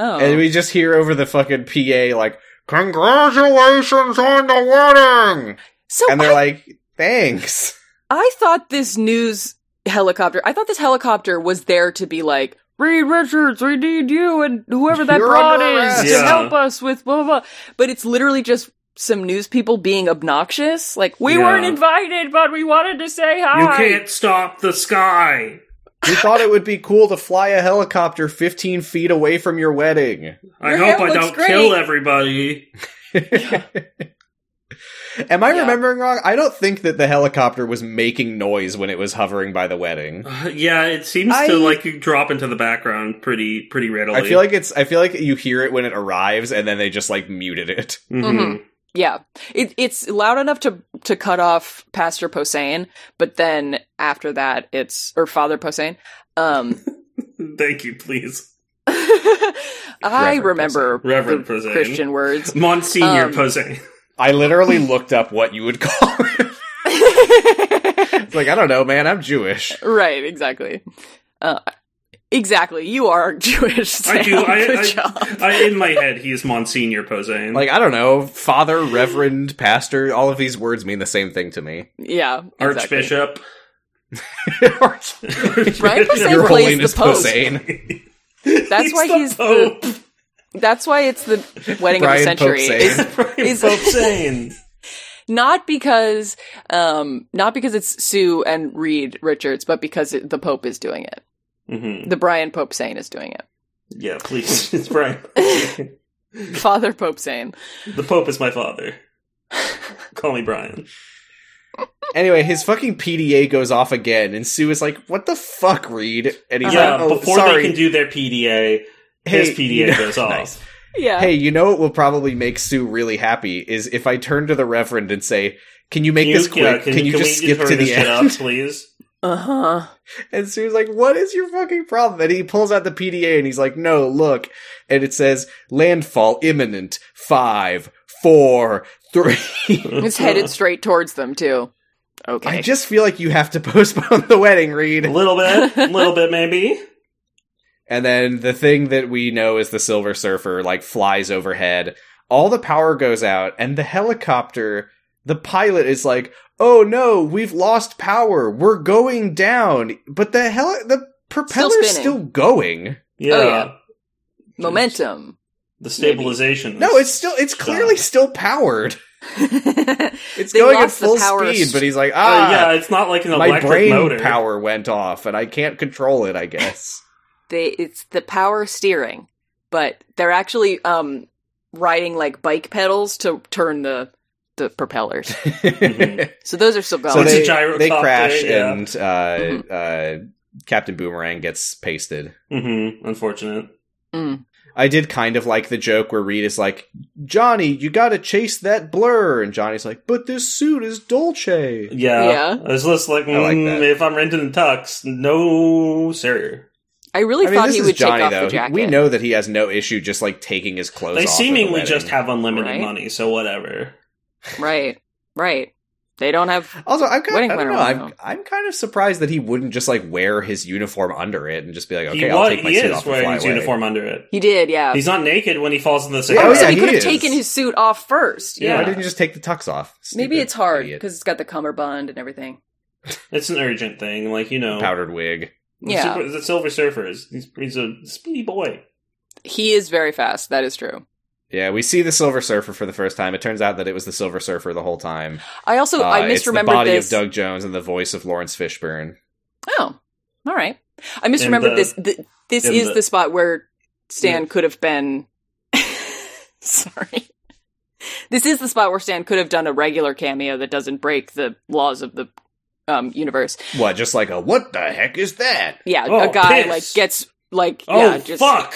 Speaker 4: Oh.
Speaker 2: And we just hear over the fucking PA like, Congratulations on the wedding!
Speaker 4: so
Speaker 2: And they're like, Thanks.
Speaker 4: I thought this news helicopter, I thought this helicopter was there to be like, Reed Richards, we need you and whoever that
Speaker 2: You're
Speaker 4: broad
Speaker 2: under arrest."
Speaker 4: is to
Speaker 1: Yeah.
Speaker 4: help us with blah, blah. But it's literally just some news people being obnoxious. Like, we
Speaker 1: Yeah.
Speaker 4: weren't invited, but we wanted to say
Speaker 1: You
Speaker 4: hi.
Speaker 1: can't stop the sky.
Speaker 2: We thought it would be cool to fly a helicopter 15 feet away from your wedding.
Speaker 1: I
Speaker 4: Your
Speaker 1: hope
Speaker 4: hair
Speaker 1: I
Speaker 4: looks
Speaker 1: don't
Speaker 4: great.
Speaker 1: kill everybody.
Speaker 2: Am I
Speaker 4: Yeah.
Speaker 2: remembering wrong? I don't think that the helicopter was making noise when it was hovering by the wedding.
Speaker 1: Uh, yeah, it seems
Speaker 4: I-
Speaker 1: to like drop into the background pretty pretty readily.
Speaker 2: I feel like it's I feel like you hear it when it arrives and then they just like muted it.
Speaker 1: Mhm.
Speaker 4: Mhm. Yeah. It, it's loud enough to, to cut off Pastor Posehn, but then after that, it's, or Father Posehn. Um, (laughs)
Speaker 1: Thank you, please,
Speaker 4: I
Speaker 2: Reverend
Speaker 4: remember
Speaker 1: Posehn. Reverend
Speaker 4: the
Speaker 1: Posehn.
Speaker 4: Christian words.
Speaker 1: Monsignor
Speaker 4: Um,
Speaker 1: Posey.
Speaker 2: I
Speaker 4: (laughs)
Speaker 2: literally looked up what you would (laughs) call it. It's like, I don't know, man, I'm Jewish.
Speaker 4: right, exactly. Uh, exactly. You are (laughs) Jewish.
Speaker 1: (laughs)
Speaker 4: Sam.
Speaker 1: I do. I,
Speaker 4: (laughs) Good
Speaker 1: I,
Speaker 4: job.
Speaker 1: I- in my head, he's Monsignor Posey.
Speaker 2: Like, I don't know, father, reverend, pastor, all of these words mean the same thing to me. (laughs)
Speaker 4: yeah. exactly.
Speaker 1: Archbishop.
Speaker 4: Brian Posehn
Speaker 1: (laughs)
Speaker 2: Your
Speaker 4: plays
Speaker 2: Holiness
Speaker 4: the Pope.
Speaker 2: Posehn.
Speaker 4: That's why he's the- That's why it's the wedding of
Speaker 2: Brian
Speaker 4: the century.
Speaker 2: Posehn.
Speaker 4: Is
Speaker 1: Brian
Speaker 2: (laughs)
Speaker 4: is-
Speaker 1: Posehn.
Speaker 4: not because, um, not because it's Sue and Reed Richards, but because it, the Pope is doing it.
Speaker 1: Mhm.
Speaker 4: The Brian Pope Sane is doing it.
Speaker 1: Yeah, please. (laughs) It's Brian. Posehn.
Speaker 4: Father Pope Sane.
Speaker 1: the Pope is my father. Call me Brian.
Speaker 2: Anyway, his fucking PDA goes off again, and Sue is like, "What the fuck, Reed?" And he's
Speaker 1: Yeah,
Speaker 2: like, oh,
Speaker 1: before
Speaker 2: "Sorry,
Speaker 1: they can do their PDA, his
Speaker 2: Hey,
Speaker 1: PDA
Speaker 2: you know-
Speaker 1: goes off.
Speaker 2: Nice.
Speaker 4: Yeah.
Speaker 2: Hey, you know what will probably make Sue really happy is if I turn to the Reverend and say, "Can you make
Speaker 1: Can
Speaker 2: this
Speaker 1: you-
Speaker 2: quick?
Speaker 1: yeah,
Speaker 2: can, you
Speaker 1: can
Speaker 2: just
Speaker 1: we
Speaker 2: skip to
Speaker 1: hurry
Speaker 2: the
Speaker 1: this shit
Speaker 2: end?"
Speaker 1: up, please?
Speaker 2: (laughs)
Speaker 4: Uh huh.
Speaker 2: And Sue's like, "What is your fucking problem?" And he pulls out the PDA and he's like, "No, look," and it says, "Landfall imminent. Five, four, three. (laughs)
Speaker 4: It's headed straight towards them too. Okay.
Speaker 2: I just feel like you have to (laughs) postpone the wedding, Reed.
Speaker 1: A little
Speaker 2: (laughs)
Speaker 1: bit, a little bit, maybe.
Speaker 2: Oh, And then the thing that we know is the Silver Surfer like flies overhead. All the power goes out, and the helicopter, the pilot is like, "Oh no, we've lost power. We're going down." But the heli- the propeller's
Speaker 4: spinning.
Speaker 2: still going.
Speaker 1: Yeah,
Speaker 4: yeah. Momentum.
Speaker 1: the stabilization.
Speaker 2: No, it's still it's clearly still powered. It's
Speaker 4: (laughs) They
Speaker 2: going at
Speaker 4: lost the
Speaker 2: full
Speaker 4: power
Speaker 2: speed,
Speaker 4: s-
Speaker 2: but he's like,
Speaker 1: Uh,
Speaker 2: "Ah,
Speaker 1: yeah, it's not like an
Speaker 2: my
Speaker 1: electric
Speaker 2: brain
Speaker 1: motor.
Speaker 2: power went off, and I can't control it." I guess.
Speaker 1: (laughs)
Speaker 4: they it's the power steering, but they're actually um riding like bike pedals to turn the
Speaker 2: (laughs)
Speaker 4: the propellers.
Speaker 1: Mm-hmm.
Speaker 4: So those are still going.
Speaker 2: so
Speaker 1: it's a
Speaker 2: they,
Speaker 1: gyrocopter,
Speaker 2: they crash,
Speaker 1: yeah.
Speaker 2: and uh,
Speaker 4: Mm-hmm.
Speaker 2: uh, Captain Boomerang gets pasted.
Speaker 1: Mm-hmm. Unfortunate.
Speaker 2: I did kind of like the joke where Reed is like, Johnny, you gotta chase that blur. And Johnny's like, but this suit is Dolce.
Speaker 1: Yeah,
Speaker 4: Yeah.
Speaker 1: I was just like,
Speaker 2: I like
Speaker 1: mm,
Speaker 2: that.
Speaker 1: if I'm renting a tux, no, sir.
Speaker 4: I
Speaker 2: I
Speaker 4: really
Speaker 2: mean,
Speaker 4: thought
Speaker 2: this
Speaker 4: he
Speaker 2: is
Speaker 4: would
Speaker 2: Johnny,
Speaker 4: take off
Speaker 2: though.
Speaker 4: the jacket.
Speaker 2: We know that he has no issue just like taking his clothes
Speaker 1: They
Speaker 2: off. at the
Speaker 1: seemingly
Speaker 2: wedding.
Speaker 1: just have unlimited
Speaker 4: Right?
Speaker 1: money, so whatever.
Speaker 4: Right. Right. They don't have
Speaker 2: Also, I'm kind,
Speaker 4: Wedding
Speaker 2: I don't
Speaker 4: planner
Speaker 2: know,
Speaker 4: won't
Speaker 2: I'm,
Speaker 4: know.
Speaker 2: I'm kind of surprised that he wouldn't just like wear his uniform under it and just be like, okay,
Speaker 1: he
Speaker 2: I'll
Speaker 1: wa-
Speaker 2: take my
Speaker 1: he
Speaker 2: suit
Speaker 1: is
Speaker 2: off and
Speaker 1: wearing
Speaker 2: fly
Speaker 1: his
Speaker 2: away.
Speaker 1: uniform under it.
Speaker 4: He did, yeah.
Speaker 1: He's not naked when he falls in the sea.
Speaker 2: Yeah,
Speaker 4: oh,
Speaker 2: yeah,
Speaker 4: so he
Speaker 2: he
Speaker 4: could have
Speaker 2: is.
Speaker 4: taken his suit off first.
Speaker 1: Yeah.
Speaker 4: Yeah.
Speaker 2: Why didn't you just take the tux off?
Speaker 4: Maybe
Speaker 2: Stupid
Speaker 4: it's hard
Speaker 2: idiot.
Speaker 4: because it's got the cummerbund and everything.
Speaker 1: It's an urgent thing, like you know.
Speaker 2: powdered wig.
Speaker 1: the
Speaker 4: Yeah.
Speaker 1: Super- the Silver Surfer is he's, he's a speedy boy.
Speaker 4: He is very fast. That is true.
Speaker 2: Yeah, we see the Silver Surfer for the first time. It turns out that it was the Silver Surfer the whole time.
Speaker 4: I also
Speaker 2: Uh,
Speaker 4: I
Speaker 2: it's the
Speaker 4: misremembered
Speaker 2: body
Speaker 4: this.
Speaker 2: of Doug Jones and the voice of Lawrence Fishburne.
Speaker 4: Oh, All right. I misremembered
Speaker 1: the-
Speaker 4: this. Th- this
Speaker 1: in
Speaker 4: is
Speaker 1: the-
Speaker 4: the, spot where Stan could have been. (laughs) Sorry. This is the spot where Stan could have done a regular cameo that doesn't break the laws of the um, universe.
Speaker 2: What? Just like a what the heck is that?
Speaker 4: Yeah,
Speaker 1: Oh,
Speaker 4: a guy
Speaker 1: piss.
Speaker 4: like gets like
Speaker 1: Oh
Speaker 4: yeah, just
Speaker 1: fuck!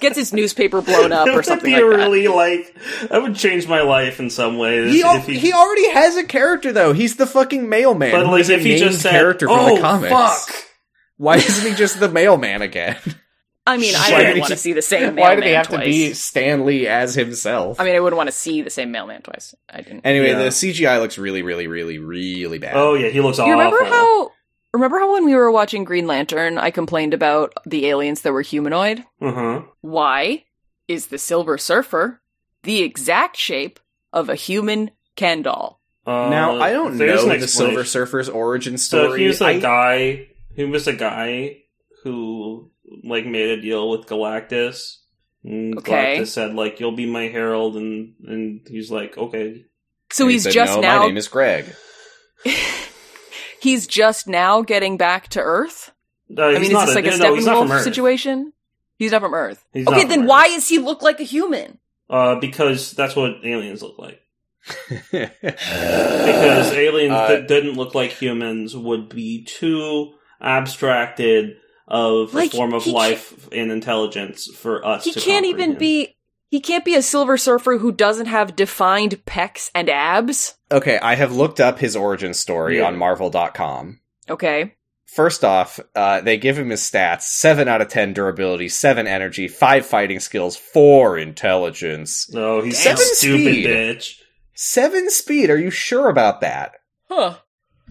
Speaker 4: gets his newspaper blown
Speaker 1: (laughs)
Speaker 4: up
Speaker 1: That
Speaker 4: or
Speaker 1: would
Speaker 4: something
Speaker 1: be
Speaker 4: like
Speaker 1: a
Speaker 4: that.
Speaker 1: really like that would change my life in some ways.
Speaker 2: He, al-
Speaker 1: if he,
Speaker 2: he already has a character though. He's the fucking mailman.
Speaker 1: but
Speaker 2: who
Speaker 1: like
Speaker 2: is a
Speaker 1: if he
Speaker 2: named
Speaker 1: just said,
Speaker 2: character from
Speaker 1: "Oh
Speaker 2: the comics.
Speaker 1: fuck."
Speaker 2: Why isn't he just the mailman again?
Speaker 4: I mean, I
Speaker 1: Why
Speaker 4: wouldn't
Speaker 1: did he
Speaker 4: want to
Speaker 2: just-
Speaker 4: see (laughs) the
Speaker 2: (laughs)
Speaker 4: same.
Speaker 2: Why do they
Speaker 4: mailman
Speaker 2: have to
Speaker 4: twice.
Speaker 2: be Stan Lee as himself?
Speaker 4: I mean, I wouldn't want to see the same mailman twice. I didn't.
Speaker 2: anyway,
Speaker 1: Yeah.
Speaker 2: the CGI looks really, really, really, really bad.
Speaker 1: Oh yeah, he looks
Speaker 4: You
Speaker 1: awful.
Speaker 4: remember how? Remember how when we were watching Green Lantern, I complained about the aliens that were humanoid.
Speaker 1: Uh-huh.
Speaker 4: Why is the Silver Surfer the exact shape of a human Ken doll?
Speaker 1: Uh,
Speaker 2: now I don't
Speaker 1: there's
Speaker 2: know
Speaker 1: an
Speaker 2: the Silver
Speaker 1: explanation.
Speaker 2: Surfer's origin story.
Speaker 1: So he was a
Speaker 2: I-
Speaker 1: guy. He was a guy who like made a deal with Galactus. And
Speaker 4: Okay.
Speaker 1: Galactus said like, "You'll be my herald," and and he's like, "Okay."
Speaker 4: So
Speaker 2: and he
Speaker 4: he's
Speaker 2: said,
Speaker 4: just
Speaker 2: no,
Speaker 4: now
Speaker 2: My name is Greg.
Speaker 4: he's just now getting back to Earth.
Speaker 1: Uh,
Speaker 4: I
Speaker 1: he's
Speaker 4: mean, is
Speaker 1: not
Speaker 4: this like a
Speaker 1: no, no, he's not from
Speaker 4: Steppenwolf
Speaker 1: Earth.
Speaker 4: situation? He's not from Earth.
Speaker 1: He's not
Speaker 4: okay,
Speaker 1: from
Speaker 4: then
Speaker 1: Earth.
Speaker 4: why does he look like a human?
Speaker 1: Uh, because that's what aliens look like.
Speaker 4: (sighs)
Speaker 1: because aliens
Speaker 2: Uh,
Speaker 1: that didn't look like humans would be too abstracted of
Speaker 4: Like,
Speaker 1: a form of
Speaker 4: he
Speaker 1: life and intelligence for us.
Speaker 4: He
Speaker 1: to
Speaker 4: can't even
Speaker 1: comprehend.
Speaker 4: be. He can't be a Silver Surfer who doesn't have defined pecs and abs.
Speaker 2: (laughs) okay, I have looked up his origin story
Speaker 1: Yeah.
Speaker 2: on Marvel.com.
Speaker 4: Okay.
Speaker 2: First off, uh, they give him his stats: seven out of ten durability, seven energy, five fighting skills, four intelligence,
Speaker 1: No, he's
Speaker 2: Seven
Speaker 1: a stupid
Speaker 2: speed.
Speaker 1: bitch.
Speaker 2: seven speed. Are you sure about that?
Speaker 4: (laughs) Huh.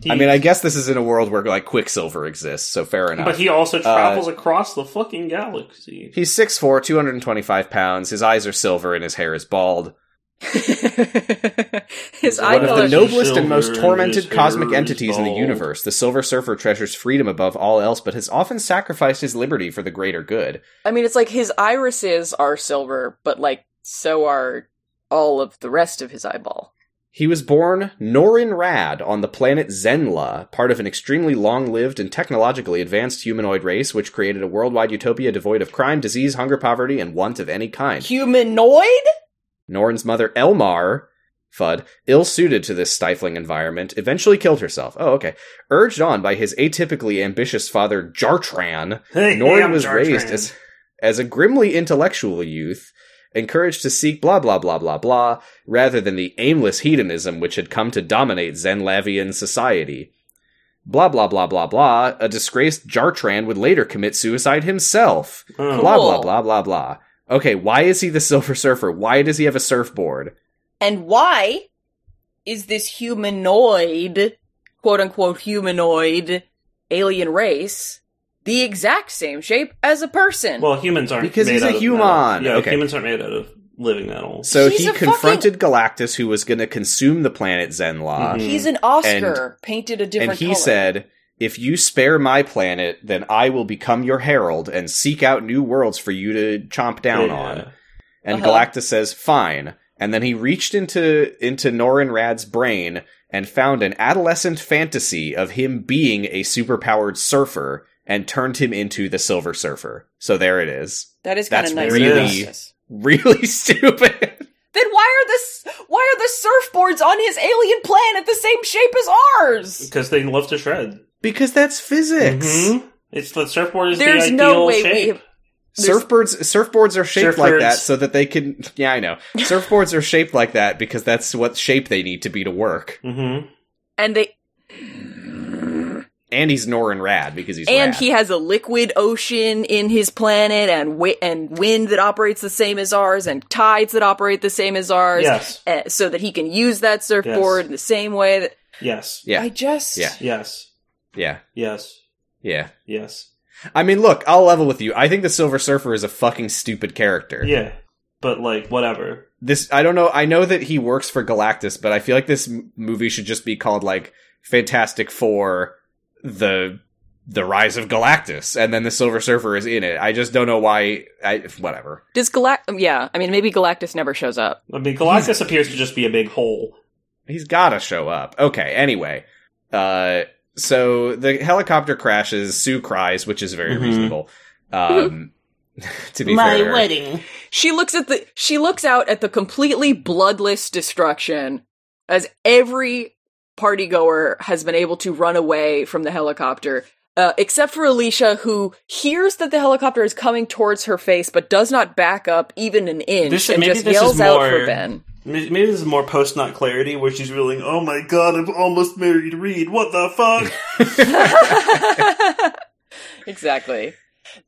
Speaker 1: He-
Speaker 2: I mean, I guess this is in a world where like Quicksilver exists, so fair enough.
Speaker 1: but he also travels across the fucking galaxy.
Speaker 2: He's 6'4", 225 pounds. His eyes are silver and his hair is bald.
Speaker 4: His
Speaker 1: I
Speaker 4: eye
Speaker 2: One of
Speaker 1: know
Speaker 2: the
Speaker 1: it's no-
Speaker 4: color.
Speaker 1: just
Speaker 2: noblest and
Speaker 1: silver
Speaker 2: most
Speaker 1: and his
Speaker 2: tormented
Speaker 1: hair
Speaker 2: cosmic
Speaker 1: is
Speaker 2: entities in the
Speaker 1: bald.
Speaker 2: universe, the Silver Surfer treasures freedom above all else, but has often sacrificed his liberty for the greater good.
Speaker 4: I mean, it's like his irises are silver, but like so are all of the rest of his eyeball.
Speaker 2: He was born Norin Rad on the planet Zenla, part of an extremely long-lived and technologically advanced humanoid race which created a worldwide utopia devoid of crime, disease, hunger, poverty, and want of any kind.
Speaker 4: Humanoid.
Speaker 2: Norn's mother, Elmar Fudd, ill suited to this stifling environment, eventually killed herself. Oh, okay. Urged on by his atypically ambitious father, Jartran,
Speaker 1: (laughs) Hey,
Speaker 2: Norn
Speaker 1: I'm
Speaker 2: was
Speaker 1: Jar
Speaker 2: raised
Speaker 1: Tran.
Speaker 2: as, as a grimly intellectual youth, encouraged to seek blah blah blah blah blah, rather than the aimless hedonism which had come to dominate Zenlavian society. Blah blah blah blah blah. A disgraced Jartran would later commit suicide himself.
Speaker 1: Oh.
Speaker 2: Blah blah
Speaker 4: Cool.
Speaker 2: blah blah blah. Okay, why is he the Silver Surfer? Why does he have a surfboard?
Speaker 4: And why is this humanoid, quote unquote humanoid, alien race the exact same shape as a person?
Speaker 1: Well, humans aren't
Speaker 2: Because
Speaker 1: made
Speaker 2: he's a
Speaker 1: out of
Speaker 2: human.
Speaker 1: metal. Yeah,
Speaker 2: Okay.
Speaker 1: humans aren't made out of living metal.
Speaker 2: So
Speaker 4: He's
Speaker 2: he
Speaker 4: a
Speaker 2: confronted Galactus, who was going to consume the planet Zenla,
Speaker 1: Mhm.
Speaker 4: He's an Oscar painted a
Speaker 2: mm,
Speaker 4: different
Speaker 2: and he
Speaker 4: color.
Speaker 2: said, "If you spare my planet, then I will become your herald and seek out new worlds for you to chomp down
Speaker 1: Yeah.
Speaker 2: on." And
Speaker 4: Uh-huh.
Speaker 2: Galactus says, "Fine." And then he reached into into Norin Rad's brain and found an adolescent fantasy of him being a superpowered surfer and turned him into the Silver Surfer. So there it is. (laughs)
Speaker 4: that is kind
Speaker 2: that's
Speaker 4: of nice.
Speaker 1: really-
Speaker 4: Yes.
Speaker 2: Really (laughs) stupid.
Speaker 4: Then why are this why are the surfboards on his alien planet the same shape as ours?
Speaker 1: Because they love to shred.
Speaker 2: Because that's physics.
Speaker 4: Mm-hmm.
Speaker 1: Mhm. It's the surfboard is
Speaker 4: There's
Speaker 1: the
Speaker 4: no
Speaker 1: ideal
Speaker 4: way we
Speaker 1: shape.
Speaker 4: have- There's-
Speaker 2: Surfboards surfboards are shaped like
Speaker 1: Surfboards.
Speaker 2: that so that they can Yeah,
Speaker 4: (laughs)
Speaker 2: I know. Surfboards are shaped like that because that's what shape they need to be to work.
Speaker 1: Mm-hmm.
Speaker 4: And they
Speaker 2: And he's Norin Rad because he's
Speaker 4: and
Speaker 2: rad.
Speaker 4: he has a liquid ocean in his planet and wi- and wind that operates the same as ours and tides that operate the same as ours.
Speaker 1: Yes.
Speaker 4: uh, so that he can use that surfboard
Speaker 1: Yes.
Speaker 4: in the same way that
Speaker 1: Yes.
Speaker 2: Yeah.
Speaker 4: I just
Speaker 2: Yeah.
Speaker 1: Yes.
Speaker 2: Yeah.
Speaker 1: Yes.
Speaker 2: Yeah.
Speaker 1: Yes.
Speaker 2: I mean, look, I'll level with you. I think the Silver Surfer is a fucking stupid character.
Speaker 1: Yeah. But like whatever.
Speaker 2: This I don't know. I know that he works for Galactus, but I feel like this m- movie should just be called like Fantastic Four the the Rise of Galactus and then the Silver Surfer is in it. I just don't know why I whatever.
Speaker 4: does Galact yeah, I mean maybe Galactus never shows up.
Speaker 1: I mean
Speaker 2: Hmm.
Speaker 1: Galactus appears to just be a big hole.
Speaker 2: He's got to show up. Okay, anyway. Uh So the helicopter crashes. Sue cries, which is very
Speaker 1: Mhm.
Speaker 2: reasonable. Um, (laughs) to be
Speaker 9: My
Speaker 2: fair,
Speaker 9: wedding.
Speaker 4: She looks at the she looks out at the completely bloodless destruction as every party goer has been able to run away from the helicopter. Uh, except for Alicia, who hears that the helicopter is coming towards her face, but does not back up even an inch,
Speaker 1: This-
Speaker 4: and
Speaker 1: maybe
Speaker 4: just
Speaker 1: this is
Speaker 4: yells out for
Speaker 1: more-
Speaker 4: Ben.
Speaker 1: Maybe maybe this is more post nut clarity where she's reeling, oh my god, I'm almost married Reed, what the
Speaker 2: (laughs)
Speaker 1: fuck?
Speaker 4: (laughs) exactly.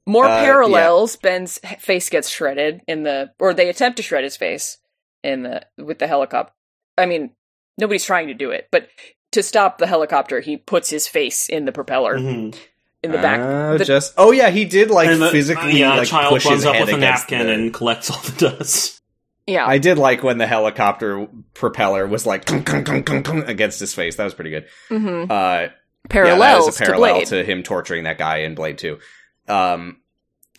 Speaker 4: More
Speaker 2: Uh, yeah.
Speaker 4: parallels. Ben's h- face gets shredded in the, or they attempt to shred his face in the with the helicopter. I mean, nobody's trying to do it, but to stop the helicopter, he puts his face in the propeller
Speaker 1: Mhm.
Speaker 4: in the back.
Speaker 2: Mm-hmm. Uh,
Speaker 4: the-
Speaker 2: just oh yeah, he did like
Speaker 1: And the-
Speaker 2: physically
Speaker 1: yeah,
Speaker 2: like
Speaker 1: a child
Speaker 2: push
Speaker 1: runs
Speaker 2: his
Speaker 1: up
Speaker 2: head
Speaker 1: with a
Speaker 2: against
Speaker 1: napkin
Speaker 2: the-
Speaker 1: and collects all the dust. (laughs)
Speaker 4: yeah,
Speaker 2: I did like when the helicopter propeller was like "Kung, kung, kung, kung, kung," against his face. That was pretty good.
Speaker 4: mm-hmm.
Speaker 2: Uh, yeah, that
Speaker 4: parallels
Speaker 2: is a parallel
Speaker 4: to Blade.
Speaker 2: to, him torturing that guy in Blade Two. Um,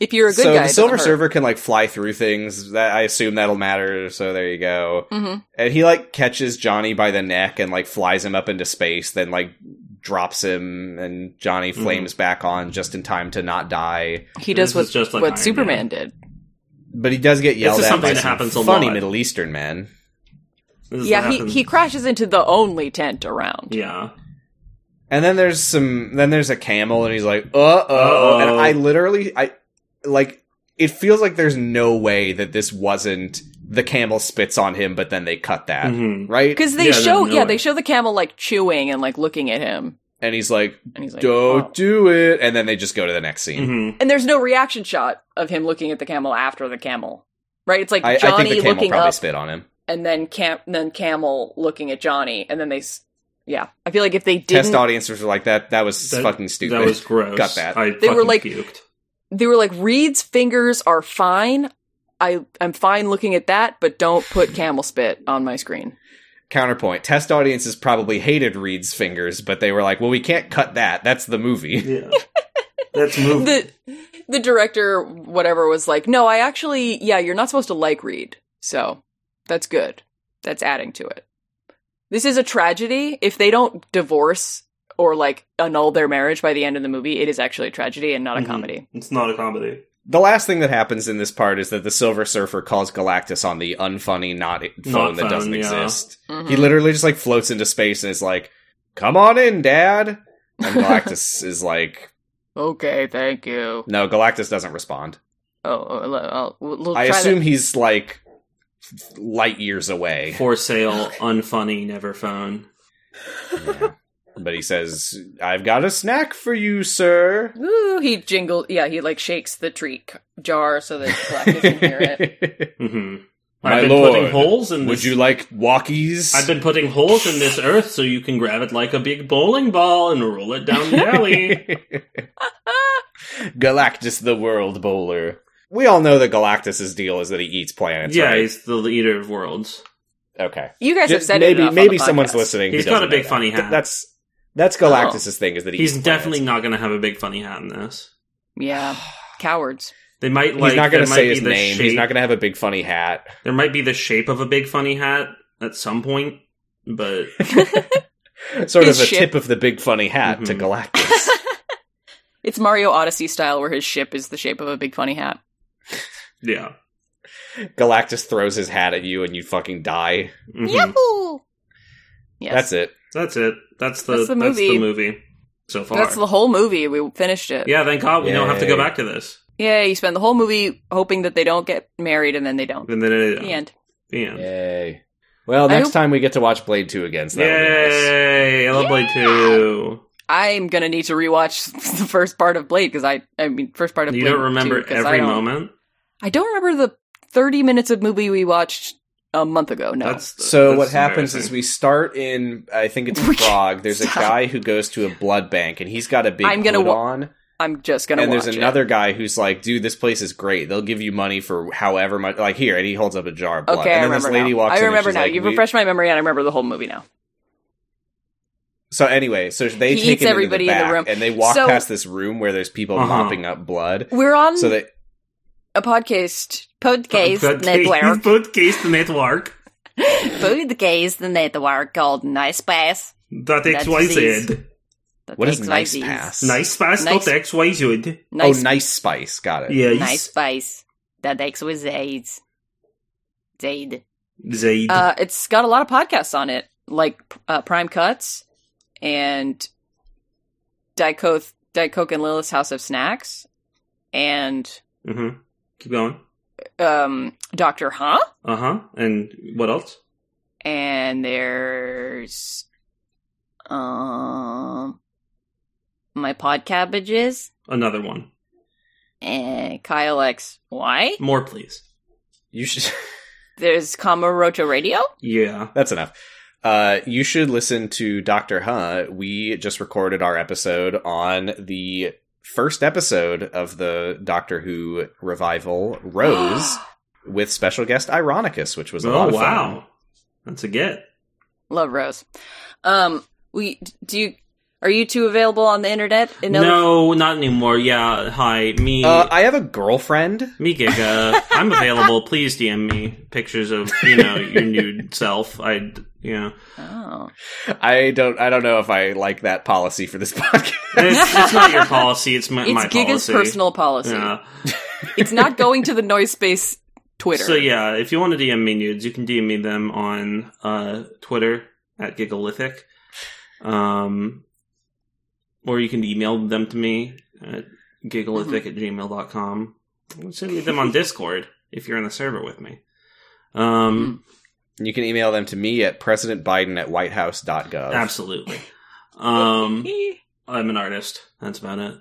Speaker 4: if you're a good
Speaker 2: so
Speaker 4: guy,
Speaker 2: the Silver Surfer can like fly through things. That I assume that'll matter. So there you go.
Speaker 4: hmm
Speaker 2: And he like catches Johnny by the neck and like flies him up into space. Then like drops him, and Johnny
Speaker 1: Mhm.
Speaker 2: flames back on just in time to not die.
Speaker 4: He does
Speaker 1: This
Speaker 4: what
Speaker 1: is just like
Speaker 4: what
Speaker 1: Iron
Speaker 4: Superman
Speaker 1: Man.
Speaker 4: did.
Speaker 2: But he does get yelled
Speaker 1: is
Speaker 2: at
Speaker 1: something
Speaker 2: by
Speaker 1: that
Speaker 2: some
Speaker 1: happens a
Speaker 2: funny
Speaker 1: lot.
Speaker 2: Middle Eastern man.
Speaker 1: This is
Speaker 4: Yeah,
Speaker 1: what
Speaker 4: he
Speaker 1: happened.
Speaker 4: he crashes into the only tent around.
Speaker 1: Yeah.
Speaker 2: And then there's some. Then there's a camel, and he's like, "Uh oh!"
Speaker 1: Uh-oh.
Speaker 2: And I literally, I like. It feels like there's no way that this wasn't the camel spits on him, but then they cut that
Speaker 1: Mhm.
Speaker 2: right.
Speaker 4: Because they
Speaker 1: Yeah, there's
Speaker 4: show,
Speaker 1: no
Speaker 4: yeah,
Speaker 1: way.
Speaker 4: they show the camel like chewing and like looking at him,
Speaker 2: And he's like,
Speaker 4: and he's like,
Speaker 2: "Don't
Speaker 4: "Oh."
Speaker 2: do it!" And then they just go to the next scene.
Speaker 1: Mhm.
Speaker 4: And there's no reaction shot of him looking at the camel after the camel, right? It's like
Speaker 2: I, I think
Speaker 4: Johnny
Speaker 2: the camel
Speaker 4: looking
Speaker 2: probably
Speaker 4: up
Speaker 2: spit on him.
Speaker 4: and then cam- then camel looking at Johnny, and then they, s- yeah. I feel like if they
Speaker 2: Test
Speaker 4: didn't,
Speaker 2: audiences were like that. That was
Speaker 1: That-
Speaker 2: fucking stupid.
Speaker 1: That was gross.
Speaker 2: Got that.
Speaker 1: I
Speaker 4: They were
Speaker 1: fucking
Speaker 4: like-
Speaker 1: puked.
Speaker 4: they were like Reed's fingers are fine. I I'm fine looking at that, but don't put camel spit on my screen.
Speaker 2: (laughs) Counterpoint: Test audiences probably hated Reed's fingers, but they were like, "Well, we can't cut that. That's the movie." (laughs)
Speaker 4: (laughs)
Speaker 1: Yeah. That's movie.
Speaker 4: The the director whatever was like, no, I actually, yeah, you're not supposed to like Reed, so that's good. That's adding to it. This is a tragedy. If they don't divorce or like annul their marriage by the end of the movie, it is actually a tragedy and not a
Speaker 2: Mm-hmm.
Speaker 1: Mhm.
Speaker 4: comedy.
Speaker 1: It's not a comedy.
Speaker 2: The last thing that happens in this part is that the Silver Surfer calls Galactus on the unfunny not phone that
Speaker 1: phone,
Speaker 2: doesn't
Speaker 1: yeah.
Speaker 2: exist.
Speaker 4: Mhm.
Speaker 2: He literally just like floats into space and is like, "Come on in, Dad."
Speaker 1: (laughs)
Speaker 2: And Galactus is like,
Speaker 4: okay, thank you.
Speaker 2: "No, Galactus doesn't respond."
Speaker 4: Oh, oh, l- I'll- we'll- we'll
Speaker 2: I
Speaker 4: try
Speaker 2: assume
Speaker 4: that.
Speaker 2: he's like light
Speaker 1: (laughs)
Speaker 2: years away.
Speaker 1: For sale, unfunny, never phone.
Speaker 2: Yeah. But he says, "I've got a snack for you, sir."
Speaker 4: Ooh, he jingled. Yeah, he like shakes the tree c- jar so that Galactus can hear it.
Speaker 1: (laughs) hmm
Speaker 2: My
Speaker 1: I've been
Speaker 2: lord,
Speaker 1: putting holes in
Speaker 2: Would
Speaker 1: this-
Speaker 2: you like walkies?
Speaker 1: I've been putting holes in this earth so you can grab it like a big bowling ball and roll it down the
Speaker 2: (laughs)
Speaker 1: alley.
Speaker 2: Galactus the World Bowler. We all know that Galactus's deal is that he eats planets.
Speaker 1: yeah,
Speaker 2: right?
Speaker 1: he's the eater of worlds.
Speaker 2: okay. (laughs)
Speaker 4: You guys have
Speaker 2: Just
Speaker 4: said it
Speaker 2: maybe
Speaker 4: enough on
Speaker 2: maybe
Speaker 4: the
Speaker 2: someone's
Speaker 4: podcast. Oh.
Speaker 2: listening. who
Speaker 1: He's got
Speaker 2: doesn't
Speaker 1: a big
Speaker 2: know
Speaker 1: funny
Speaker 2: that. Th-
Speaker 1: hat.
Speaker 2: That's that's Galactus's thing is that he
Speaker 1: He's
Speaker 2: eats
Speaker 1: definitely
Speaker 2: planets.
Speaker 1: not going to have a big funny hat in this.
Speaker 2: (sighs)
Speaker 4: Yeah, cowards. (laughs)
Speaker 1: They might like.
Speaker 2: he's not going
Speaker 1: going
Speaker 2: to say his name. He's not going to have a big funny hat.
Speaker 1: There might be the shape of a big funny hat at some point,
Speaker 2: (laughs)
Speaker 1: but
Speaker 2: Sort
Speaker 4: His
Speaker 2: of a
Speaker 4: ship.
Speaker 2: tip of the big funny hat to
Speaker 1: Mhm.
Speaker 4: (laughs)
Speaker 2: Galactus.
Speaker 4: It's Mario Odyssey style where his ship is the shape of a big funny hat.
Speaker 1: yeah.
Speaker 2: Galactus throws his hat at you and you fucking die.
Speaker 1: Mhm.
Speaker 4: Yahoo! Yes.
Speaker 2: Mm-hmm. That's it.
Speaker 1: That's it. That's the that's
Speaker 4: That's the
Speaker 1: the
Speaker 4: movie.
Speaker 1: movie, so far.
Speaker 4: That's the whole movie. We finished it.
Speaker 1: yeah, thank God we don't have to
Speaker 2: Yay.
Speaker 1: go back to this.
Speaker 4: Yeah, you spend the whole movie hoping that they don't get married and then they don't.
Speaker 1: And then it,
Speaker 4: The end.
Speaker 1: The end.
Speaker 2: Yay. Well,
Speaker 4: I
Speaker 2: next
Speaker 4: hope-
Speaker 2: time we get to watch Blade 2 again, so that'll be nice.
Speaker 1: Yay! I love Blade Two.
Speaker 4: I'm gonna need to rewatch (laughs) the first part of Blade because I, I mean, first part of
Speaker 1: You
Speaker 4: Blade
Speaker 1: don't remember
Speaker 4: 2, 'cause I
Speaker 1: every
Speaker 4: don't-
Speaker 1: moment.
Speaker 4: I don't remember the 30 minutes of movie we watched a month ago. No,
Speaker 1: That's
Speaker 2: So
Speaker 1: that's
Speaker 2: what happens is
Speaker 1: embarrassing.
Speaker 2: we
Speaker 4: (laughs)
Speaker 2: start in I think it's
Speaker 4: We can't
Speaker 2: Prague. There's a
Speaker 4: stop.
Speaker 2: guy who goes to a blood bank and he's got a big
Speaker 4: I'm gonna
Speaker 2: hood
Speaker 4: wa-
Speaker 2: on.
Speaker 4: I'm just gonna.
Speaker 2: And there's
Speaker 4: watch it.
Speaker 2: another guy who's like, "Dude, this place is great. They'll give you money for however much." Like here, and he holds up a jar of blood.
Speaker 4: Okay, I
Speaker 2: and then
Speaker 4: remember
Speaker 2: this lady
Speaker 4: now.
Speaker 2: walks
Speaker 4: I
Speaker 2: in. and
Speaker 4: remember
Speaker 2: she's
Speaker 4: now.
Speaker 2: like,
Speaker 4: You've
Speaker 2: "We-"
Speaker 4: refreshed my memory, and I remember the whole movie now.
Speaker 2: So anyway, so they
Speaker 4: He
Speaker 2: take
Speaker 4: eats
Speaker 2: him
Speaker 4: everybody
Speaker 2: into
Speaker 4: in
Speaker 2: the
Speaker 4: the
Speaker 2: back,
Speaker 4: room.
Speaker 2: and they walk
Speaker 4: So-
Speaker 2: past this room where there's people
Speaker 1: Uh-huh.
Speaker 2: mopping up blood.
Speaker 4: We're on
Speaker 2: So they
Speaker 4: a podcast.
Speaker 1: Podcast- (laughs)
Speaker 2: (laughs)
Speaker 4: Podcast
Speaker 1: Podcast network.
Speaker 4: Food gaze the network called Nice Space.
Speaker 1: That
Speaker 4: That's
Speaker 1: XYZ.
Speaker 4: That
Speaker 2: What
Speaker 4: they
Speaker 2: is nice
Speaker 4: XYZs.
Speaker 2: pass?
Speaker 1: Nice spice
Speaker 4: Nice.
Speaker 1: nice. X Y Z.
Speaker 4: Nice,
Speaker 2: Oh, nice spice. Got it.
Speaker 1: Yeah, you
Speaker 4: nice
Speaker 1: s-
Speaker 4: spice. That X with Zaid. Zaid.
Speaker 1: Zaid.
Speaker 4: Uh, it's got a lot of podcasts on it, like uh, Prime Cuts and Diet Coke, Diet Coke and Lilith's House of Snacks, and
Speaker 1: hmm Keep going.
Speaker 4: um, Doctor Huh.
Speaker 1: Uh huh. And what else?
Speaker 4: and there's um my pod cabbages
Speaker 1: Another one.
Speaker 4: and Kyle X Y.
Speaker 1: More, please.
Speaker 2: You should.
Speaker 4: There's
Speaker 1: (gasps)
Speaker 4: Kamarocho Radio.
Speaker 1: Yeah.
Speaker 2: That's enough. Uh, you should listen to Doctor Huh. We just recorded our episode on the first episode of the Doctor Who revival,
Speaker 1: (gasps)
Speaker 2: Rose, with special guest Ironicus, which was a lot
Speaker 1: Oh
Speaker 2: of fun.
Speaker 1: wow, that's a get.
Speaker 4: (gasps) Love Rose. Um, we do you are you two available on the internet? In other-
Speaker 1: No, not anymore. Yeah. Hi, me.
Speaker 2: Uh, I have a girlfriend.
Speaker 1: me Giga, I'm available. Please DM me pictures of you know your nude self. I you know
Speaker 4: Oh.
Speaker 2: I don't. I don't know if I like that policy for this (laughs) podcast.
Speaker 1: it's, it's not your policy. It's my,
Speaker 4: It's
Speaker 1: my
Speaker 4: Giga's
Speaker 1: policy.
Speaker 4: personal policy.
Speaker 1: Yeah.
Speaker 4: It's not going to the noise space Twitter.
Speaker 1: So yeah, if you want to DM me nudes, you can DM me them on uh, Twitter at Gigalithic, um, or you can email them to me at gigalithic at gmail.com. I'll send you them on Discord if you're on the server with me. Um,
Speaker 2: you can email them to me at presidentbiden at
Speaker 4: Hmm.
Speaker 2: whitehouse.gov.
Speaker 1: absolutely. Um,
Speaker 4: Eh.
Speaker 1: I'm an artist. That's about it.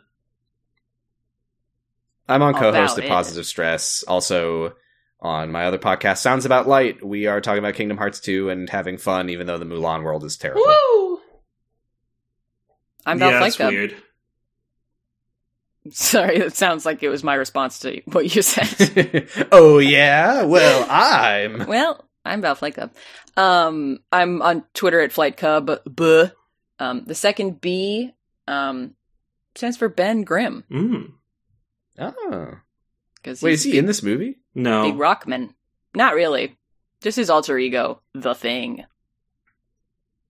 Speaker 2: I'm on co-host
Speaker 4: About
Speaker 2: at
Speaker 4: it.
Speaker 2: Positive Stress. Also on my other podcast, Sounds About Light, we are talking about Kingdom Hearts 2 and having fun, even though the Mulan world is terrible.
Speaker 4: I'm about
Speaker 1: yeah,
Speaker 4: Flight
Speaker 1: that's
Speaker 4: Club.
Speaker 1: weird.
Speaker 4: (laughs) Sorry, that sounds like it was my response to what you said.
Speaker 2: (laughs) oh yeah, well I'm. (laughs)
Speaker 4: Well, I'm about Flight Cub. Um, I'm on Twitter at Flight Cub. Buh. Um, the second B um, stands for Ben Grimm
Speaker 1: Mm,
Speaker 2: Oh,
Speaker 4: because
Speaker 2: wait,
Speaker 4: he's
Speaker 2: is he in this movie?
Speaker 4: a big
Speaker 1: no,
Speaker 4: rockman. Not really. Just his alter ego, the Thing,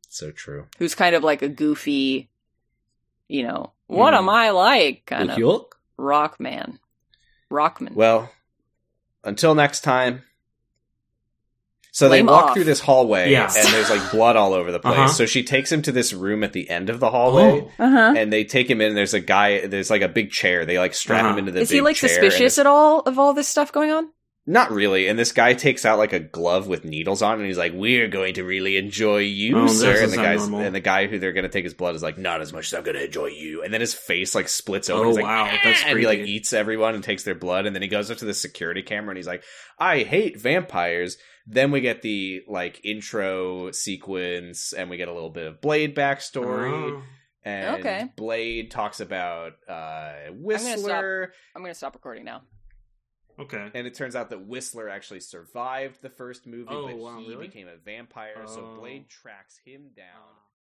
Speaker 2: So true.
Speaker 4: who's kind of like a goofy, you know, what
Speaker 2: Mm.
Speaker 4: am I like kind of
Speaker 2: Hulk?
Speaker 4: rock man, rockman.
Speaker 2: Well, until next time. So
Speaker 4: Lame
Speaker 2: they walk
Speaker 4: off.
Speaker 2: through this hallway,
Speaker 1: Yeah.
Speaker 2: and there's like blood all over the place.
Speaker 1: Uh-huh.
Speaker 2: So she takes him to this room at the end of the hallway,
Speaker 1: Oh.
Speaker 4: uh huh.
Speaker 2: and they take him in. And there's a guy. There's like a big chair. They like strap him
Speaker 1: Uh-huh.
Speaker 2: into the.
Speaker 4: Is
Speaker 2: big
Speaker 4: he like
Speaker 2: chair, and
Speaker 4: suspicious
Speaker 2: this-
Speaker 4: at all of all this stuff going on?
Speaker 2: Not really. And this guy takes out like a glove with needles on, and he's like, "We're going to really enjoy you,
Speaker 1: Oh, this
Speaker 2: sir." And
Speaker 1: is
Speaker 2: the guy's
Speaker 1: abnormal.
Speaker 2: and the guy who they're going to take his blood is like, "Not as much as I'm going to enjoy you." And then his face like splits open.
Speaker 1: Oh,
Speaker 2: he's like,
Speaker 1: wow, that's
Speaker 2: "Ah," and he like
Speaker 1: creepy.
Speaker 2: eats everyone and takes their blood. And then he goes up to the security camera and he's like, "I hate vampires." Then we get the like intro sequence, and we get a little bit of Blade backstory.
Speaker 1: Oh.
Speaker 2: And
Speaker 4: Okay.
Speaker 2: Blade talks about uh,
Speaker 4: stop.
Speaker 2: Whistler.
Speaker 4: I'm gonna stop recording now.
Speaker 1: Okay.
Speaker 2: And it turns out that Whistler actually survived the first movie,
Speaker 1: Oh,
Speaker 2: but
Speaker 1: wow,
Speaker 2: he
Speaker 1: really?
Speaker 2: became a vampire, so
Speaker 1: Oh.
Speaker 2: Blade tracks him down.